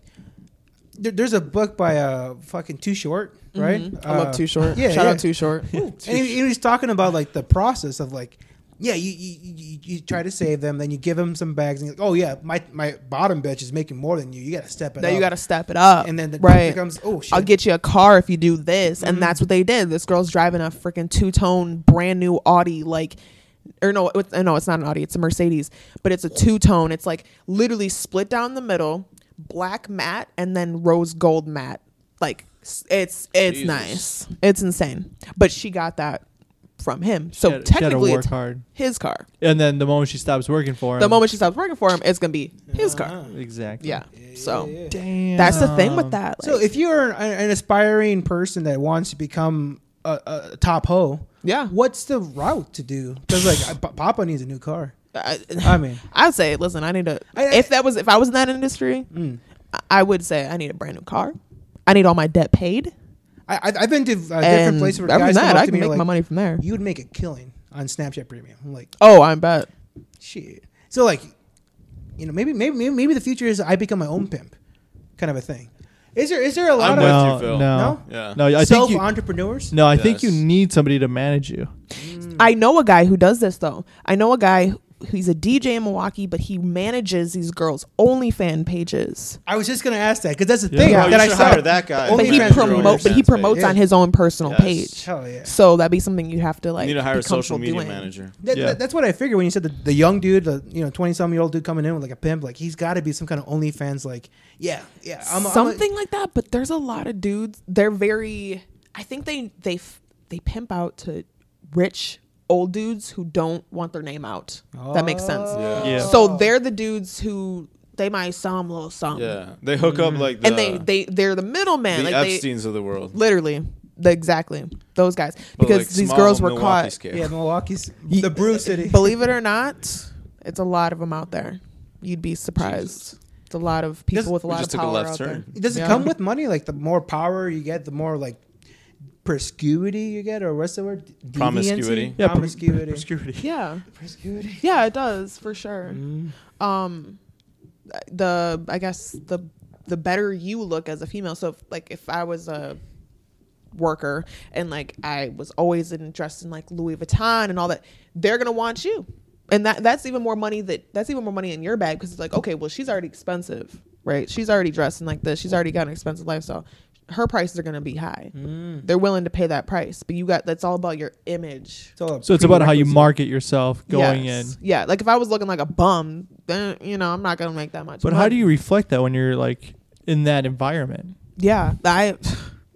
Speaker 12: there, there's a book by uh fucking Too Short, right?
Speaker 10: Mhm. I love
Speaker 12: Uh,
Speaker 10: Too Short.
Speaker 12: Yeah,
Speaker 10: Shout
Speaker 12: yeah.
Speaker 10: out Too Short.
Speaker 12: and he, he was talking about like the process of like yeah you you, you you try to save them then you give them some bags and you're like, oh yeah my my bottom bitch is making more than you you gotta step it
Speaker 10: Now
Speaker 12: up
Speaker 10: you got to step it up.
Speaker 12: And then the
Speaker 10: right.
Speaker 12: becomes, "Oh, shit." Mm-hmm.
Speaker 10: I'll get you a car if you do this. And that's what they did. This girl's driving a freaking two tone, brand new Audi, like, or no, it, no, it's not an Audi, it's a Mercedes, but it's a two tone. It's like literally split down the middle, black matte, and then rose gold matte. Like, s- it's it's
Speaker 11: Jesus.
Speaker 10: nice. It's insane. But she got that from him. So
Speaker 9: gotta- she gotta
Speaker 10: technically,
Speaker 9: work
Speaker 10: it's
Speaker 9: hard.
Speaker 10: his car.
Speaker 9: And then the moment she stops working for him,
Speaker 10: The moment she stops working for him, it's gonna be his
Speaker 12: Uh-huh.
Speaker 10: car.
Speaker 9: Exactly.
Speaker 10: Yeah. So
Speaker 9: Damn.
Speaker 10: that's the thing with that.
Speaker 12: so if you're an, an aspiring person that wants to become a, a top hoe,
Speaker 10: yeah,
Speaker 12: what's the route to do? Because like P- Papa needs a new car.
Speaker 10: I,
Speaker 12: I mean,
Speaker 10: I'd say, listen, I need to. if that was, if I was in that industry,
Speaker 12: Mm.
Speaker 10: I- I would say I need a brand new car. I need all my debt paid.
Speaker 12: I, I- I've been to uh, different
Speaker 10: And
Speaker 12: places where
Speaker 10: other than
Speaker 12: guys come
Speaker 10: that,
Speaker 12: up to
Speaker 10: I can
Speaker 12: me
Speaker 10: make
Speaker 12: like,
Speaker 10: my money from there.
Speaker 12: You would make a killing on Snapchat Premium. I'm like,
Speaker 10: Oh, I bet.
Speaker 12: shit. So like, you know, maybe maybe maybe, maybe the future is I become my own pimp, kind of a thing. Is there is there a lot
Speaker 9: no,
Speaker 12: of
Speaker 9: no, no, no. I think you
Speaker 12: entrepreneurs.
Speaker 9: No, I think you need somebody to manage you.
Speaker 12: Mm.
Speaker 10: I know a guy who does this though. I know a guy. who- He's a DJ in Milwaukee, but he manages these girls' OnlyFan pages.
Speaker 12: I was just gonna ask that because that's the
Speaker 10: Yeah.
Speaker 12: thing
Speaker 10: Yeah.
Speaker 12: that
Speaker 10: You
Speaker 12: I
Speaker 10: should
Speaker 12: saw.
Speaker 10: hire that guy. But he
Speaker 12: OnlyFans is
Speaker 10: promote-
Speaker 12: already
Speaker 10: but he
Speaker 12: expensive.
Speaker 10: promotes on his own personal page.
Speaker 12: Hell yeah.
Speaker 10: So that'd be something you'd have to like.
Speaker 11: need to hire a
Speaker 10: be
Speaker 11: social
Speaker 10: comfortable
Speaker 11: media
Speaker 10: doing.
Speaker 11: manager.
Speaker 12: That, that- that's what I figured when you said the, the young dude, the you know twenty some year old dude coming in with like a pimp, like he's got to be some kind of OnlyFans like yeah yeah I'm a- I'm a-
Speaker 10: something like that. But there's a lot of dudes. They're very. I think they they f- they pimp out to rich old dudes who don't want their name out. That makes sense.
Speaker 11: Yeah. Oh. Yeah.
Speaker 10: So they're the dudes who they might sell 'em a little something.
Speaker 11: Yeah, they hook
Speaker 12: Mm.
Speaker 11: up like the,
Speaker 10: and they they they're the middleman.
Speaker 11: the
Speaker 10: like they-
Speaker 11: Epstein's of the world.
Speaker 10: Literally, the, exactly those guys.
Speaker 11: But,
Speaker 10: Because
Speaker 11: like,
Speaker 10: these
Speaker 11: small
Speaker 10: girls were
Speaker 11: Milwaukee
Speaker 10: caught.
Speaker 11: scale.
Speaker 12: yeah Milwaukee's the brew city.
Speaker 10: Believe it or not, it's a lot of them out there. You'd be surprised. It's a lot of people with a lot of power out there.
Speaker 12: Does it
Speaker 10: Yeah.
Speaker 12: come with money? Like the more power you get, the more like promiscuity you get, or what's the word? Deviancy?
Speaker 11: Promiscuity.
Speaker 9: Yeah, pr-
Speaker 12: promiscuity.
Speaker 9: promiscuity.
Speaker 10: Yeah. Yeah, it does for sure. Um, the I guess the the better you look as a female. So if, like if I was a worker and like I was always in, dressed in like Louis Vuitton and all that, they're gonna want you, and that that's even more money that that's even more money in your bag because it's like okay, well she's already expensive, right? She's already dressed in like this. She's already got an expensive lifestyle. Her prices are gonna be high. They're willing to pay that price, but you got that's all about your image.
Speaker 9: So it's about how you market yourself going
Speaker 10: Yes.
Speaker 9: in.
Speaker 10: Yeah, like if I was looking like a bum, then you know I'm not gonna make that much.
Speaker 9: But how do you reflect that when you're like in that environment?
Speaker 10: Yeah, I.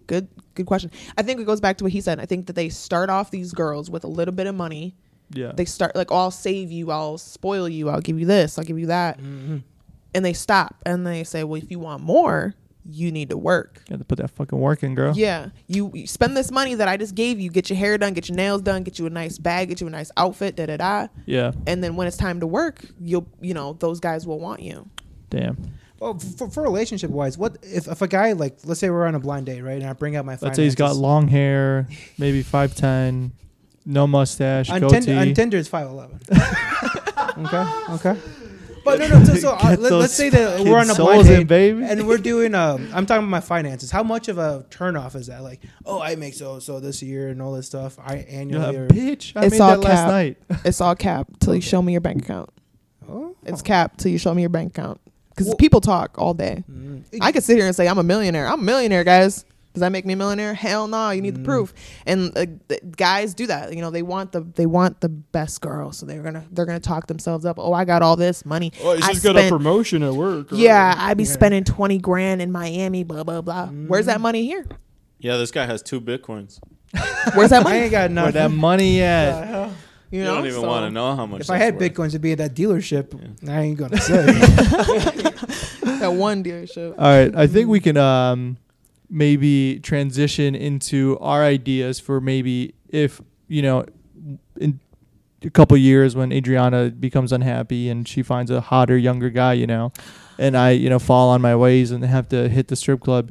Speaker 10: Good, good question. I think it goes back to what he said. I think that they start off these girls with a little bit of money.
Speaker 9: Yeah.
Speaker 10: They start like, oh, I'll save you, I'll spoil you, I'll give you this, I'll give you that,
Speaker 9: Mm-hmm.
Speaker 10: and they stop and they say, well, if you want more, you need to work.
Speaker 9: You have to put that fucking work in, girl.
Speaker 10: Yeah, you, you spend this money that I just gave you, get your hair done, get your nails done, get you a nice bag, get you a nice outfit, da da da.
Speaker 9: Yeah.
Speaker 10: And then when it's time to work, you'll you know those guys will want you.
Speaker 9: Damn.
Speaker 12: Well, Oh, for, for relationship wise, what if, if a guy like let's say we're on a blind date, right? And I bring out my
Speaker 9: Let's say he's got
Speaker 12: finances.
Speaker 9: long hair, maybe five ten, no mustache,
Speaker 12: on,
Speaker 9: goatee.
Speaker 12: Tinder, on Tinder it's five eleven. okay, okay. But no,
Speaker 9: Get-
Speaker 12: no. So, so uh,
Speaker 9: get
Speaker 12: let,
Speaker 9: those
Speaker 12: us say that
Speaker 9: fucking
Speaker 12: we're on a
Speaker 9: souls
Speaker 12: blind date,
Speaker 9: in, baby.
Speaker 12: and we're doing. Um, I'm talking about my finances. How much of a turnoff is that? Like, oh, I make so so this year and all this stuff. I annually.
Speaker 9: Yeah,
Speaker 12: or-
Speaker 9: bitch, I made that last night.
Speaker 10: It's all cap till you show me your bank account.
Speaker 11: Oh.
Speaker 10: It's cap till you show me your bank account because people talk all day.
Speaker 11: Mm.
Speaker 10: I could sit here and say I'm a millionaire. I'm a millionaire, guys. Does that make me a millionaire? Hell no. You need
Speaker 11: Mm.
Speaker 10: the proof. And uh, th- guys do that. You know they want the they want the best girl, so they're gonna they're gonna talk themselves up. Oh, I got all this money.
Speaker 11: Oh,
Speaker 13: Oh,
Speaker 10: I spent-
Speaker 13: promotion at work.
Speaker 10: Yeah, I be spending twenty grand in Miami. Blah blah blah. Where's
Speaker 11: Mm.
Speaker 10: that money here?
Speaker 11: Yeah, this guy has two bitcoins.
Speaker 10: Where's that money?
Speaker 12: I ain't got
Speaker 9: Where
Speaker 12: nothing.
Speaker 9: that money at?
Speaker 10: You
Speaker 11: You
Speaker 10: know,
Speaker 11: don't even
Speaker 10: so-
Speaker 11: want to know how much.
Speaker 12: If I
Speaker 11: that's
Speaker 12: had
Speaker 11: worth.
Speaker 12: bitcoins, it'd be at that dealership. I ain't gonna say.
Speaker 10: that one dealership.
Speaker 11: Uh,
Speaker 9: All right, I think we can um, maybe transition into our ideas for maybe if you know in a couple years when Adriana becomes unhappy and she finds a hotter younger guy, you know, and I you know fall on my ways and have to hit the strip club.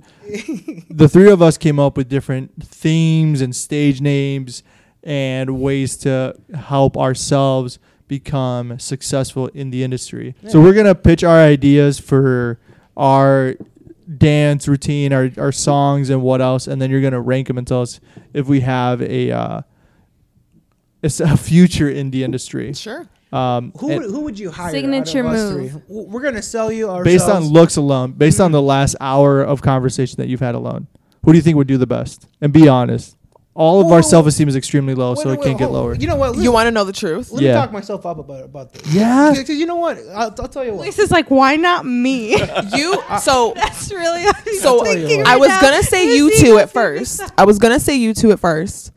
Speaker 9: the three of us came up with different themes and stage names and ways to help ourselves become successful in the industry. So we're gonna pitch our ideas for our dance routine, our, our songs, and what else, and then you're gonna rank them and tell us if we have a uh, it's a future in the industry.
Speaker 10: Sure.
Speaker 9: Um,
Speaker 12: Who
Speaker 9: and
Speaker 12: would, who would you hire? out of
Speaker 15: Signature
Speaker 12: us
Speaker 15: move.
Speaker 12: three? W- We're gonna sell you ourselves.
Speaker 9: based on looks alone, based on the
Speaker 10: Mm-hmm.
Speaker 9: last hour of conversation that you've had alone, who do you think would do the best? And be honest. All of our self esteem is extremely low, so it can't get lower.
Speaker 12: You know what?
Speaker 10: You want to know the truth?
Speaker 12: Let
Speaker 9: Yeah.
Speaker 12: me talk myself up about about this.
Speaker 9: Yeah.
Speaker 12: Because you know what? I'll, I'll tell you what.
Speaker 15: Lisa's like, why not me?
Speaker 10: you so
Speaker 15: that's really what I'm
Speaker 10: So
Speaker 15: thinking
Speaker 10: I
Speaker 15: right
Speaker 10: was
Speaker 15: now.
Speaker 10: gonna say you two at first. I was gonna say you two at first.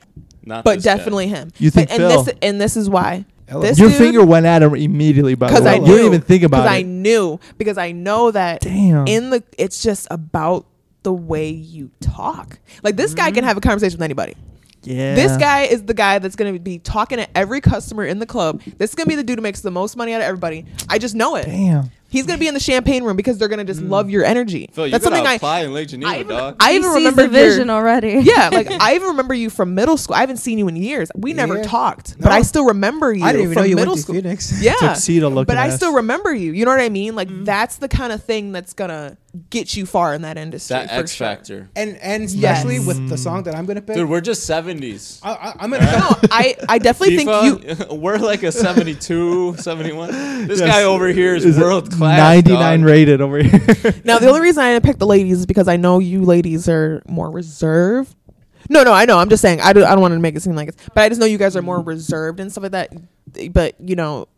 Speaker 11: Not
Speaker 10: but
Speaker 11: this guy.
Speaker 10: definitely him.
Speaker 9: You think
Speaker 10: and,
Speaker 9: Phil.
Speaker 10: this and this is why. This
Speaker 9: Your
Speaker 10: dude-
Speaker 9: finger went at him immediately. By the
Speaker 10: because
Speaker 9: way,
Speaker 10: I
Speaker 9: you
Speaker 10: knew,
Speaker 9: didn't even think about
Speaker 10: because I
Speaker 9: it.
Speaker 10: knew because I know that
Speaker 9: Damn.
Speaker 10: in the it's just about the way you talk. Like this guy can have a conversation with anybody.
Speaker 9: Mm-hmm. yeah,
Speaker 10: This guy is the guy that's going to be talking to every customer in the club. This is going to be the dude who makes the most money out of everybody. I just know it.
Speaker 9: Damn.
Speaker 10: He's going to be in the champagne room because they're going to just love your energy.
Speaker 11: Mm. Phil, you
Speaker 10: that's
Speaker 11: gotta
Speaker 10: something I
Speaker 11: apply in Lake Geneva,
Speaker 10: I even,
Speaker 11: dog.
Speaker 10: I
Speaker 15: He
Speaker 10: even
Speaker 15: sees
Speaker 10: remember
Speaker 15: the vision
Speaker 10: your-
Speaker 15: already.
Speaker 10: Yeah, like I even remember you from middle school. I haven't seen you in years. We never
Speaker 12: Yeah.
Speaker 10: talked, but I still remember you.
Speaker 12: I didn't even
Speaker 10: from
Speaker 12: know you went
Speaker 10: middle
Speaker 12: to
Speaker 10: school.
Speaker 12: Phoenix.
Speaker 10: Yeah,
Speaker 9: Tuxedo looking
Speaker 10: But I
Speaker 9: ass.
Speaker 10: still remember you. You know what I mean? Like
Speaker 12: Mm.
Speaker 10: that's the kind of thing that's gonna get you far in that industry.
Speaker 11: That
Speaker 10: for
Speaker 11: X
Speaker 10: sure.
Speaker 11: Factor.
Speaker 12: And and especially with the song that I'm gonna pick.
Speaker 11: Dude, we're just 70s.
Speaker 12: I, I, I'm gonna.
Speaker 10: No, I I definitely think you.
Speaker 11: you. we're like a 72, 71. This
Speaker 9: Yes.
Speaker 11: guy over here is,
Speaker 9: Is it
Speaker 11: world class.
Speaker 9: Ninety-nine rated over here.
Speaker 10: Now the only reason I didn't pick the ladies is because I know you ladies are more reserved. No, no, I know. I'm just saying. I don't. I don't want to make it seem like it's. But I just know you guys are more reserved and stuff like that. But you know,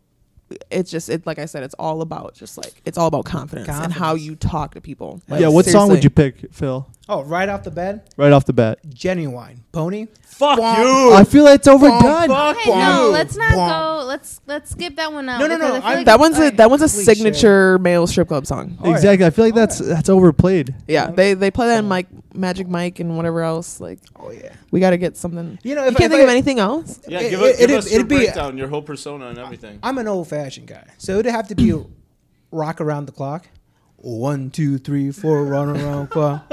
Speaker 10: it's just it. Like I said, it's all about just like it's all about confidence, and how you talk to people. Like,
Speaker 9: yeah, what song would
Speaker 10: seriously.
Speaker 9: you pick, Phil?
Speaker 12: Oh, right off the bat,
Speaker 9: Right off the bat.
Speaker 12: genuine pony.
Speaker 11: Fuck
Speaker 12: you.
Speaker 9: I feel like
Speaker 11: Oh,
Speaker 9: it's overdone.
Speaker 15: Hey, no, let's not go. Let's let's skip that one out.
Speaker 12: No, no, no,
Speaker 15: because I feel
Speaker 12: I'm-
Speaker 15: like
Speaker 10: That
Speaker 15: it's-
Speaker 10: one's a
Speaker 15: alright.
Speaker 10: that one's a signature male strip club song.
Speaker 9: Exactly. I feel like that's that's overplayed.
Speaker 10: Yeah, they they play that in Mike Magic Mike and whatever else. Like, oh yeah, we got to get something.
Speaker 12: You know,
Speaker 10: you
Speaker 12: if- if
Speaker 10: can't think
Speaker 12: I-
Speaker 10: of anything else.
Speaker 11: Yeah,
Speaker 12: It-
Speaker 11: give, it,
Speaker 12: it-
Speaker 11: give
Speaker 12: it'd-
Speaker 11: us your
Speaker 12: it'd be-
Speaker 11: breakdown, your whole persona and everything.
Speaker 12: I'm an old fashioned guy, so it'd have to be rock around the clock. One, two, three, four, run around clock.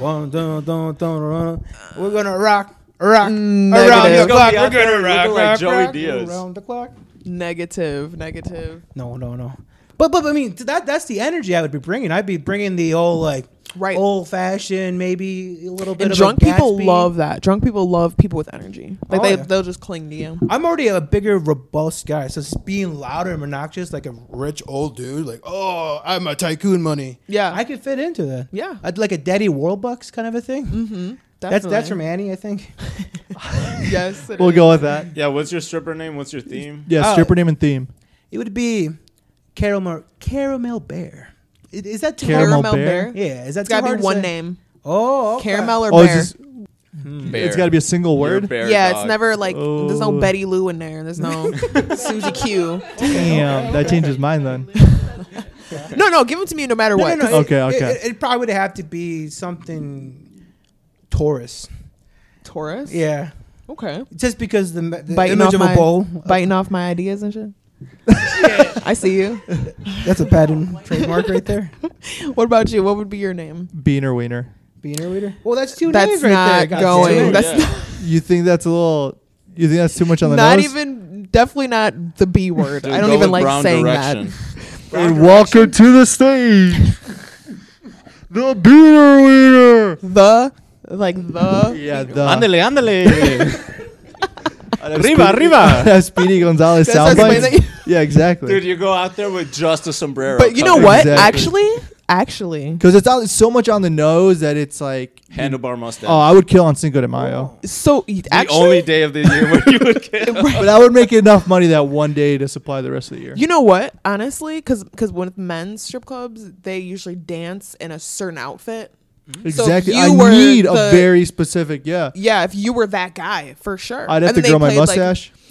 Speaker 12: One, dun, dun, dun, run. We're gonna rock, rock around
Speaker 10: Mm, Negative.
Speaker 12: the clock.
Speaker 11: You're
Speaker 12: We're
Speaker 11: gonna be out there
Speaker 12: gonna rock,
Speaker 11: looking like
Speaker 12: rock,
Speaker 11: Joey
Speaker 12: rock
Speaker 11: Diaz.
Speaker 12: around the clock.
Speaker 10: Negative, negative.
Speaker 12: No, no, no. But but, but I mean th- that that's the energy I would be bringing. I'd be bringing the old like
Speaker 10: Right.
Speaker 12: old fashioned, maybe a little bit.
Speaker 10: And
Speaker 12: of
Speaker 10: drunk
Speaker 12: a
Speaker 10: people
Speaker 12: Gatsby.
Speaker 10: love that. Drunk people love people with energy. Like
Speaker 12: Oh,
Speaker 10: they
Speaker 12: yeah.
Speaker 10: they'll just cling to you.
Speaker 12: I'm already a bigger, robust guy, so just being louder and obnoxious, like a rich old dude, like oh, I'm a tycoon money.
Speaker 10: Yeah.
Speaker 12: I could fit into that.
Speaker 10: Yeah.
Speaker 12: I'd like a Daddy Warbucks kind of a thing.
Speaker 10: Mm-hmm.
Speaker 12: That's that's from Annie, I think.
Speaker 10: yes.
Speaker 9: We'll go with that.
Speaker 11: Yeah, what's your stripper name? What's your theme?
Speaker 9: Yeah,
Speaker 12: Oh.
Speaker 9: stripper name and theme.
Speaker 12: It would be caramel caramel bear. I- Is that too
Speaker 9: Caramel
Speaker 12: hard?
Speaker 9: Bear?
Speaker 12: Yeah, is that
Speaker 10: It's
Speaker 12: too
Speaker 10: gotta
Speaker 12: hard
Speaker 10: be
Speaker 12: to
Speaker 10: one
Speaker 12: say?
Speaker 10: name.
Speaker 12: Oh, okay.
Speaker 10: Caramel or
Speaker 9: Oh,
Speaker 10: bear.
Speaker 9: it's just it's got to be a single word.
Speaker 10: yeah, it's never like there's no
Speaker 9: Oh.
Speaker 10: Betty Lou in there. There's no Suzy Q.
Speaker 9: Damn, that changes mine then.
Speaker 10: No, no, give them to me no matter
Speaker 12: No,
Speaker 10: what.
Speaker 12: no, no, it-
Speaker 9: Okay,
Speaker 12: it-
Speaker 9: okay.
Speaker 12: It, it probably would have to be something Taurus.
Speaker 10: Taurus.
Speaker 12: Yeah.
Speaker 10: Okay.
Speaker 12: Just because the, me- the
Speaker 10: biting
Speaker 12: image
Speaker 10: off
Speaker 12: of
Speaker 10: my
Speaker 12: a bowl.
Speaker 10: biting off my ideas and shit. I see you.
Speaker 12: That's a patent trademark right there.
Speaker 10: What about you? What would be your name?
Speaker 9: Beaner wiener.
Speaker 12: Beaner reader. Well, that's two
Speaker 10: That's
Speaker 12: names right there.
Speaker 10: not
Speaker 12: God
Speaker 10: going.
Speaker 12: damn it.
Speaker 10: That's
Speaker 9: You think that's a little? You think that's too much on the
Speaker 10: not
Speaker 9: nose?
Speaker 10: even definitely not the B word.
Speaker 11: Dude,
Speaker 10: I don't
Speaker 11: go
Speaker 10: even
Speaker 11: with
Speaker 10: like
Speaker 11: Brown
Speaker 10: saying
Speaker 11: Direction.
Speaker 9: And walk her to the stage. the beaner wiener.
Speaker 10: that. The like the
Speaker 9: Yeah, the.
Speaker 11: Andale, andale. arriba, arriba.
Speaker 9: That Speedy Gonzalez
Speaker 10: That's our
Speaker 9: soundbite.
Speaker 10: Spanish-
Speaker 9: Yeah, exactly.
Speaker 11: Dude, you go out there with just a sombrero.
Speaker 10: But you know what?
Speaker 9: Exactly.
Speaker 10: Actually, actually,
Speaker 9: Because it's, out- it's so much on the nose that it's like,
Speaker 11: Handlebar mustache.
Speaker 9: oh, I would kill on Cinco de Mayo.
Speaker 10: so y-
Speaker 11: the
Speaker 10: actually,
Speaker 11: only day of the year where you would get
Speaker 9: but I would make enough money that one day to supply the rest of the year.
Speaker 10: you know what? Honestly, because because with men's strip clubs, they usually dance in a certain outfit.
Speaker 11: Mm-hmm.
Speaker 10: So if
Speaker 9: exactly.
Speaker 10: you
Speaker 9: I
Speaker 10: were
Speaker 9: need
Speaker 10: the-
Speaker 9: a very specific, yeah.
Speaker 10: Yeah, if you were that guy, for sure.
Speaker 9: I'd have
Speaker 10: And then
Speaker 9: to
Speaker 10: they
Speaker 9: grow my
Speaker 10: played, like-
Speaker 9: mustache.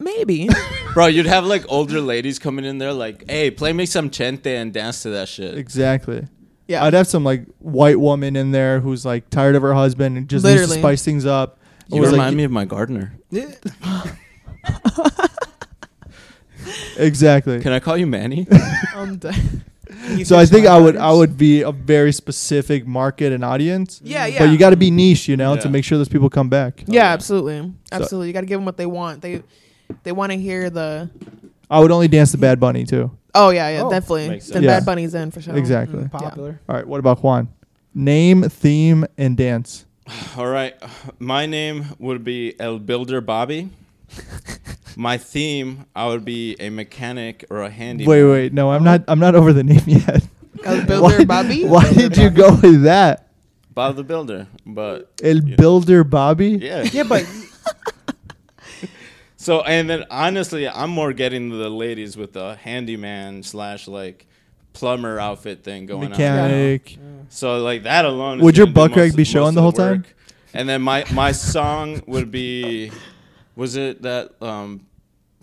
Speaker 10: maybe.
Speaker 11: Bro, you'd have like older ladies coming in there like, hey, play me some chente and dance to that shit.
Speaker 9: exactly.
Speaker 10: Yeah.
Speaker 9: I'd have some like white woman in there who's like tired of her husband and just needs
Speaker 10: Literally.
Speaker 9: to spice things up. It
Speaker 11: You
Speaker 9: was,
Speaker 11: remind
Speaker 9: like,
Speaker 11: me of my gardener.
Speaker 9: Exactly.
Speaker 11: Can I call you Manny?
Speaker 10: I'm done.
Speaker 9: So I think I would I would be a very specific market and audience.
Speaker 10: Yeah, yeah.
Speaker 9: But you got to be niche, you know, to
Speaker 11: Yeah.
Speaker 9: make sure those people come back.
Speaker 10: yeah, absolutely, absolutely. you got to give them what they want. They they want to hear the.
Speaker 9: I would only dance the Bad Bunny too.
Speaker 10: Oh yeah, yeah,
Speaker 12: Oh,
Speaker 10: definitely.
Speaker 11: makes
Speaker 10: Then
Speaker 9: sense. Yeah.
Speaker 10: Bad Bunny's in for sure.
Speaker 9: Exactly.
Speaker 12: popular.
Speaker 9: All right, what about Juan? Name, theme, and dance.
Speaker 11: All right. My name would be El Builder Bobby. My theme, I would be a mechanic or a handyman.
Speaker 9: Wait, wait, no, I'm not. I'm not over the name yet.
Speaker 10: El Builder
Speaker 9: why,
Speaker 10: Bobby?
Speaker 9: Why did you go with that?
Speaker 11: Bob the Builder. But
Speaker 9: El Builder Bobby.
Speaker 11: yeah.
Speaker 12: Yeah, but
Speaker 11: So, and then honestly, I'm more getting the ladies with the handyman slash like plumber outfit thing going on.
Speaker 9: Mechanic.
Speaker 11: So like that alone. is
Speaker 9: Would your
Speaker 11: gonna do
Speaker 9: butt crack
Speaker 11: most-
Speaker 9: be
Speaker 11: most
Speaker 9: showing the
Speaker 11: of
Speaker 9: whole time?
Speaker 11: work. And then my my song would be, was it that um,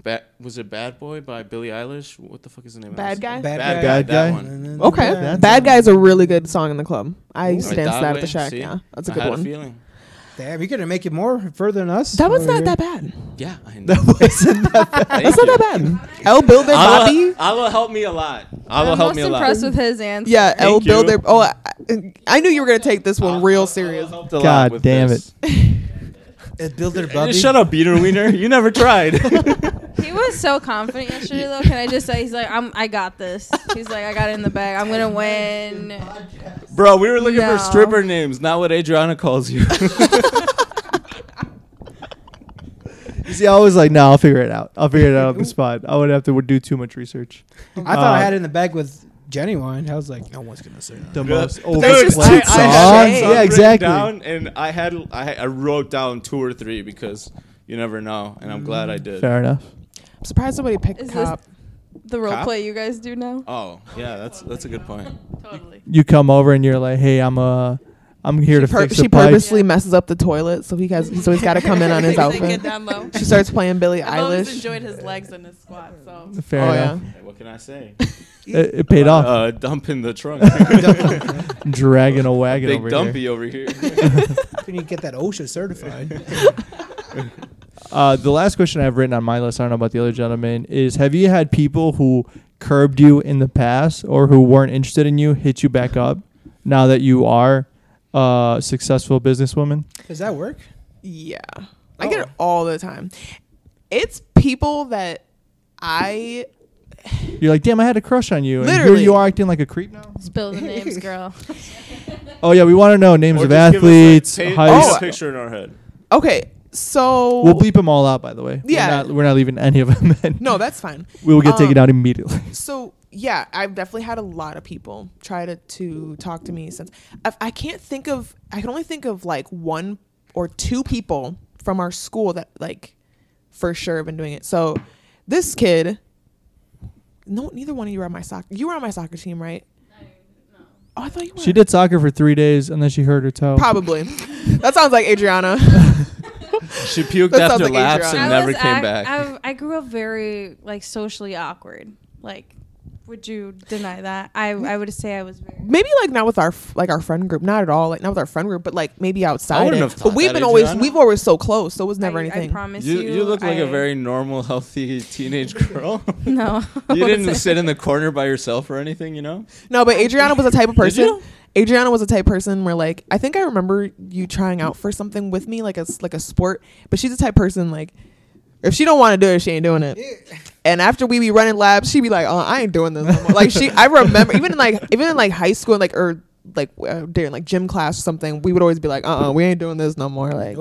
Speaker 11: ba- was it Bad Boy by Billie Eilish? What the fuck is the name?
Speaker 10: Bad
Speaker 11: of that
Speaker 10: guy?
Speaker 11: song?
Speaker 10: Bad
Speaker 11: Bad,
Speaker 10: guy.
Speaker 11: guy. That
Speaker 10: Bad
Speaker 11: one.
Speaker 10: Okay. Bad Guy's a really good song in the club. I
Speaker 11: Ooh.
Speaker 10: used to dance to that at the shack. Yeah. That's a good
Speaker 9: Mm-hmm.
Speaker 10: one.
Speaker 12: Damn, you're gonna make it more further than us.
Speaker 10: That one's
Speaker 12: Or-
Speaker 10: not that bad.
Speaker 11: Yeah, I
Speaker 12: That wasn't that bad.
Speaker 10: That's not that bad. L Builder Bobby.
Speaker 11: Allah, Allah helped me a lot. Allah
Speaker 10: I'm
Speaker 11: helped
Speaker 10: most
Speaker 11: me a lot.
Speaker 10: impressed
Speaker 15: with his answer.
Speaker 10: Yeah, L
Speaker 11: Thank you.
Speaker 10: Builder. Oh, I, I knew you were gonna take this one real serious.
Speaker 11: a lot
Speaker 9: God
Speaker 11: with
Speaker 9: damn
Speaker 12: it. Builder
Speaker 11: Bobby. Shut up, Beater Wiener. You never tried.
Speaker 15: He was so confident yesterday, though. Can I just say he's like, I'm, I got this. He's like, I got it in the bag. I'm gonna win.
Speaker 11: Bro, we were looking
Speaker 15: No.
Speaker 11: for stripper names, not what Adriana calls you.
Speaker 9: See, I was like, no, I'll figure it out. I'll figure it out on the spot. I would have to do too much research.
Speaker 12: I thought I had it in the bag with genuine. I was like, no one's gonna say that.
Speaker 9: The most
Speaker 11: Dude, I-
Speaker 9: overplayed
Speaker 11: I had
Speaker 9: songs.
Speaker 11: songs
Speaker 9: Yeah,
Speaker 11: written
Speaker 9: exactly.
Speaker 11: Down and I had I, had- I wrote down two or three because you never know, and I'm glad I did.
Speaker 9: Fair enough.
Speaker 10: I'm surprised somebody picked
Speaker 15: Is
Speaker 10: cop.
Speaker 15: this the role
Speaker 11: Cop?
Speaker 15: play you guys do now?
Speaker 11: Oh yeah, that's that's a good point.
Speaker 9: You come over and you're like, hey, I'm uh, I'm here to
Speaker 10: Pur-
Speaker 9: fix
Speaker 10: she
Speaker 9: the pipe.
Speaker 10: purposely messes up the toilet, so he has so he's got to come in on his
Speaker 14: They get
Speaker 10: outfit.
Speaker 14: down low.
Speaker 10: She starts playing Billie
Speaker 14: I've always
Speaker 10: Eilish.
Speaker 14: enjoyed his legs and his squat. So
Speaker 9: Fair
Speaker 11: Oh,
Speaker 9: enough.
Speaker 11: Hey, What can I say?
Speaker 9: It, it paid
Speaker 11: Uh,
Speaker 9: off.
Speaker 11: Uh, dump in the trunk.
Speaker 9: Dragging a wagon
Speaker 11: Big
Speaker 9: over
Speaker 11: dumpy
Speaker 9: here.
Speaker 11: over here.
Speaker 12: When you get that OSHA certified.
Speaker 9: Uh, the last question I've written on my list, I don't know about the other gentleman, is have you had people who curbed you in the past or who weren't interested in you hit you back up now that you are a successful businesswoman?
Speaker 12: Does that work?
Speaker 10: Yeah. I get it all the time. It's people that I
Speaker 9: You're like, damn, I had a crush on you. And
Speaker 10: Literally.
Speaker 9: here you are acting like a creep now?
Speaker 15: Spill the names, girl.
Speaker 9: Oh, yeah, we want to know names
Speaker 11: Or
Speaker 9: of
Speaker 11: just give us, like,
Speaker 9: athletes,
Speaker 11: paint-
Speaker 9: heights.
Speaker 11: paint a picture in our head.
Speaker 10: Okay, so
Speaker 9: We'll bleep them all out, by the way. We're
Speaker 10: Yeah.
Speaker 9: not, we're not leaving any of them in.
Speaker 10: No, that's fine.
Speaker 9: We will get taken
Speaker 10: Um,
Speaker 9: out immediately.
Speaker 10: So yeah, I've definitely had a lot of people try to to talk to me since I've, I can't think of. I can only think of like one or two people from our school that like for sure have been doing it. So this kid, no, neither one of you were on my soccer. You were on my soccer team, right? Oh, I thought you were.
Speaker 9: She did soccer for three days and then she hurt her toe.
Speaker 10: Probably. that sounds like Adriana.
Speaker 11: She puked
Speaker 10: That sounds
Speaker 11: after
Speaker 10: like
Speaker 11: laps
Speaker 10: Adriana.
Speaker 11: and
Speaker 10: I
Speaker 11: never
Speaker 10: was
Speaker 11: came
Speaker 10: act-
Speaker 11: back.
Speaker 15: I, I grew up very like socially awkward. Like, would you deny that? I I would say I was very.
Speaker 10: maybe like not with our f- like our friend group, not at all, like not with our friend group, but like maybe outside.
Speaker 11: wouldn't
Speaker 10: it.
Speaker 11: have
Speaker 10: but
Speaker 11: thought
Speaker 10: we've
Speaker 11: that,
Speaker 10: been always
Speaker 11: Adriana.
Speaker 10: we've always so close, so it was never anything.
Speaker 15: promise
Speaker 11: You, you look like a
Speaker 15: I-
Speaker 11: very normal, healthy teenage girl.
Speaker 15: No, I
Speaker 11: you didn't
Speaker 15: wasn't.
Speaker 11: sit in the corner by yourself or anything, you know?
Speaker 10: No, but Adriana was a type of
Speaker 11: Did
Speaker 10: person.
Speaker 11: you?
Speaker 10: Adriana was a type of person where like I think I remember you trying out for something with me, like a s- like a sport. But she's the type of person like if she don't want to do it, she ain't doing it. And after we be running labs, she be like, "Oh, I ain't doing this." No more. Like she, I remember even in like even in like high school, like or like uh, during like gym class or something, we would always be like, "Uh, uh we ain't doing this no more." Like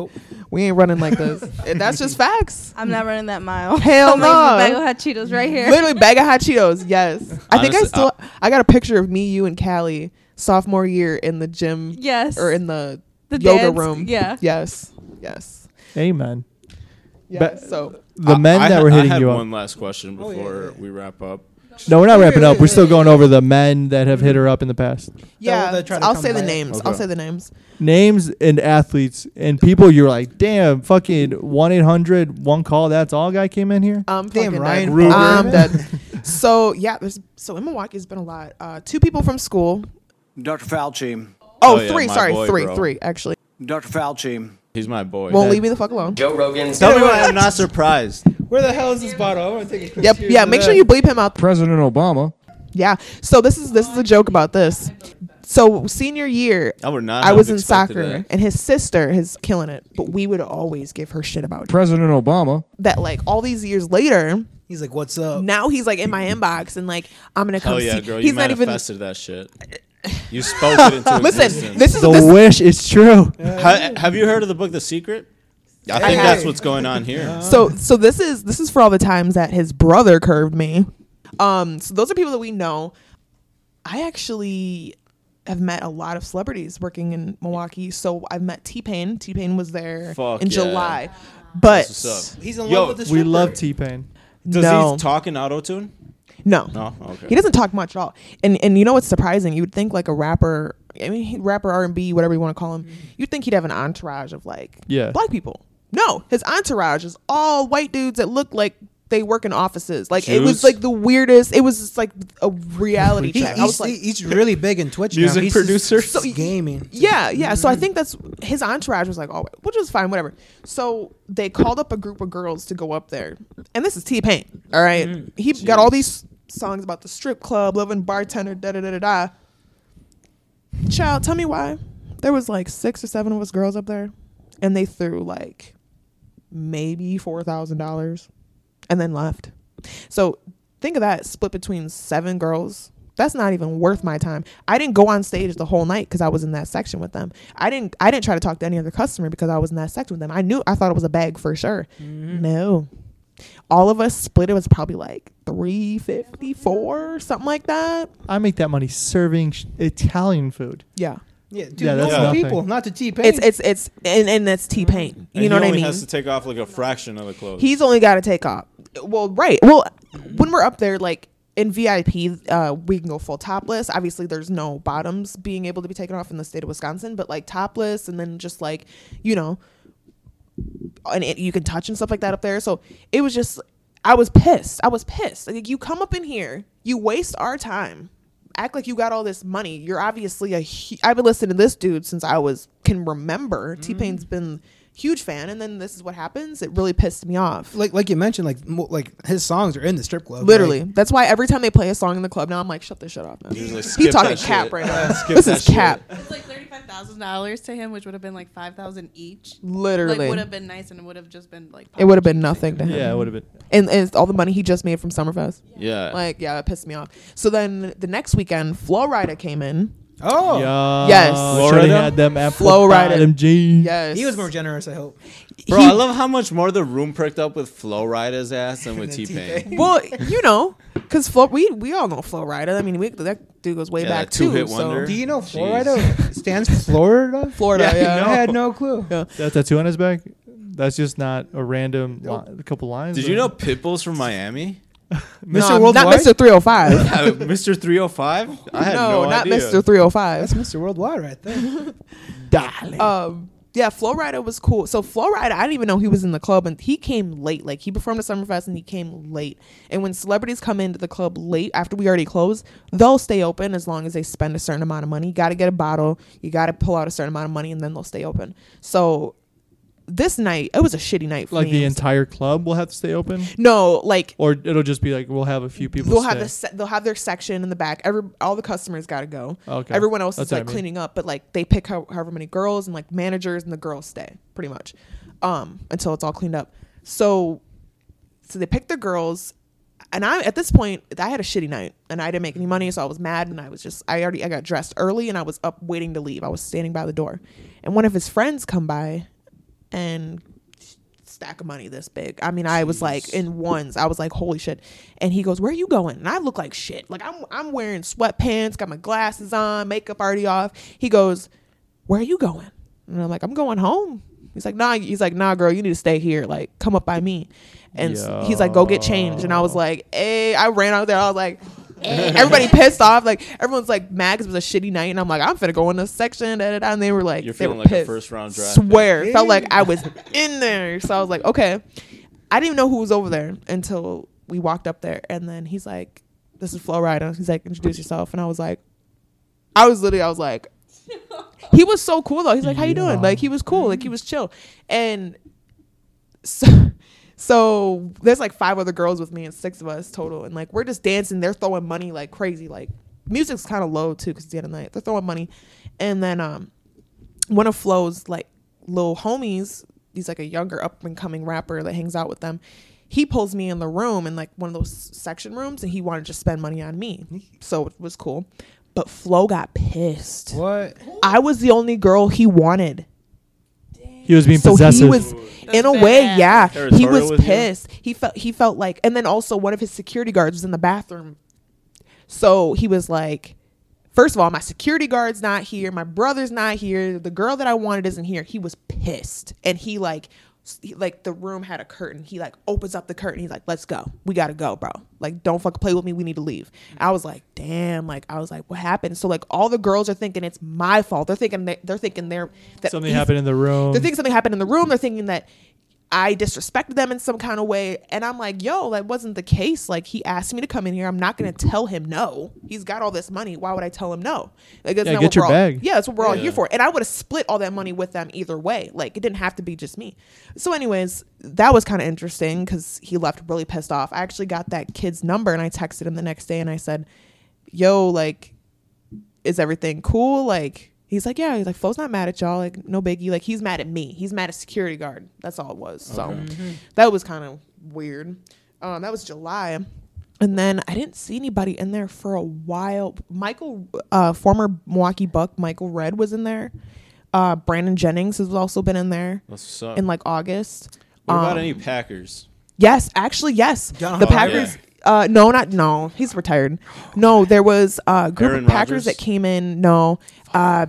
Speaker 10: we ain't running like this. and that's just facts.
Speaker 15: I'm not running that mile.
Speaker 10: Hell
Speaker 15: I'm like,
Speaker 10: no.
Speaker 15: Bagel hot Cheetos right here.
Speaker 10: Literally bag of hot Cheetos. Yes, I think I
Speaker 11: Honestly,
Speaker 10: still I got a picture of me, you, and Callie sophomore year in the gym.
Speaker 15: Yes.
Speaker 10: or in the,
Speaker 15: The
Speaker 10: yoga
Speaker 15: dance,
Speaker 10: room.
Speaker 15: yeah.
Speaker 10: Yes. Yes.
Speaker 9: Amen.
Speaker 10: Yeah.
Speaker 9: But
Speaker 10: so
Speaker 9: the
Speaker 11: I-
Speaker 9: men
Speaker 11: I
Speaker 9: that
Speaker 11: ha-
Speaker 9: were hitting
Speaker 11: I had
Speaker 9: you up.
Speaker 11: one last question before we wrap up.
Speaker 9: No, we're not wrapping up. We're still going over the men that have hit her up in the past.
Speaker 10: yeah,
Speaker 12: they try to
Speaker 10: I'll
Speaker 12: come
Speaker 10: say the
Speaker 12: back.
Speaker 10: names. I'll
Speaker 12: Okay.
Speaker 10: say the names.
Speaker 9: Names and athletes and people you're like, damn, fucking 1 800, one call, that's all guy came in here?
Speaker 17: Uh,
Speaker 10: I'm
Speaker 12: Damn,
Speaker 10: fucking
Speaker 12: Ryan
Speaker 10: dead.
Speaker 9: Ruger.
Speaker 10: I'm dead. so yeah, there's so in Milwaukee has been a lot. Uh, two people from school.
Speaker 13: Dr. Fauci.
Speaker 10: Oh,
Speaker 11: Oh, yeah,
Speaker 10: three.
Speaker 11: my
Speaker 10: sorry,
Speaker 11: boy,
Speaker 10: three.
Speaker 11: bro.
Speaker 10: Three actually.
Speaker 13: Dr. Fauci.
Speaker 11: He's my boy.
Speaker 10: Won't leave me the fuck alone.
Speaker 13: Joe Rogan.
Speaker 11: Tell me why I'm not surprised.
Speaker 12: Where the hell is this bottle? I want to take a quick
Speaker 10: Yep.
Speaker 12: cheers
Speaker 10: Yeah.
Speaker 12: to
Speaker 10: Make
Speaker 12: that.
Speaker 10: sure you bleep him out.
Speaker 17: President Obama.
Speaker 10: Yeah. So this is this is a joke about this. So senior year,
Speaker 11: I would not
Speaker 10: I
Speaker 11: have
Speaker 10: was in
Speaker 11: expected
Speaker 10: soccer,
Speaker 11: that.
Speaker 10: and his sister is killing it. But we would always give her shit about it.
Speaker 17: President Obama.
Speaker 10: that. Like all these years later,
Speaker 12: He's like, what's up?
Speaker 10: now he's like in my inbox, and like I'm gonna come
Speaker 11: Hell yeah,
Speaker 10: see.
Speaker 11: girl.
Speaker 10: he's
Speaker 11: you
Speaker 10: not even.
Speaker 11: manifested that shit. You spoke it into
Speaker 10: Listen,
Speaker 11: existence.
Speaker 10: this is-
Speaker 9: the wish is true.
Speaker 11: Ha- have you heard of the book The Secret? I think
Speaker 10: have.
Speaker 11: that's what's going on here.
Speaker 10: So so this is this is for all the times that his brother curved me. Um. So those are people that we know. I actually have met a lot of celebrities working in Milwaukee. So I've met T Pain. T Pain was there
Speaker 11: Fuck
Speaker 10: in
Speaker 11: yeah.
Speaker 10: July. But
Speaker 11: That's what's up.
Speaker 12: He's in
Speaker 11: Yo,
Speaker 12: love with this.
Speaker 9: We love T Pain.
Speaker 11: Does
Speaker 10: No.
Speaker 11: he talk in auto tune?
Speaker 10: No.
Speaker 11: No? Okay.
Speaker 10: He doesn't talk much at all. And and you know what's surprising? You would think like a rapper I mean, he, rapper R and B, whatever you want to call him. You'd think he'd have an entourage of like
Speaker 9: Yeah.
Speaker 10: black people. No, his entourage is all white dudes that look like they work in offices. Like it was
Speaker 12: Jews?
Speaker 10: like the weirdest. It was just like a reality
Speaker 12: He-
Speaker 10: check. I was
Speaker 12: he's,
Speaker 10: like,
Speaker 12: he's really big in Twitch now.
Speaker 10: Music
Speaker 12: He's
Speaker 10: producer?
Speaker 12: so gaming.
Speaker 10: yeah, yeah. So I think that's his entourage was like, oh, which is fine, whatever. So they called up a group of girls to go up there, and this is T Pain. All right, he got all these songs about the strip club, loving bartender, da da da da da. Child, tell me why there was like six or seven of us girls up there, and they threw like maybe four thousand dollars, and then left. So think of that split between seven girls. That's not even worth my time. I didn't go on stage the whole night because I was in that section with them. I didn't. I didn't try to talk to any other customer because I was in that section with them. I knew. I thought it was a bag for sure. No, all of us split. It was probably like three fifty four, something like that.
Speaker 9: I make that money serving sh- Italian food.
Speaker 10: Yeah.
Speaker 12: Yeah, dude,
Speaker 9: Yeah, that's
Speaker 12: normal
Speaker 9: nothing.
Speaker 12: people, not to T Pain.
Speaker 10: It's it's it's and and that's T Pain.
Speaker 11: And
Speaker 10: You know
Speaker 11: he
Speaker 10: what I
Speaker 11: only
Speaker 10: mean?
Speaker 11: Has to take off like a fraction of the clothes.
Speaker 10: He's only got to take off. Well, right. Well, when we're up there, like in VIP, uh, we can go full topless. Obviously, there's no bottoms being able to be taken off in the state of Wisconsin, but like topless, and then just like you know, and it, you can touch and stuff like that up there. So it was just, I was pissed. I was pissed. Like you come up in here, you waste our time. Act like you got all this money. You're obviously a. Hu- I've been listening to this dude since I was can
Speaker 12: Mm-hmm.
Speaker 10: remember. T Pain's been huge fan, and then this is what happens. It really pissed me off.
Speaker 12: like like you mentioned, like mo- like his songs are in the strip club.
Speaker 10: Literally.
Speaker 12: like-
Speaker 10: That's why every time they play a song in the club now, I'm like, shut this shit off, man.
Speaker 12: Usually
Speaker 10: he
Speaker 12: skip
Speaker 10: talking
Speaker 12: that
Speaker 10: cap
Speaker 12: shit.
Speaker 10: right
Speaker 12: Yeah,
Speaker 10: now.
Speaker 12: skip
Speaker 10: this
Speaker 12: that
Speaker 10: is
Speaker 12: shit.
Speaker 10: cap.
Speaker 14: It's like thirty-five thousand dollars to him, which would have been like five thousand each.
Speaker 10: Literally.
Speaker 14: like, would have been nice, and it would have just been like.
Speaker 10: It would have been nothing to him.
Speaker 9: Yeah, it would've been-
Speaker 10: And, and it's all the money he just made from Summerfest.
Speaker 11: Yeah.
Speaker 10: Like, yeah, it pissed me off. So then the next weekend, Flow Rider came in.
Speaker 12: Oh.
Speaker 9: Yeah.
Speaker 10: Yes.
Speaker 9: Florida had them apple
Speaker 10: Flow Rider.
Speaker 9: bottom jeans.
Speaker 10: Yes.
Speaker 12: He was more generous, I hope.
Speaker 11: Bro, I love how much more the room pricked up with Flow Rida's ass than with T Pain.
Speaker 10: well, you know, because Flo, we we all know Flow Rider. I mean, we, that dude goes way
Speaker 11: Yeah,
Speaker 10: back
Speaker 11: that two-hit
Speaker 10: too. so-
Speaker 11: wonder.
Speaker 12: Do you know
Speaker 11: Jeez.
Speaker 12: Florida stands for Florida?
Speaker 10: Florida, Yeah, yeah. I know.
Speaker 12: I had no clue.
Speaker 9: That tattoo on his back? That's just not a random li- couple lines.
Speaker 11: Did you know Pitbull's from Miami?
Speaker 10: No, Not Mr. 305.
Speaker 11: Yeah, Mr. 305? I had no,
Speaker 10: no, not oh
Speaker 11: idea.
Speaker 10: Mr. 305.
Speaker 12: That's Mr. Worldwide right there.
Speaker 10: Um, yeah, Flow Rider was cool. So Flow Rider, I didn't even know he was in the club, and he came late. Like he performed at Summerfest, and he came late. And when celebrities come into the club late after we already close, they'll stay open as long as they spend a certain amount of money. You got to get a bottle. You got to pull out a certain amount of money, and then they'll stay open. So this night, it was a shitty night for
Speaker 9: Like
Speaker 10: me.
Speaker 9: the entire club will have to stay open?
Speaker 10: no, like
Speaker 9: Or it'll just be like we'll have a few people.
Speaker 10: they'll have
Speaker 9: stay.
Speaker 10: the se- they'll have their section in the back. Every all the customers got to go.
Speaker 9: Okay.
Speaker 10: Everyone else
Speaker 9: That's
Speaker 10: is
Speaker 9: what I
Speaker 10: like
Speaker 9: mean.
Speaker 10: cleaning up, but like they pick how, however many girls and like managers and the girls stay pretty much um, until it's all cleaned up. So so they picked their girls, and I at this point I had a shitty night and I didn't make any money, so I was mad and I was just I already I got dressed early and I was up waiting to leave. I was standing by the door, and one of his friends come by, and stack of money this big. I mean, I was like in ones. I was like, "Holy shit!" And he goes, "Where are you going?" And I look like shit. Like I'm, I'm wearing sweatpants, got my glasses on, makeup already off. He goes, "Where are you going?" And I'm like, "I'm going home." He's like, "Nah." He's like, "Nah, girl, you need to stay here. Like, come up by me." And s- he's like, "Go get changed." And I was like, "Hey!" I ran out there. I was like. eh. Everybody pissed off. Like everyone's like mad 'cause it was a shitty night, and I'm like, I'm finna go in this section. Da, da, da. And they were like,
Speaker 11: You're
Speaker 10: they
Speaker 11: feeling
Speaker 10: were
Speaker 11: like a
Speaker 10: pissed.
Speaker 11: first-round draft pick.
Speaker 10: Swear, felt like I was in there. So I was like, okay. I didn't even know who was over there until we walked up there, and then he's like, "This is Flo Rida." He's like, "Introduce yourself," and I was like, I was literally, I was like, he was so cool though. He's like, "How you doing?" Like he was cool, like he was chill, and so. So there's like five other girls with me and six of us total, and like we're just dancing. They're throwing money like crazy. Like music's kind of low too because it's the end of the night. They're throwing money, and then um, one of Flo's like little homies, he's like a younger up and coming rapper that hangs out with them. He pulls me in the room in like one of those section rooms and he wanted to spend money on me. So it was cool. But Flo got pissed.
Speaker 12: What?
Speaker 10: I was the only girl he wanted.
Speaker 9: He was being
Speaker 10: so
Speaker 9: possessive.
Speaker 10: he was in a way, yeah. He
Speaker 9: Territorial
Speaker 10: was
Speaker 9: with you?
Speaker 10: pissed. He felt he felt like and then also one of his security guards was in the bathroom. So he was like First of all, my security guard's not here. My brother's not here. The girl that I wanted isn't here. He was pissed. And he like s- he- like the room had a curtain. He like opens up the curtain. He's like, "Let's go. We gotta go, bro. Like, don't fuck play with me. We need to leave." I was like, "Damn!" Like, I was like, "What happened?" So like, all the girls are thinking it's my fault. They're thinking they, they're thinking they're that
Speaker 9: Something
Speaker 10: he's-
Speaker 9: happened in the room.
Speaker 10: They're thinking something happened in the room. They're thinking that I disrespected them in some kind of way. And I'm like, yo, that wasn't the case. Like, he asked me to come in here. I'm not going to tell him no. He's got all this money. Why would I tell him no? Like, that's
Speaker 9: Yeah,
Speaker 10: not
Speaker 9: get
Speaker 10: what
Speaker 9: your
Speaker 10: we're all-
Speaker 9: bag.
Speaker 10: yeah, that's what we're all
Speaker 9: Yeah.
Speaker 10: here for. And I would have split all that money with them either way. Like, it didn't have to be just me. So, anyways, that was kind of interesting because he left really pissed off. I actually got that kid's number and I texted him the next day and I said, yo, like, is everything cool? Like, he's like, yeah. He's like, Flo's not mad at y'all. Like, no biggie. Like, he's mad at me. He's mad at security guard. That's all it was.
Speaker 1: Okay.
Speaker 10: So
Speaker 1: Mhm.
Speaker 10: that was kind of weird. Um, that was July. And then I didn't see anybody in there for a while. Michael, uh, former Milwaukee Buck, Michael Red was in there. Uh, Brandon Jennings has also been in there
Speaker 11: What's up?
Speaker 10: in like August.
Speaker 11: What about
Speaker 10: Um,
Speaker 11: any Packers?
Speaker 10: Yes, actually, yes. the
Speaker 11: Hall.
Speaker 10: Packers. Uh, no, not no. He's retired. No, there was a group
Speaker 11: Aaron
Speaker 10: of Packers
Speaker 11: Rodgers?
Speaker 10: that came in. No, uh,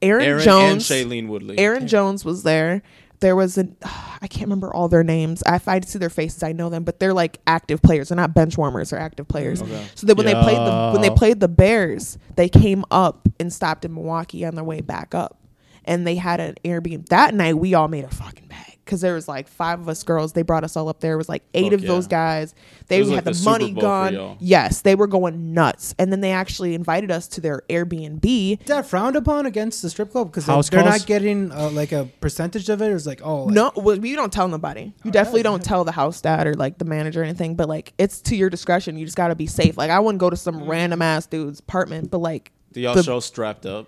Speaker 10: Aaron,
Speaker 11: Aaron and
Speaker 10: Jones
Speaker 11: Shailene Woodley.
Speaker 10: Aaron
Speaker 11: Damn.
Speaker 10: Jones was there. There was an I can't remember all their names. If I see their faces, I know them, but they're like active players. They're not bench warmers. They're active players.
Speaker 1: Okay.
Speaker 10: So that when they played the when they
Speaker 1: Yo.
Speaker 10: played the Bears, they came up and stopped in Milwaukee on their way back up, and they had an Airbnb that night. We all made a fucking bag because there was like five of us girls. They brought us all up there. It was like eight
Speaker 1: Fuck
Speaker 10: of those
Speaker 1: yeah.
Speaker 10: guys.
Speaker 1: It
Speaker 10: They
Speaker 1: was
Speaker 10: had
Speaker 1: like
Speaker 10: the,
Speaker 1: the Super
Speaker 10: money
Speaker 1: Bowl for y'all.
Speaker 10: gone. Yes, they were going nuts, and then they actually invited us to their Airbnb.
Speaker 12: Is that frowned upon against the strip club because they're,
Speaker 10: House
Speaker 12: they're
Speaker 10: calls?
Speaker 12: not getting uh, like a percentage of it? It's like oh, like,
Speaker 10: no, well, you don't tell nobody. You definitely don't tell the house dad or like the manager or anything. But like, it's to your discretion. You just gotta be safe. Like, I wouldn't go to some random ass dude's apartment, but like,
Speaker 11: Do y'all
Speaker 10: the-
Speaker 11: show strapped up?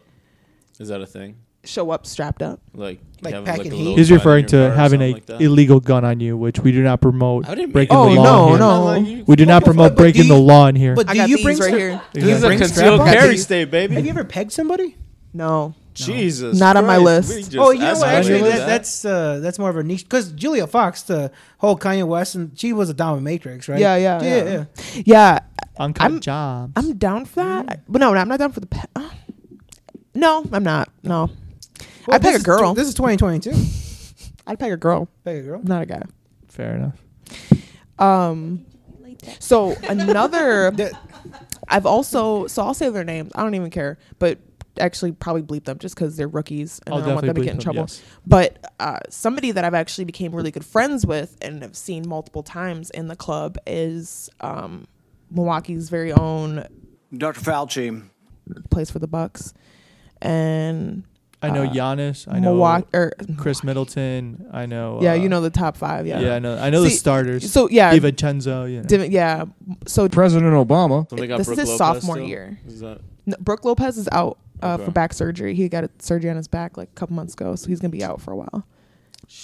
Speaker 11: Is that a thing?
Speaker 10: show up strapped up.
Speaker 11: Like, you
Speaker 10: Like
Speaker 11: have,
Speaker 10: packing
Speaker 11: a
Speaker 10: heat?
Speaker 11: little
Speaker 9: He's
Speaker 11: gun in
Speaker 9: referring
Speaker 11: your
Speaker 9: to
Speaker 11: car or
Speaker 9: having a
Speaker 11: something like that?
Speaker 9: illegal gun on you, which we do not promote.
Speaker 11: I didn't make
Speaker 9: breaking
Speaker 11: it.
Speaker 9: the
Speaker 11: Oh,
Speaker 9: law
Speaker 11: no,
Speaker 9: in
Speaker 11: no.
Speaker 9: here.
Speaker 11: You-
Speaker 9: we do not
Speaker 12: But-
Speaker 9: promote
Speaker 12: but do
Speaker 9: breaking the
Speaker 12: you-
Speaker 9: law in here.
Speaker 12: But
Speaker 10: I
Speaker 12: do
Speaker 10: got
Speaker 12: you
Speaker 10: these
Speaker 12: bring
Speaker 10: right
Speaker 12: strap-
Speaker 10: here.
Speaker 12: do you
Speaker 9: This is a
Speaker 12: bring strap
Speaker 11: concealed
Speaker 12: on?
Speaker 11: carry
Speaker 12: Have you-
Speaker 11: state, baby.
Speaker 12: Have you ever pegged somebody?
Speaker 10: No.
Speaker 11: Jesus.
Speaker 10: Not on my
Speaker 11: Christ,
Speaker 10: list.
Speaker 11: we just
Speaker 12: oh, you know
Speaker 11: asked
Speaker 12: what?
Speaker 11: about
Speaker 12: Actually,
Speaker 11: that.
Speaker 12: that, that's uh, that's more of a niche because Julia Fox, the whole Kanye West, and she was a dominatrix, right?
Speaker 10: Yeah, yeah,
Speaker 12: yeah,
Speaker 10: yeah.
Speaker 12: yeah.
Speaker 10: Yeah,
Speaker 9: Uncut jobs.
Speaker 10: I'm down for that. I- But no, no, I'm not down for the. Pe- uh, no, I'm not. No,
Speaker 12: Well,
Speaker 10: I'd peg
Speaker 12: this
Speaker 10: a
Speaker 12: is-
Speaker 10: girl.
Speaker 12: this is 2022.
Speaker 10: I'd peg a girl.
Speaker 12: Peg a girl.
Speaker 10: Not a guy.
Speaker 9: Fair enough.
Speaker 10: Um, so another, I've also so I'll say their names. I don't even care, but actually probably bleep them just because they're rookies and
Speaker 9: I'll
Speaker 10: I don't want them to
Speaker 9: definitely
Speaker 10: get in
Speaker 9: bleep them,
Speaker 10: trouble.
Speaker 9: yes.
Speaker 10: But uh, somebody that I've actually became really good friends with and have seen multiple times in the club is um, Milwaukee's very own
Speaker 13: Dr. Fauci.
Speaker 10: plays for the Bucks, and
Speaker 9: I know
Speaker 10: uh,
Speaker 9: Giannis. I know
Speaker 10: Milwaukee. Or,
Speaker 9: Chris Middleton. I know.
Speaker 10: yeah,
Speaker 9: uh,
Speaker 10: you know the top five. Yeah,
Speaker 9: Yeah, I know. I know the
Speaker 10: See,
Speaker 9: starters.
Speaker 10: So yeah,
Speaker 9: DiVincenzo. You know.
Speaker 10: Div- yeah. So
Speaker 9: President Obama.
Speaker 11: So they got
Speaker 10: this
Speaker 11: Brook
Speaker 10: is his
Speaker 11: Lopez
Speaker 10: sophomore
Speaker 11: still?
Speaker 10: year.
Speaker 11: Is that-
Speaker 10: No, Brooke Lopez is out uh,
Speaker 11: Okay.
Speaker 10: for back surgery. He got a surgery on his back like a couple months ago, so he's gonna be out for a while.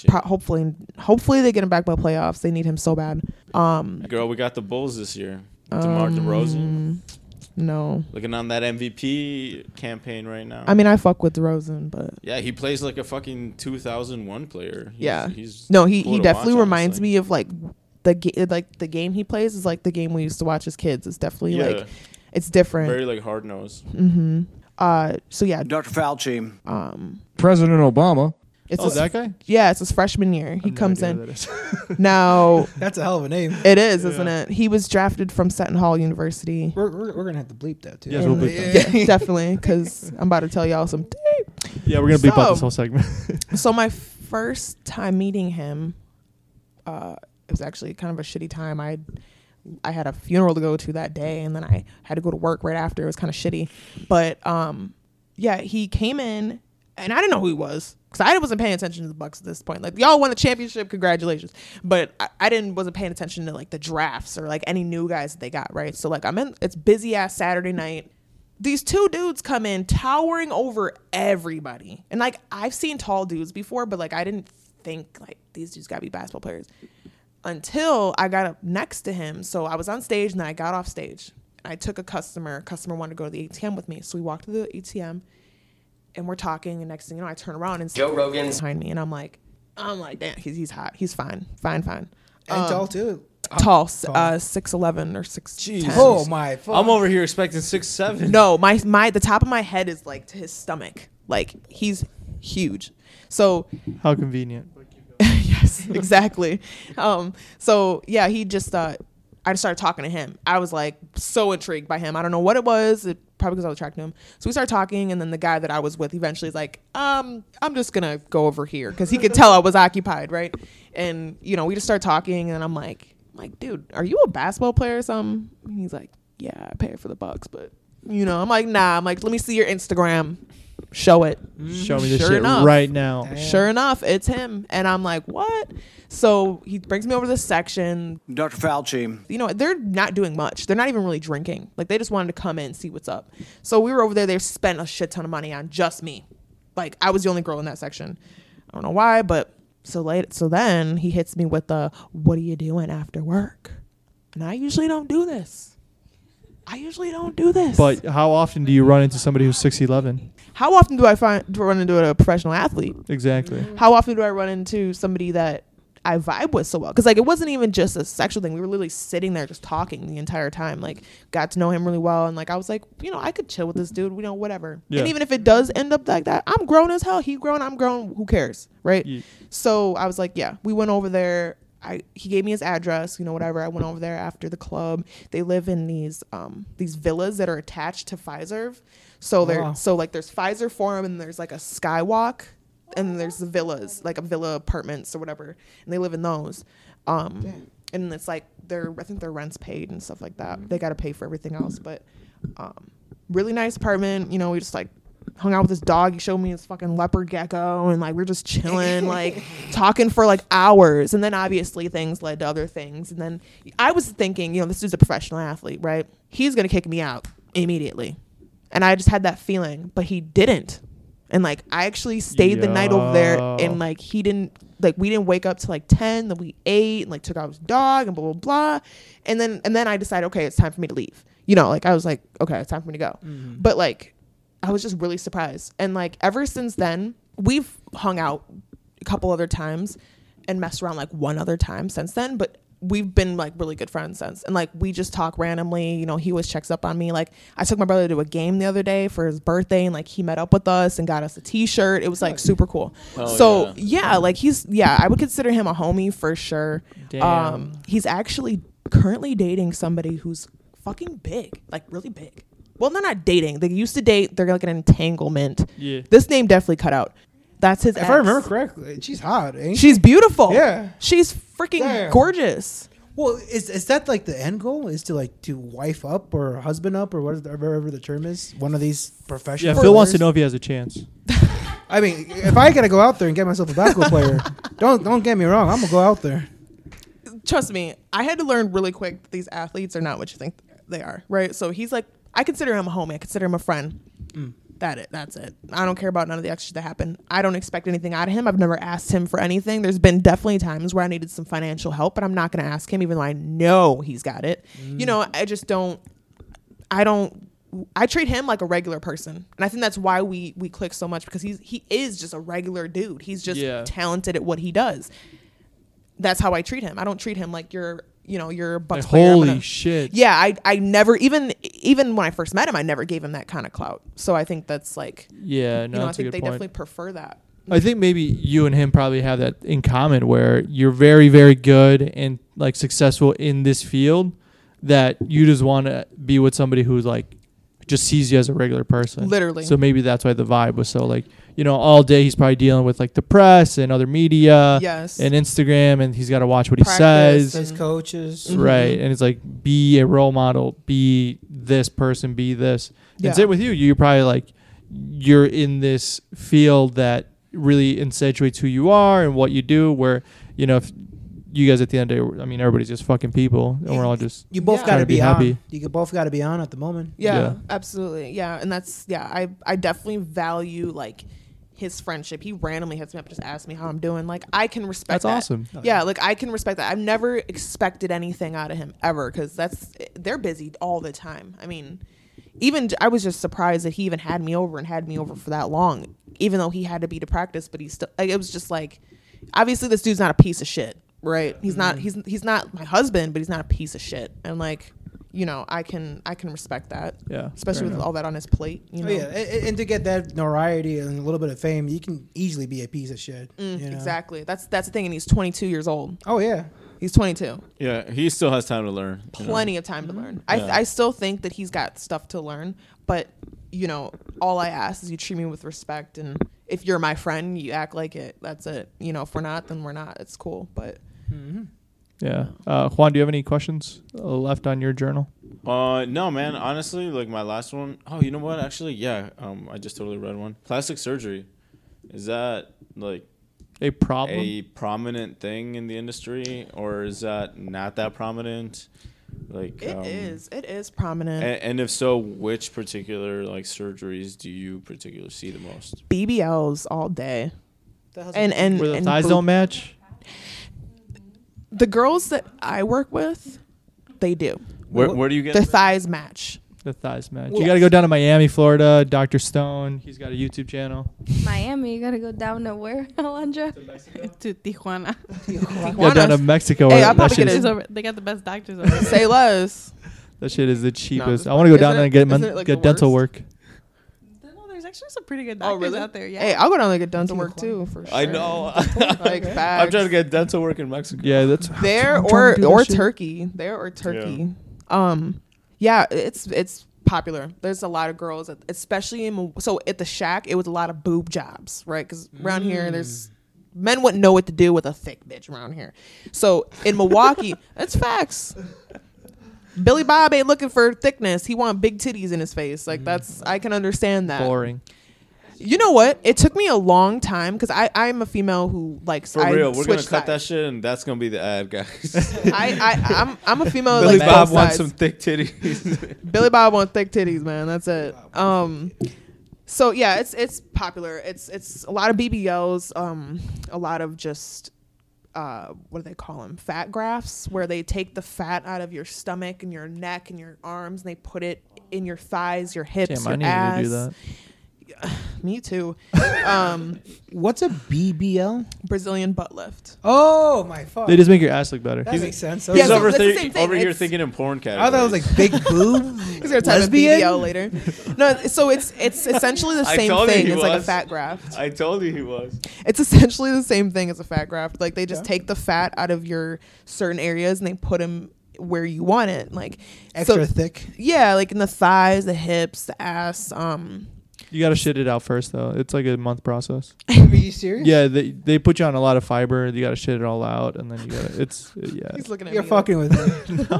Speaker 10: Pro- hopefully, hopefully they get him back by playoffs. They need him so bad. Um,
Speaker 11: Girl, we got the Bulls this year. DeMar
Speaker 10: um,
Speaker 11: DeRozan.
Speaker 10: No,
Speaker 11: Looking on that MVP campaign right now.
Speaker 10: I mean I fuck with DeRozan, but
Speaker 11: Yeah, he plays like a fucking 2001 player. He's,
Speaker 10: yeah,
Speaker 11: He's
Speaker 10: no, he
Speaker 11: cool
Speaker 10: he
Speaker 11: to
Speaker 10: definitely
Speaker 11: watch,
Speaker 10: reminds
Speaker 11: honestly.
Speaker 10: me of like the ga- like the game he plays is like the game we used to watch as kids. It's definitely
Speaker 11: Yeah.
Speaker 10: like it's different.
Speaker 11: Very like hard nose.
Speaker 10: mm-hmm. Uh, so yeah,
Speaker 13: Dr. Fauci.
Speaker 10: Um,
Speaker 9: President Obama.
Speaker 10: It's
Speaker 9: oh,
Speaker 10: his-
Speaker 9: that guy?
Speaker 10: Yeah, it's his freshman year. He comes
Speaker 9: idea who
Speaker 10: in. now
Speaker 12: That's a hell of a name.
Speaker 10: it is, isn't
Speaker 12: Yeah.
Speaker 10: it? He was drafted from Seton Hall University.
Speaker 12: We're, we're, we're gonna have to bleep that too.
Speaker 9: Yes, we'll bleep
Speaker 10: Yeah, definitely, because I'm about to tell y'all some. deep-
Speaker 9: Yeah, we're gonna bleep out this
Speaker 10: So-
Speaker 9: whole segment.
Speaker 10: so my first time meeting him, uh, it was actually kind of a shitty time. I I had a funeral to go to that day, and then I had to go to work right after. It was kind of shitty, but um, yeah, he came in, and I didn't know who he was because I wasn't paying attention to the Bucks at this point. Like y'all won a championship, congratulations! But I, I didn't wasn't paying attention to like the drafts or like any new guys that they got right. So like I'm in, it's busy ass Saturday night these two dudes come in towering over everybody. And like I've seen tall dudes before, but like I didn't think like these dudes gotta be basketball players until I got up next to him. So I was on stage and then I got off stage. I took a customer. Customer wanted to go to the ATM with me. So we walked to the ATM and we're talking. And next thing you know, I turn around and see
Speaker 1: Joe Rogan's-
Speaker 10: behind me. And I'm like, I'm like, damn, he's, he's hot. He's fine. Fine, fine.
Speaker 12: And tall, too.
Speaker 10: Tall, s- uh, 6'11 or 6'10.
Speaker 12: Oh my! Fuck.
Speaker 11: I'm over here expecting six seven.
Speaker 10: No, my my the top of my head is like to his stomach. Like he's huge. So
Speaker 9: How convenient.
Speaker 10: yes, exactly. Um, so yeah, he just uh, I just started talking to him. I was like so intrigued by him. I don't know what it was. It probably because I was attracted to him. So we started talking, and then the guy that I was with eventually is like, um, I'm just gonna go over here because he could tell I was occupied, right? And you know, we just started talking, and I'm like, I'm like, dude, are you a basketball player or something? And he's like, Yeah, I pay for the Bucks, but you know, I'm like, Nah. I'm like, let me see your Instagram. Show it.
Speaker 9: Show me this shit right now. Damn.
Speaker 10: Sure enough, it's him. And I'm like, what? So he brings me over to this section.
Speaker 13: Dr. Fauci.
Speaker 10: You know, they're not doing much. They're not even really drinking. Like, they just wanted to come in and see what's up. So we were over there. They spent a shit ton of money on just me. Like, I was the only girl in that section. I don't know why, but so late. So then he hits me with the, what are you doing after work? And I usually don't do this. I usually don't do this.
Speaker 9: But how often do you run into somebody who's six eleven?
Speaker 10: how often do I find do I run into a professional athlete?
Speaker 9: Exactly.
Speaker 10: How often do I run into somebody that I vibe with so well? Because like it wasn't even just a sexual thing. We were literally sitting there just talking the entire time. Like got to know him really well, and like I was like, you know, I could chill with this dude. You know, whatever.
Speaker 9: Yeah.
Speaker 10: And even if it does end up like that, I'm grown as hell. He grown. I'm grown. Who cares, right? So I was like, yeah. We went over there. I, he gave me his address, you know, whatever. I went over there after the club. They live in these um, these villas that are attached to Pfizer. So there,
Speaker 16: Wow.
Speaker 10: so like there's Pfizer Forum and there's like a skywalk and there's the villas, like a villa apartments or whatever, and they live in those. Um, and it's like their I think their rent's paid and stuff like that. They got to pay for everything else, but um, really nice apartment. You know, we just like hung out with this dog. He showed me his fucking leopard gecko, and like we we're just chilling, like talking for like hours. And then obviously things led to other things. And then I was thinking, you know, this dude's a professional athlete, right? He's gonna kick me out immediately, and I just had that feeling, but he didn't. And like I actually stayed the night over there,
Speaker 9: Yeah.
Speaker 10: and like he didn't like we didn't wake up till like ten. Then we ate and like took out his dog and blah blah blah, and then and then I decided okay it's time for me to leave. You know like I was like okay it's time for me to go,
Speaker 16: Mhm.
Speaker 10: but like I was just really surprised. And like ever since then, we've hung out a couple other times and messed around like one other time since then, but we've been like really good friends since. And like we just talk randomly, you know, he always checks up on me. Like I took my brother to a game the other day for his birthday and like he met up with us and got us a t-shirt. It was like super cool.
Speaker 16: Oh,
Speaker 10: so, yeah. like he's yeah, I would consider him a homie for sure.
Speaker 16: Damn.
Speaker 10: Um he's actually currently dating somebody who's fucking big, like really big. Well, they're not dating. They used to date. They're like an entanglement.
Speaker 12: Yeah.
Speaker 10: This name definitely cut out. That's his.
Speaker 12: If I remember
Speaker 10: ex.
Speaker 12: correctly, she's hot. Ain't
Speaker 10: she's
Speaker 12: she?
Speaker 10: beautiful.
Speaker 12: Yeah.
Speaker 10: she's freaking
Speaker 12: Damn.
Speaker 10: gorgeous.
Speaker 12: Well, is is that like the end goal? Is to like to wife up or husband up or whatever whatever the term is? One of these
Speaker 9: Yeah,
Speaker 12: professional.
Speaker 9: Phil wants to
Speaker 12: players?
Speaker 9: know if he has a chance.
Speaker 12: I mean, if I gotta go out there and get myself a basketball player, don't don't get me wrong. I'm gonna go out there.
Speaker 10: Trust me, I had to learn really quick that these athletes are not what you think they are. Right. So he's like, I consider him a homie. I consider him a friend.
Speaker 12: Mm.
Speaker 10: That it. That's it. I don't care about none of the extra that happened. I don't expect anything out of him. I've never asked him for anything. There's been definitely times where I needed some financial help, but I'm not going to ask him, even though I know he's got it. You know, I just don't. I don't. I treat him like a regular person, and I think that's why we we click so much because he's he is just a regular dude. He's just
Speaker 16: Yeah.
Speaker 10: talented at what he does. That's how I treat him. I don't treat him like you're you know you're a Bucks
Speaker 9: Like,
Speaker 10: player. I'm
Speaker 9: holy
Speaker 10: gonna-
Speaker 9: shit.
Speaker 10: Yeah, I I never even even when I first met him, I never gave him that kind of clout. So I think that's like
Speaker 9: Yeah,
Speaker 10: you
Speaker 9: no,
Speaker 10: know, I
Speaker 9: that's a
Speaker 10: think
Speaker 9: good
Speaker 10: they
Speaker 9: point.
Speaker 10: definitely prefer that.
Speaker 9: I think maybe you and him probably have that in common where you're very, very good and like successful in this field that you just want to be with somebody who's like just sees you as a regular person.
Speaker 10: Literally.
Speaker 9: So maybe that's why the vibe was so like, you know, all day he's probably dealing with like the press and other media
Speaker 12: Yes.
Speaker 9: and Instagram and he's got to watch what he
Speaker 12: Practice,
Speaker 9: says.
Speaker 12: his coaches.
Speaker 9: Mm-hmm. Right. And it's like, be a role model, be this person, be this.
Speaker 12: Yeah.
Speaker 9: And same with you. You're probably like, you're in this field that really accentuates who you are and what you do. Where, you know, if you guys at the end of the day, I mean, everybody's just fucking people and we're all just
Speaker 12: You both
Speaker 9: trying
Speaker 12: gotta
Speaker 9: to
Speaker 12: be, on. You could both gotta be on at the moment.
Speaker 10: Yeah, absolutely. Yeah, and that's yeah. I I definitely value like his friendship. He randomly hits me up, just asks me how I'm doing. Like I can respect.
Speaker 9: That's
Speaker 10: that.
Speaker 9: awesome. Oh,
Speaker 10: Yeah, like I can respect that. I've never expected anything out of him ever because that's they're busy all the time. I mean, even j- I was just surprised that he even had me over and had me over for that long, even though he had to be to practice. But he still like it was just like, obviously this
Speaker 12: Mm-hmm.
Speaker 10: dude's not a piece of shit, right? He's not. He's he's not my husband, but he's not a piece of shit. And like, you know, I can I can respect that.
Speaker 9: Yeah,
Speaker 10: Especially
Speaker 12: fair
Speaker 10: with
Speaker 12: enough.
Speaker 10: all that on his plate, you know.
Speaker 12: Oh, yeah, a- a- and to get that notoriety and a little bit of fame, you can easily be a piece of shit.
Speaker 10: Mm,
Speaker 12: you know?
Speaker 10: Exactly. That's that's the thing and he's 22 years old.
Speaker 12: Oh yeah.
Speaker 10: He's 22.
Speaker 11: Yeah, he still has time to learn. you know.
Speaker 10: plenty of time to learn. I,
Speaker 11: Yeah.
Speaker 10: I still think that he's got stuff to learn, but you know, all I ask is you treat me with respect, and if you're my friend, you act like it. That's it. You know, if we're not, then we're not. It's cool, but
Speaker 9: Yeah. Uh, Juan, do you have any questions uh, left on your journal?
Speaker 11: Uh, no, man. Honestly, like my last one oh you know what? Actually, yeah. Um, I just totally read one. Plastic surgery, is that like
Speaker 9: a problem?
Speaker 11: A prominent thing in the industry, or is that not that prominent? Like
Speaker 10: it is.
Speaker 11: um,
Speaker 10: It is prominent.
Speaker 11: And, and if so, which particular like surgeries do you particularly see the most?
Speaker 10: BBLs all day,
Speaker 12: hell's
Speaker 10: and
Speaker 12: that?
Speaker 10: and
Speaker 11: Where the
Speaker 10: and
Speaker 11: thighs don't
Speaker 9: match.
Speaker 10: The girls that I work with, they do.
Speaker 11: Where- where do you get
Speaker 10: their
Speaker 11: that?
Speaker 10: thighs match?
Speaker 9: The thighs match.
Speaker 10: Well-
Speaker 9: you got to go down to Miami, Florida. Dr. Stone. He's got a YouTube channel.
Speaker 16: Miami, you gotta go down to where, Alondra?
Speaker 14: To Tijuana.
Speaker 9: Yeah, down to Mexico.
Speaker 14: Hey,
Speaker 9: That
Speaker 14: I'll probably
Speaker 9: shit
Speaker 14: get
Speaker 9: is-
Speaker 14: it. Over, they got the best doctors over there.
Speaker 10: Say less.
Speaker 9: That shit is the cheapest. I want to go
Speaker 10: Isn't
Speaker 9: down there
Speaker 10: it-
Speaker 9: and get
Speaker 10: isn't
Speaker 9: men-
Speaker 10: it, like,
Speaker 9: get
Speaker 10: the
Speaker 9: dental work.
Speaker 14: No, there's actually some pretty good doctors out there. Yeah.
Speaker 10: Hey, I'll go down there and get done to work too for sure.
Speaker 11: Oh, I know.
Speaker 10: like
Speaker 11: I'm
Speaker 10: bags.
Speaker 11: trying to get dental work in Mexico.
Speaker 9: Yeah, that's
Speaker 10: there or or Turkey. There or Turkey. Um, yeah, it's it's popular. There's a lot of girls, especially in so at the shack, it was a lot of boob jobs, right? Because around
Speaker 14: Mm.
Speaker 10: here, there's men wouldn't know what to do with a thick bitch around here. So in Milwaukee, that's facts. Billy Bob ain't looking for thickness. He want big titties in his face.
Speaker 14: Mm.
Speaker 10: Like that's I can understand that.
Speaker 9: Boring.
Speaker 10: You know what? It took me a long time because I I'm a female who likes
Speaker 11: For
Speaker 10: I
Speaker 11: real, we're gonna
Speaker 10: switched
Speaker 11: cut that shit, and that's gonna be the ad, guys.
Speaker 10: I, I I'm I'm a female.
Speaker 11: Billy
Speaker 10: like
Speaker 11: Bob
Speaker 10: both
Speaker 11: wants
Speaker 10: sides.
Speaker 11: some thick titties.
Speaker 10: Billy Bob wants thick titties, man. That's it. Um, so yeah, it's it's popular. It's it's a lot of BBLs. Um, a lot of just. Uh, what do they call them? Fat grafts, where they take the fat out of your stomach and your neck and your arms, and they put it in your thighs, your hips,
Speaker 9: Damn, I
Speaker 10: your
Speaker 9: needed to do
Speaker 10: ass.
Speaker 9: that.
Speaker 10: Me too. Um,
Speaker 12: What's a BBL?
Speaker 10: Brazilian butt lift.
Speaker 12: Oh my fuck.
Speaker 9: They just make your ass look better.
Speaker 12: That
Speaker 9: He's-
Speaker 12: makes sense.
Speaker 11: He's
Speaker 12: Okay.
Speaker 11: over,
Speaker 10: that's the
Speaker 11: thi-
Speaker 10: same thing.
Speaker 11: over here
Speaker 10: It's-
Speaker 11: thinking in porn
Speaker 12: I
Speaker 11: categories.
Speaker 12: thought it was like big boob.
Speaker 10: He's gonna talk about
Speaker 12: Lesbian?
Speaker 10: BBL later. No, so it's it's essentially the
Speaker 11: I
Speaker 10: same
Speaker 11: told you
Speaker 10: thing.
Speaker 11: he
Speaker 10: It's like a
Speaker 11: was.
Speaker 10: fat graft.
Speaker 11: I told you he was.
Speaker 10: It's essentially the same thing as a fat graft. Like they just take the fat out of your certain areas and they put them where you want it. Like
Speaker 12: Extra thick?
Speaker 10: Yeah, like in the thighs, the hips, the ass. Um,
Speaker 9: You got to shit it out first though. It's like a month process.
Speaker 12: Are you serious?
Speaker 9: Yeah, they they put you on a lot of fiber. You got to shit it all out, and then you got to. It's yeah.
Speaker 10: He's looking at
Speaker 12: You're
Speaker 10: me
Speaker 12: fucking
Speaker 10: like-
Speaker 12: with me. No.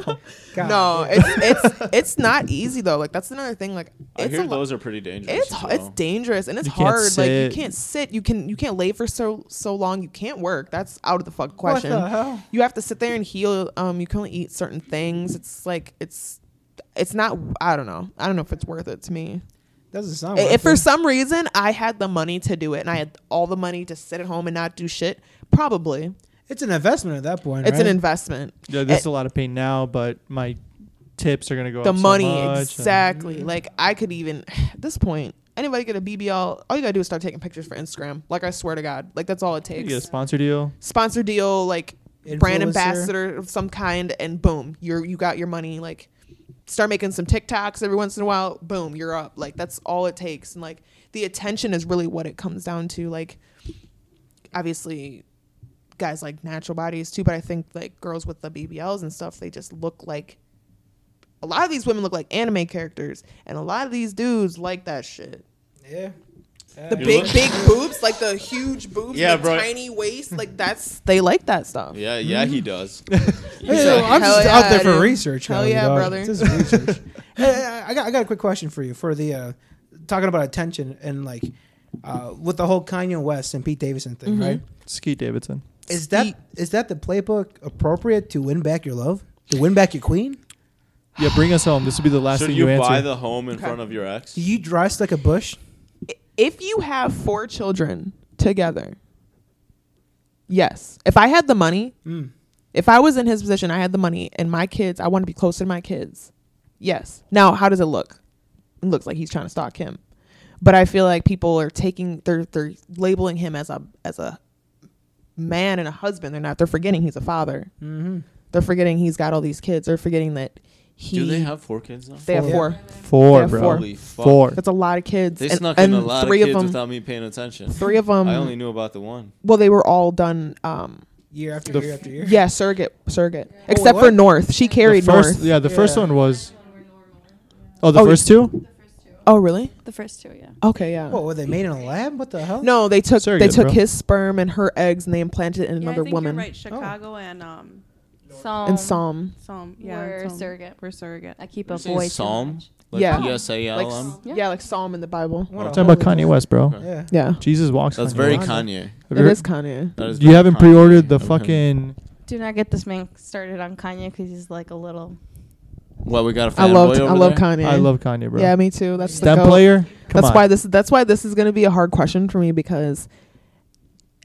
Speaker 12: God damn.
Speaker 10: no, it's it's it's not easy though. Like that's another thing. Like
Speaker 11: I
Speaker 10: it's
Speaker 11: hear
Speaker 10: a lo-
Speaker 11: those are pretty dangerous
Speaker 10: It's
Speaker 11: as
Speaker 10: h- it's
Speaker 11: well.
Speaker 10: dangerous and it's
Speaker 9: You can't
Speaker 10: hard. Like you
Speaker 9: sit.
Speaker 10: can't sit. You can you can't lay for so so long. You can't work. That's out of the fuck
Speaker 12: What
Speaker 10: question.
Speaker 12: the hell?
Speaker 10: You have to sit there and heal. Um, you can only eat certain things. It's like it's it's not. I don't know. I don't know if it's worth it to me.
Speaker 12: Doesn't sound.
Speaker 10: If
Speaker 12: worth
Speaker 10: for
Speaker 12: it.
Speaker 10: some reason I had the money to do it and I had all the money to sit at home and not do shit, probably
Speaker 12: it's an investment at that point.
Speaker 10: it's an
Speaker 12: right?
Speaker 10: investment.
Speaker 9: Yeah, there's a lot of pain now, but my tips are gonna go
Speaker 10: the
Speaker 9: up so
Speaker 10: money
Speaker 9: much, and-
Speaker 10: exactly like i could even at this point anybody get a bbl all you gotta do is start taking pictures for instagram like i swear to god like that's all it
Speaker 9: You
Speaker 10: takes
Speaker 9: get a sponsor deal.
Speaker 10: sponsor deal like brand
Speaker 12: Influencer.
Speaker 10: ambassador of some kind and boom you're you got your money like start making some tiktoks every once in a while boom you're up like that's all it takes and like the attention is really what it comes down to like obviously guys like natural bodies too but i think like girls with the bbls and stuff they just look like a lot of these women look like anime characters and a lot of these dudes like that shit
Speaker 12: yeah.
Speaker 10: the
Speaker 12: You
Speaker 10: big
Speaker 12: look-
Speaker 10: big boobs like the huge boobs
Speaker 11: Yeah,
Speaker 10: the
Speaker 11: bro.
Speaker 10: tiny waist like that's they like that stuff
Speaker 11: Yeah, yeah, he does.
Speaker 12: Hey,
Speaker 10: So,
Speaker 12: I'm
Speaker 10: hell
Speaker 12: just out there
Speaker 10: yeah,
Speaker 12: for
Speaker 10: dude.
Speaker 12: research.
Speaker 10: Hell
Speaker 12: guys,
Speaker 10: yeah,
Speaker 12: dog.
Speaker 10: brother.
Speaker 12: This is research. Hey, I, I got, I got a quick question for you for the uh, talking about attention and like uh, with the whole Kanye West and Pete Davidson thing,
Speaker 10: Mm-hmm.
Speaker 9: Mhm.
Speaker 12: right?
Speaker 9: Skeet Davidson.
Speaker 12: Is that is that the playbook appropriate to win back your love? To win back your queen?
Speaker 9: Yeah, bring us home. This would be the last
Speaker 11: Should
Speaker 9: thing
Speaker 11: you
Speaker 9: you,
Speaker 11: buy
Speaker 9: answer.
Speaker 11: the home in front of your ex?
Speaker 12: Do you dress like a bush?
Speaker 10: if you have four children together, yes. If I had the money,
Speaker 12: Mm.
Speaker 10: if I was in his position, I had the money and my kids, I want to be closer to my kids. Yes. Now, how does it look? It looks like he's trying to stalk him. But I feel like people are taking they're they're labeling him as a as a man and a husband. They're not. They're forgetting he's a father.
Speaker 12: Mhm.
Speaker 10: They're forgetting he's got all these kids. They're forgetting that He,
Speaker 11: Do they have four kids now?
Speaker 10: They have four.
Speaker 9: Four,
Speaker 10: They have
Speaker 9: bro.
Speaker 11: Holy fuck.
Speaker 9: Four.
Speaker 10: That's a lot of kids.
Speaker 11: They
Speaker 10: and,
Speaker 11: snuck
Speaker 10: and
Speaker 11: in a lot
Speaker 10: three
Speaker 11: of kids
Speaker 10: them,
Speaker 11: without me paying attention.
Speaker 10: Three of them.
Speaker 11: I only knew about the one.
Speaker 10: Well, they were all done. Um,
Speaker 12: Year after
Speaker 10: the
Speaker 12: year
Speaker 10: f-
Speaker 12: after year?
Speaker 10: Yeah, surrogate, surrogate.
Speaker 12: Oh,
Speaker 10: Except for
Speaker 12: what?
Speaker 10: North, she carried
Speaker 9: the first,
Speaker 10: North.
Speaker 9: Yeah, the first one was. Oh, the
Speaker 10: Oh,
Speaker 9: first two.
Speaker 10: Oh, really?
Speaker 15: The first two, yeah.
Speaker 10: Okay, yeah.
Speaker 12: What were they made in a lab? What the hell?
Speaker 10: No, they took
Speaker 9: Surrogate,
Speaker 10: they took
Speaker 9: bro.
Speaker 10: his sperm and her eggs and they implanted it in
Speaker 14: Yeah, I
Speaker 10: another
Speaker 14: think
Speaker 10: woman.
Speaker 14: You're right,
Speaker 12: Oh.
Speaker 14: Chicago and um,
Speaker 15: Psalm.
Speaker 10: And Psalm.
Speaker 14: Psalm. Yeah,
Speaker 15: We're
Speaker 14: Psalm.
Speaker 15: surrogate.
Speaker 14: We're surrogate.
Speaker 15: I keep
Speaker 11: You're
Speaker 15: a
Speaker 11: saying
Speaker 15: boy.
Speaker 11: Psalm? Like
Speaker 10: yeah. Like,
Speaker 11: P-S-A-L-M?
Speaker 10: s- yeah. like Psalm in the Bible.
Speaker 11: What a
Speaker 9: Talking about Kanye West, bro.
Speaker 12: Yeah.
Speaker 10: Yeah.
Speaker 9: Jesus walks.
Speaker 11: That's
Speaker 9: on
Speaker 11: very
Speaker 9: you.
Speaker 11: Kanye.
Speaker 9: Have
Speaker 10: It
Speaker 9: you-
Speaker 10: is Kanye.
Speaker 11: That is
Speaker 9: You
Speaker 11: very
Speaker 9: haven't
Speaker 11: Kanye.
Speaker 9: pre-ordered the
Speaker 11: Okay.
Speaker 9: fucking.
Speaker 15: Do not get this man started on Kanye because he's like a little.
Speaker 11: Well, we got a
Speaker 10: I
Speaker 11: fanboy
Speaker 10: love
Speaker 11: over
Speaker 10: I love
Speaker 11: there?
Speaker 10: Kanye.
Speaker 9: I love Kanye, bro.
Speaker 10: Yeah, me too. That's the
Speaker 9: Stem
Speaker 10: goat.
Speaker 9: player? Come
Speaker 10: that's
Speaker 9: on.
Speaker 10: why this that's why this is going to be a hard question for me because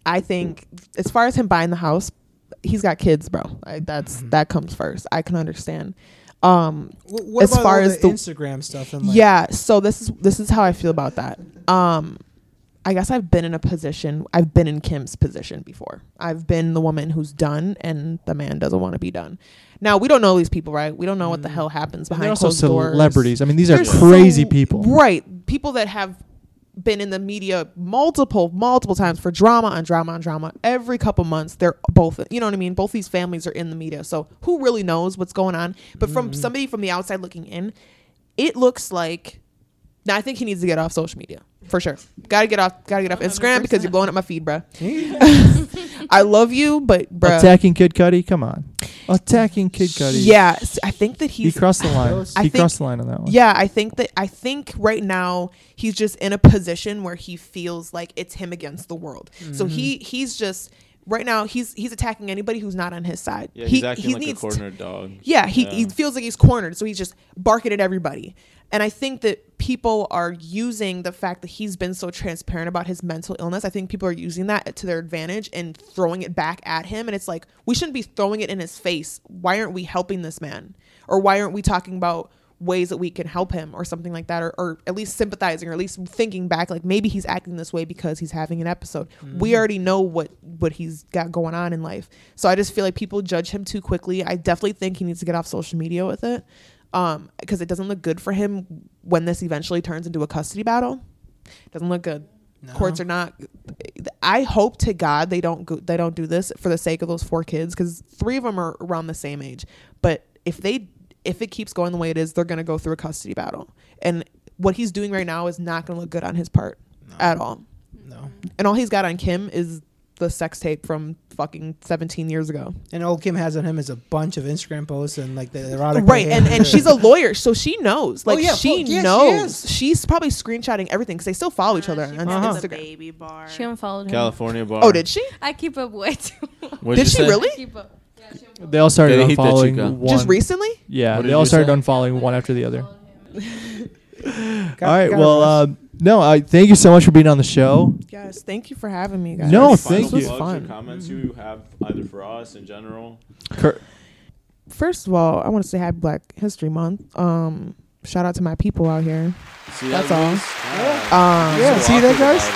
Speaker 10: I think as far as him buying the house, he's got kids, bro. I, that's
Speaker 12: Mm-hmm.
Speaker 10: that comes first. I can understand. Um,
Speaker 12: Wh- what
Speaker 10: as
Speaker 12: about
Speaker 10: far
Speaker 12: all
Speaker 10: as
Speaker 12: the
Speaker 10: the
Speaker 12: Instagram stuff and, like-
Speaker 10: yeah, so this is this is how I feel about that. Um, I guess I've been in a position. I've been in Kim's position before. I've been the woman who's done, and the man doesn't want to be done. Now we don't know these people, right? We don't know
Speaker 12: Mm.
Speaker 10: what the hell happens
Speaker 9: And
Speaker 10: behind
Speaker 9: They're also
Speaker 10: closed doors.
Speaker 9: celebrities. I mean, these are
Speaker 10: They're
Speaker 9: crazy
Speaker 10: so-
Speaker 9: people.
Speaker 10: Right. People that have been in the media multiple, multiple times for drama on drama on drama. Every couple months, they're both, you know what I mean? Both these families are in the media. So who really knows what's going on? But from
Speaker 9: Mm-hmm.
Speaker 10: somebody from the outside looking in, it looks like. Now I think he needs to get off social media for sure. Gotta get off, gotta get off Instagram because you're blowing up my feed, bruh. I love you, but bruh.
Speaker 9: Attacking Kid Cudi. Come on. Attacking Kid Cudi.
Speaker 10: Yeah, s- I think that
Speaker 9: He
Speaker 10: he's
Speaker 9: crossed the line.
Speaker 10: I
Speaker 9: He
Speaker 10: think-
Speaker 9: crossed the line on that one.
Speaker 10: Yeah, I think that I think right now he's just in a position where he feels like it's him against the world. So he
Speaker 11: Mm-hmm.
Speaker 10: he's just right now he's he's attacking anybody who's not on his side.
Speaker 11: Yeah, he's
Speaker 10: He-
Speaker 11: acting
Speaker 10: he
Speaker 11: like a
Speaker 10: needs to-
Speaker 11: cornered dog.
Speaker 10: yeah, he, he feels like he's cornered, so he's just barking at everybody. And I think that people are using the fact that he's been so transparent about his mental illness. I think people are using that to their advantage and throwing it back at him. And it's like, we shouldn't be throwing it in his face. Why aren't we helping this man? Or why aren't we talking about ways that we can help him or something like that? Or, or at least sympathizing or at least thinking back, like maybe he's acting this way because he's having an episode. We
Speaker 12: Mhm.
Speaker 10: already know what what he's got going on in life. So I just feel like people judge him too quickly. I definitely think he needs to get off social media with it um because it doesn't look good for him when this eventually turns into a custody battle doesn't look good courts are not i hope to god they don't go, they don't do this for the sake of those four kids because three of them are around the same age but if they if it keeps going the way it is they're going to go through a custody battle and what he's doing right now is not going to look good on his part at all
Speaker 12: No.
Speaker 10: and all he's got on kim is the sex tape from fucking 17 years ago
Speaker 12: And old Kim has on him is a bunch of Instagram posts and like the erotic.
Speaker 10: right and, and she's a lawyer so she knows
Speaker 12: Oh,
Speaker 10: like
Speaker 12: yeah,
Speaker 10: she
Speaker 12: fuck, yeah, she Uh,
Speaker 10: knows she's probably screenshotting everything because they still follow each other on
Speaker 12: probably
Speaker 10: instagram
Speaker 14: baby bar.
Speaker 15: She unfollowed him.
Speaker 11: California bar.
Speaker 10: oh did she
Speaker 15: I keep up way too.
Speaker 11: What'd Did you she say? really?
Speaker 15: I keep up.
Speaker 9: They all started
Speaker 11: They hate that
Speaker 9: unfollowing
Speaker 11: chica.
Speaker 9: one.
Speaker 10: Just recently?
Speaker 9: Yeah,
Speaker 11: What
Speaker 9: they
Speaker 11: did
Speaker 9: all
Speaker 11: you
Speaker 9: started
Speaker 11: say?
Speaker 9: unfollowing one after the other.
Speaker 10: Got-
Speaker 9: all right.
Speaker 10: got
Speaker 9: Well,
Speaker 10: us.
Speaker 9: um, no. I thank you so much for being on the show.
Speaker 10: yes thank you for having me guys
Speaker 9: No,
Speaker 10: This
Speaker 9: thank
Speaker 10: was
Speaker 9: you.
Speaker 10: fun.
Speaker 11: comments you have either for us in general.
Speaker 10: first of all i want to say happy black history month um shout out to my people out here
Speaker 11: See
Speaker 10: that's
Speaker 11: that,
Speaker 10: all
Speaker 11: Luis?
Speaker 10: um
Speaker 12: yeah, see that, guys?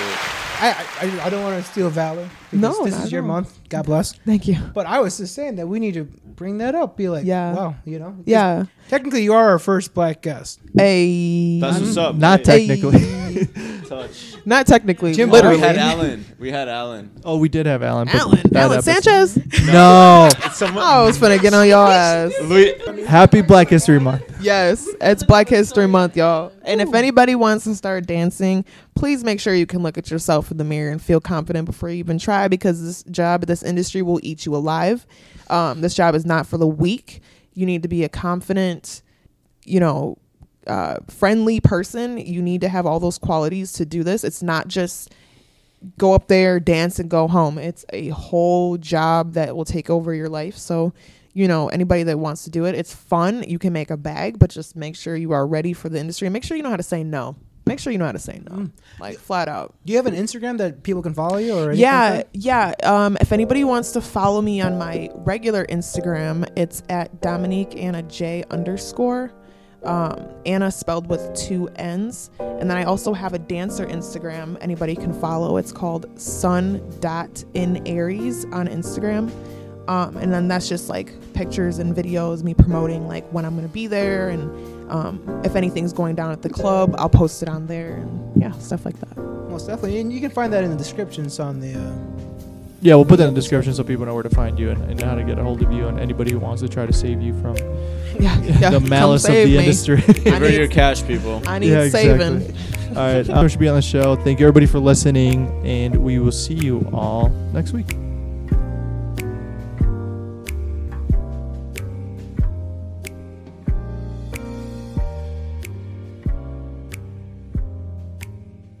Speaker 10: I,
Speaker 12: I, I don't want to steal valor. because
Speaker 10: No,
Speaker 12: this
Speaker 10: not
Speaker 12: is
Speaker 10: at
Speaker 12: your
Speaker 10: all.
Speaker 12: month. God bless.
Speaker 10: Thank you.
Speaker 12: But I was just saying that we need to bring that up. Be like,
Speaker 10: Yeah.
Speaker 12: wow, you know, 'cause
Speaker 10: Yeah.
Speaker 12: Technically, you are our first black guest.
Speaker 10: Hey,
Speaker 11: That's what's up.
Speaker 9: Not
Speaker 11: Hey.
Speaker 9: technically.
Speaker 11: Touch.
Speaker 10: not technically
Speaker 11: Jim,
Speaker 10: literally
Speaker 11: we had Alan. We had Alan.
Speaker 9: oh, we did have Alan. but
Speaker 10: Alan,
Speaker 9: that
Speaker 10: Alan
Speaker 9: episode-
Speaker 10: Sanchez.
Speaker 9: No.
Speaker 10: I was finna get on y'all ass.
Speaker 9: Happy Black History Month.
Speaker 10: Yes, it's Black History Month, y'all. And if anybody wants to start dancing, please make sure you can look at yourself in the mirror and feel confident before you even try because this job, this industry will eat you alive. Um, this job is not for the weak. You need to be a confident, you know, uh, friendly person. You need to have all those qualities to do this. It's not just go up there, dance, and go home. It's a whole job that will take over your life. So, you know, anybody that wants to do it, it's fun. You can make a bag, but just make sure you are ready for the industry and make sure you know how to say no. Make sure you know how to say no, like flat out.
Speaker 12: Do you have an Instagram that people can follow you or anything
Speaker 10: Yeah,
Speaker 12: like
Speaker 10: yeah. Um, if anybody wants to follow me on my regular Instagram, it's at Dominique Anna J underscore. Um, Anna spelled with two N's. And then I also have a dancer Instagram anybody can follow. It's called sun.inaries on Instagram. Um, and then that's just like pictures and videos, me promoting like when I'm going to be there. And um, if anything's going down at the club, I'll post it on there and yeah, stuff like that.
Speaker 12: Most definitely, and you can find that in the descriptions on the. Uh,
Speaker 9: Yeah, we'll put that in the description so people know where to find you and, and how to get a hold of you and anybody who wants to try to save you from
Speaker 10: yeah,
Speaker 9: the
Speaker 10: come
Speaker 9: malice of
Speaker 10: save
Speaker 9: the
Speaker 10: me.
Speaker 9: industry.
Speaker 10: I Give her need-
Speaker 11: your cash, people.
Speaker 10: I need saving.
Speaker 9: All right, I should be on the show. Thank you everybody for listening, and we will see you all next week.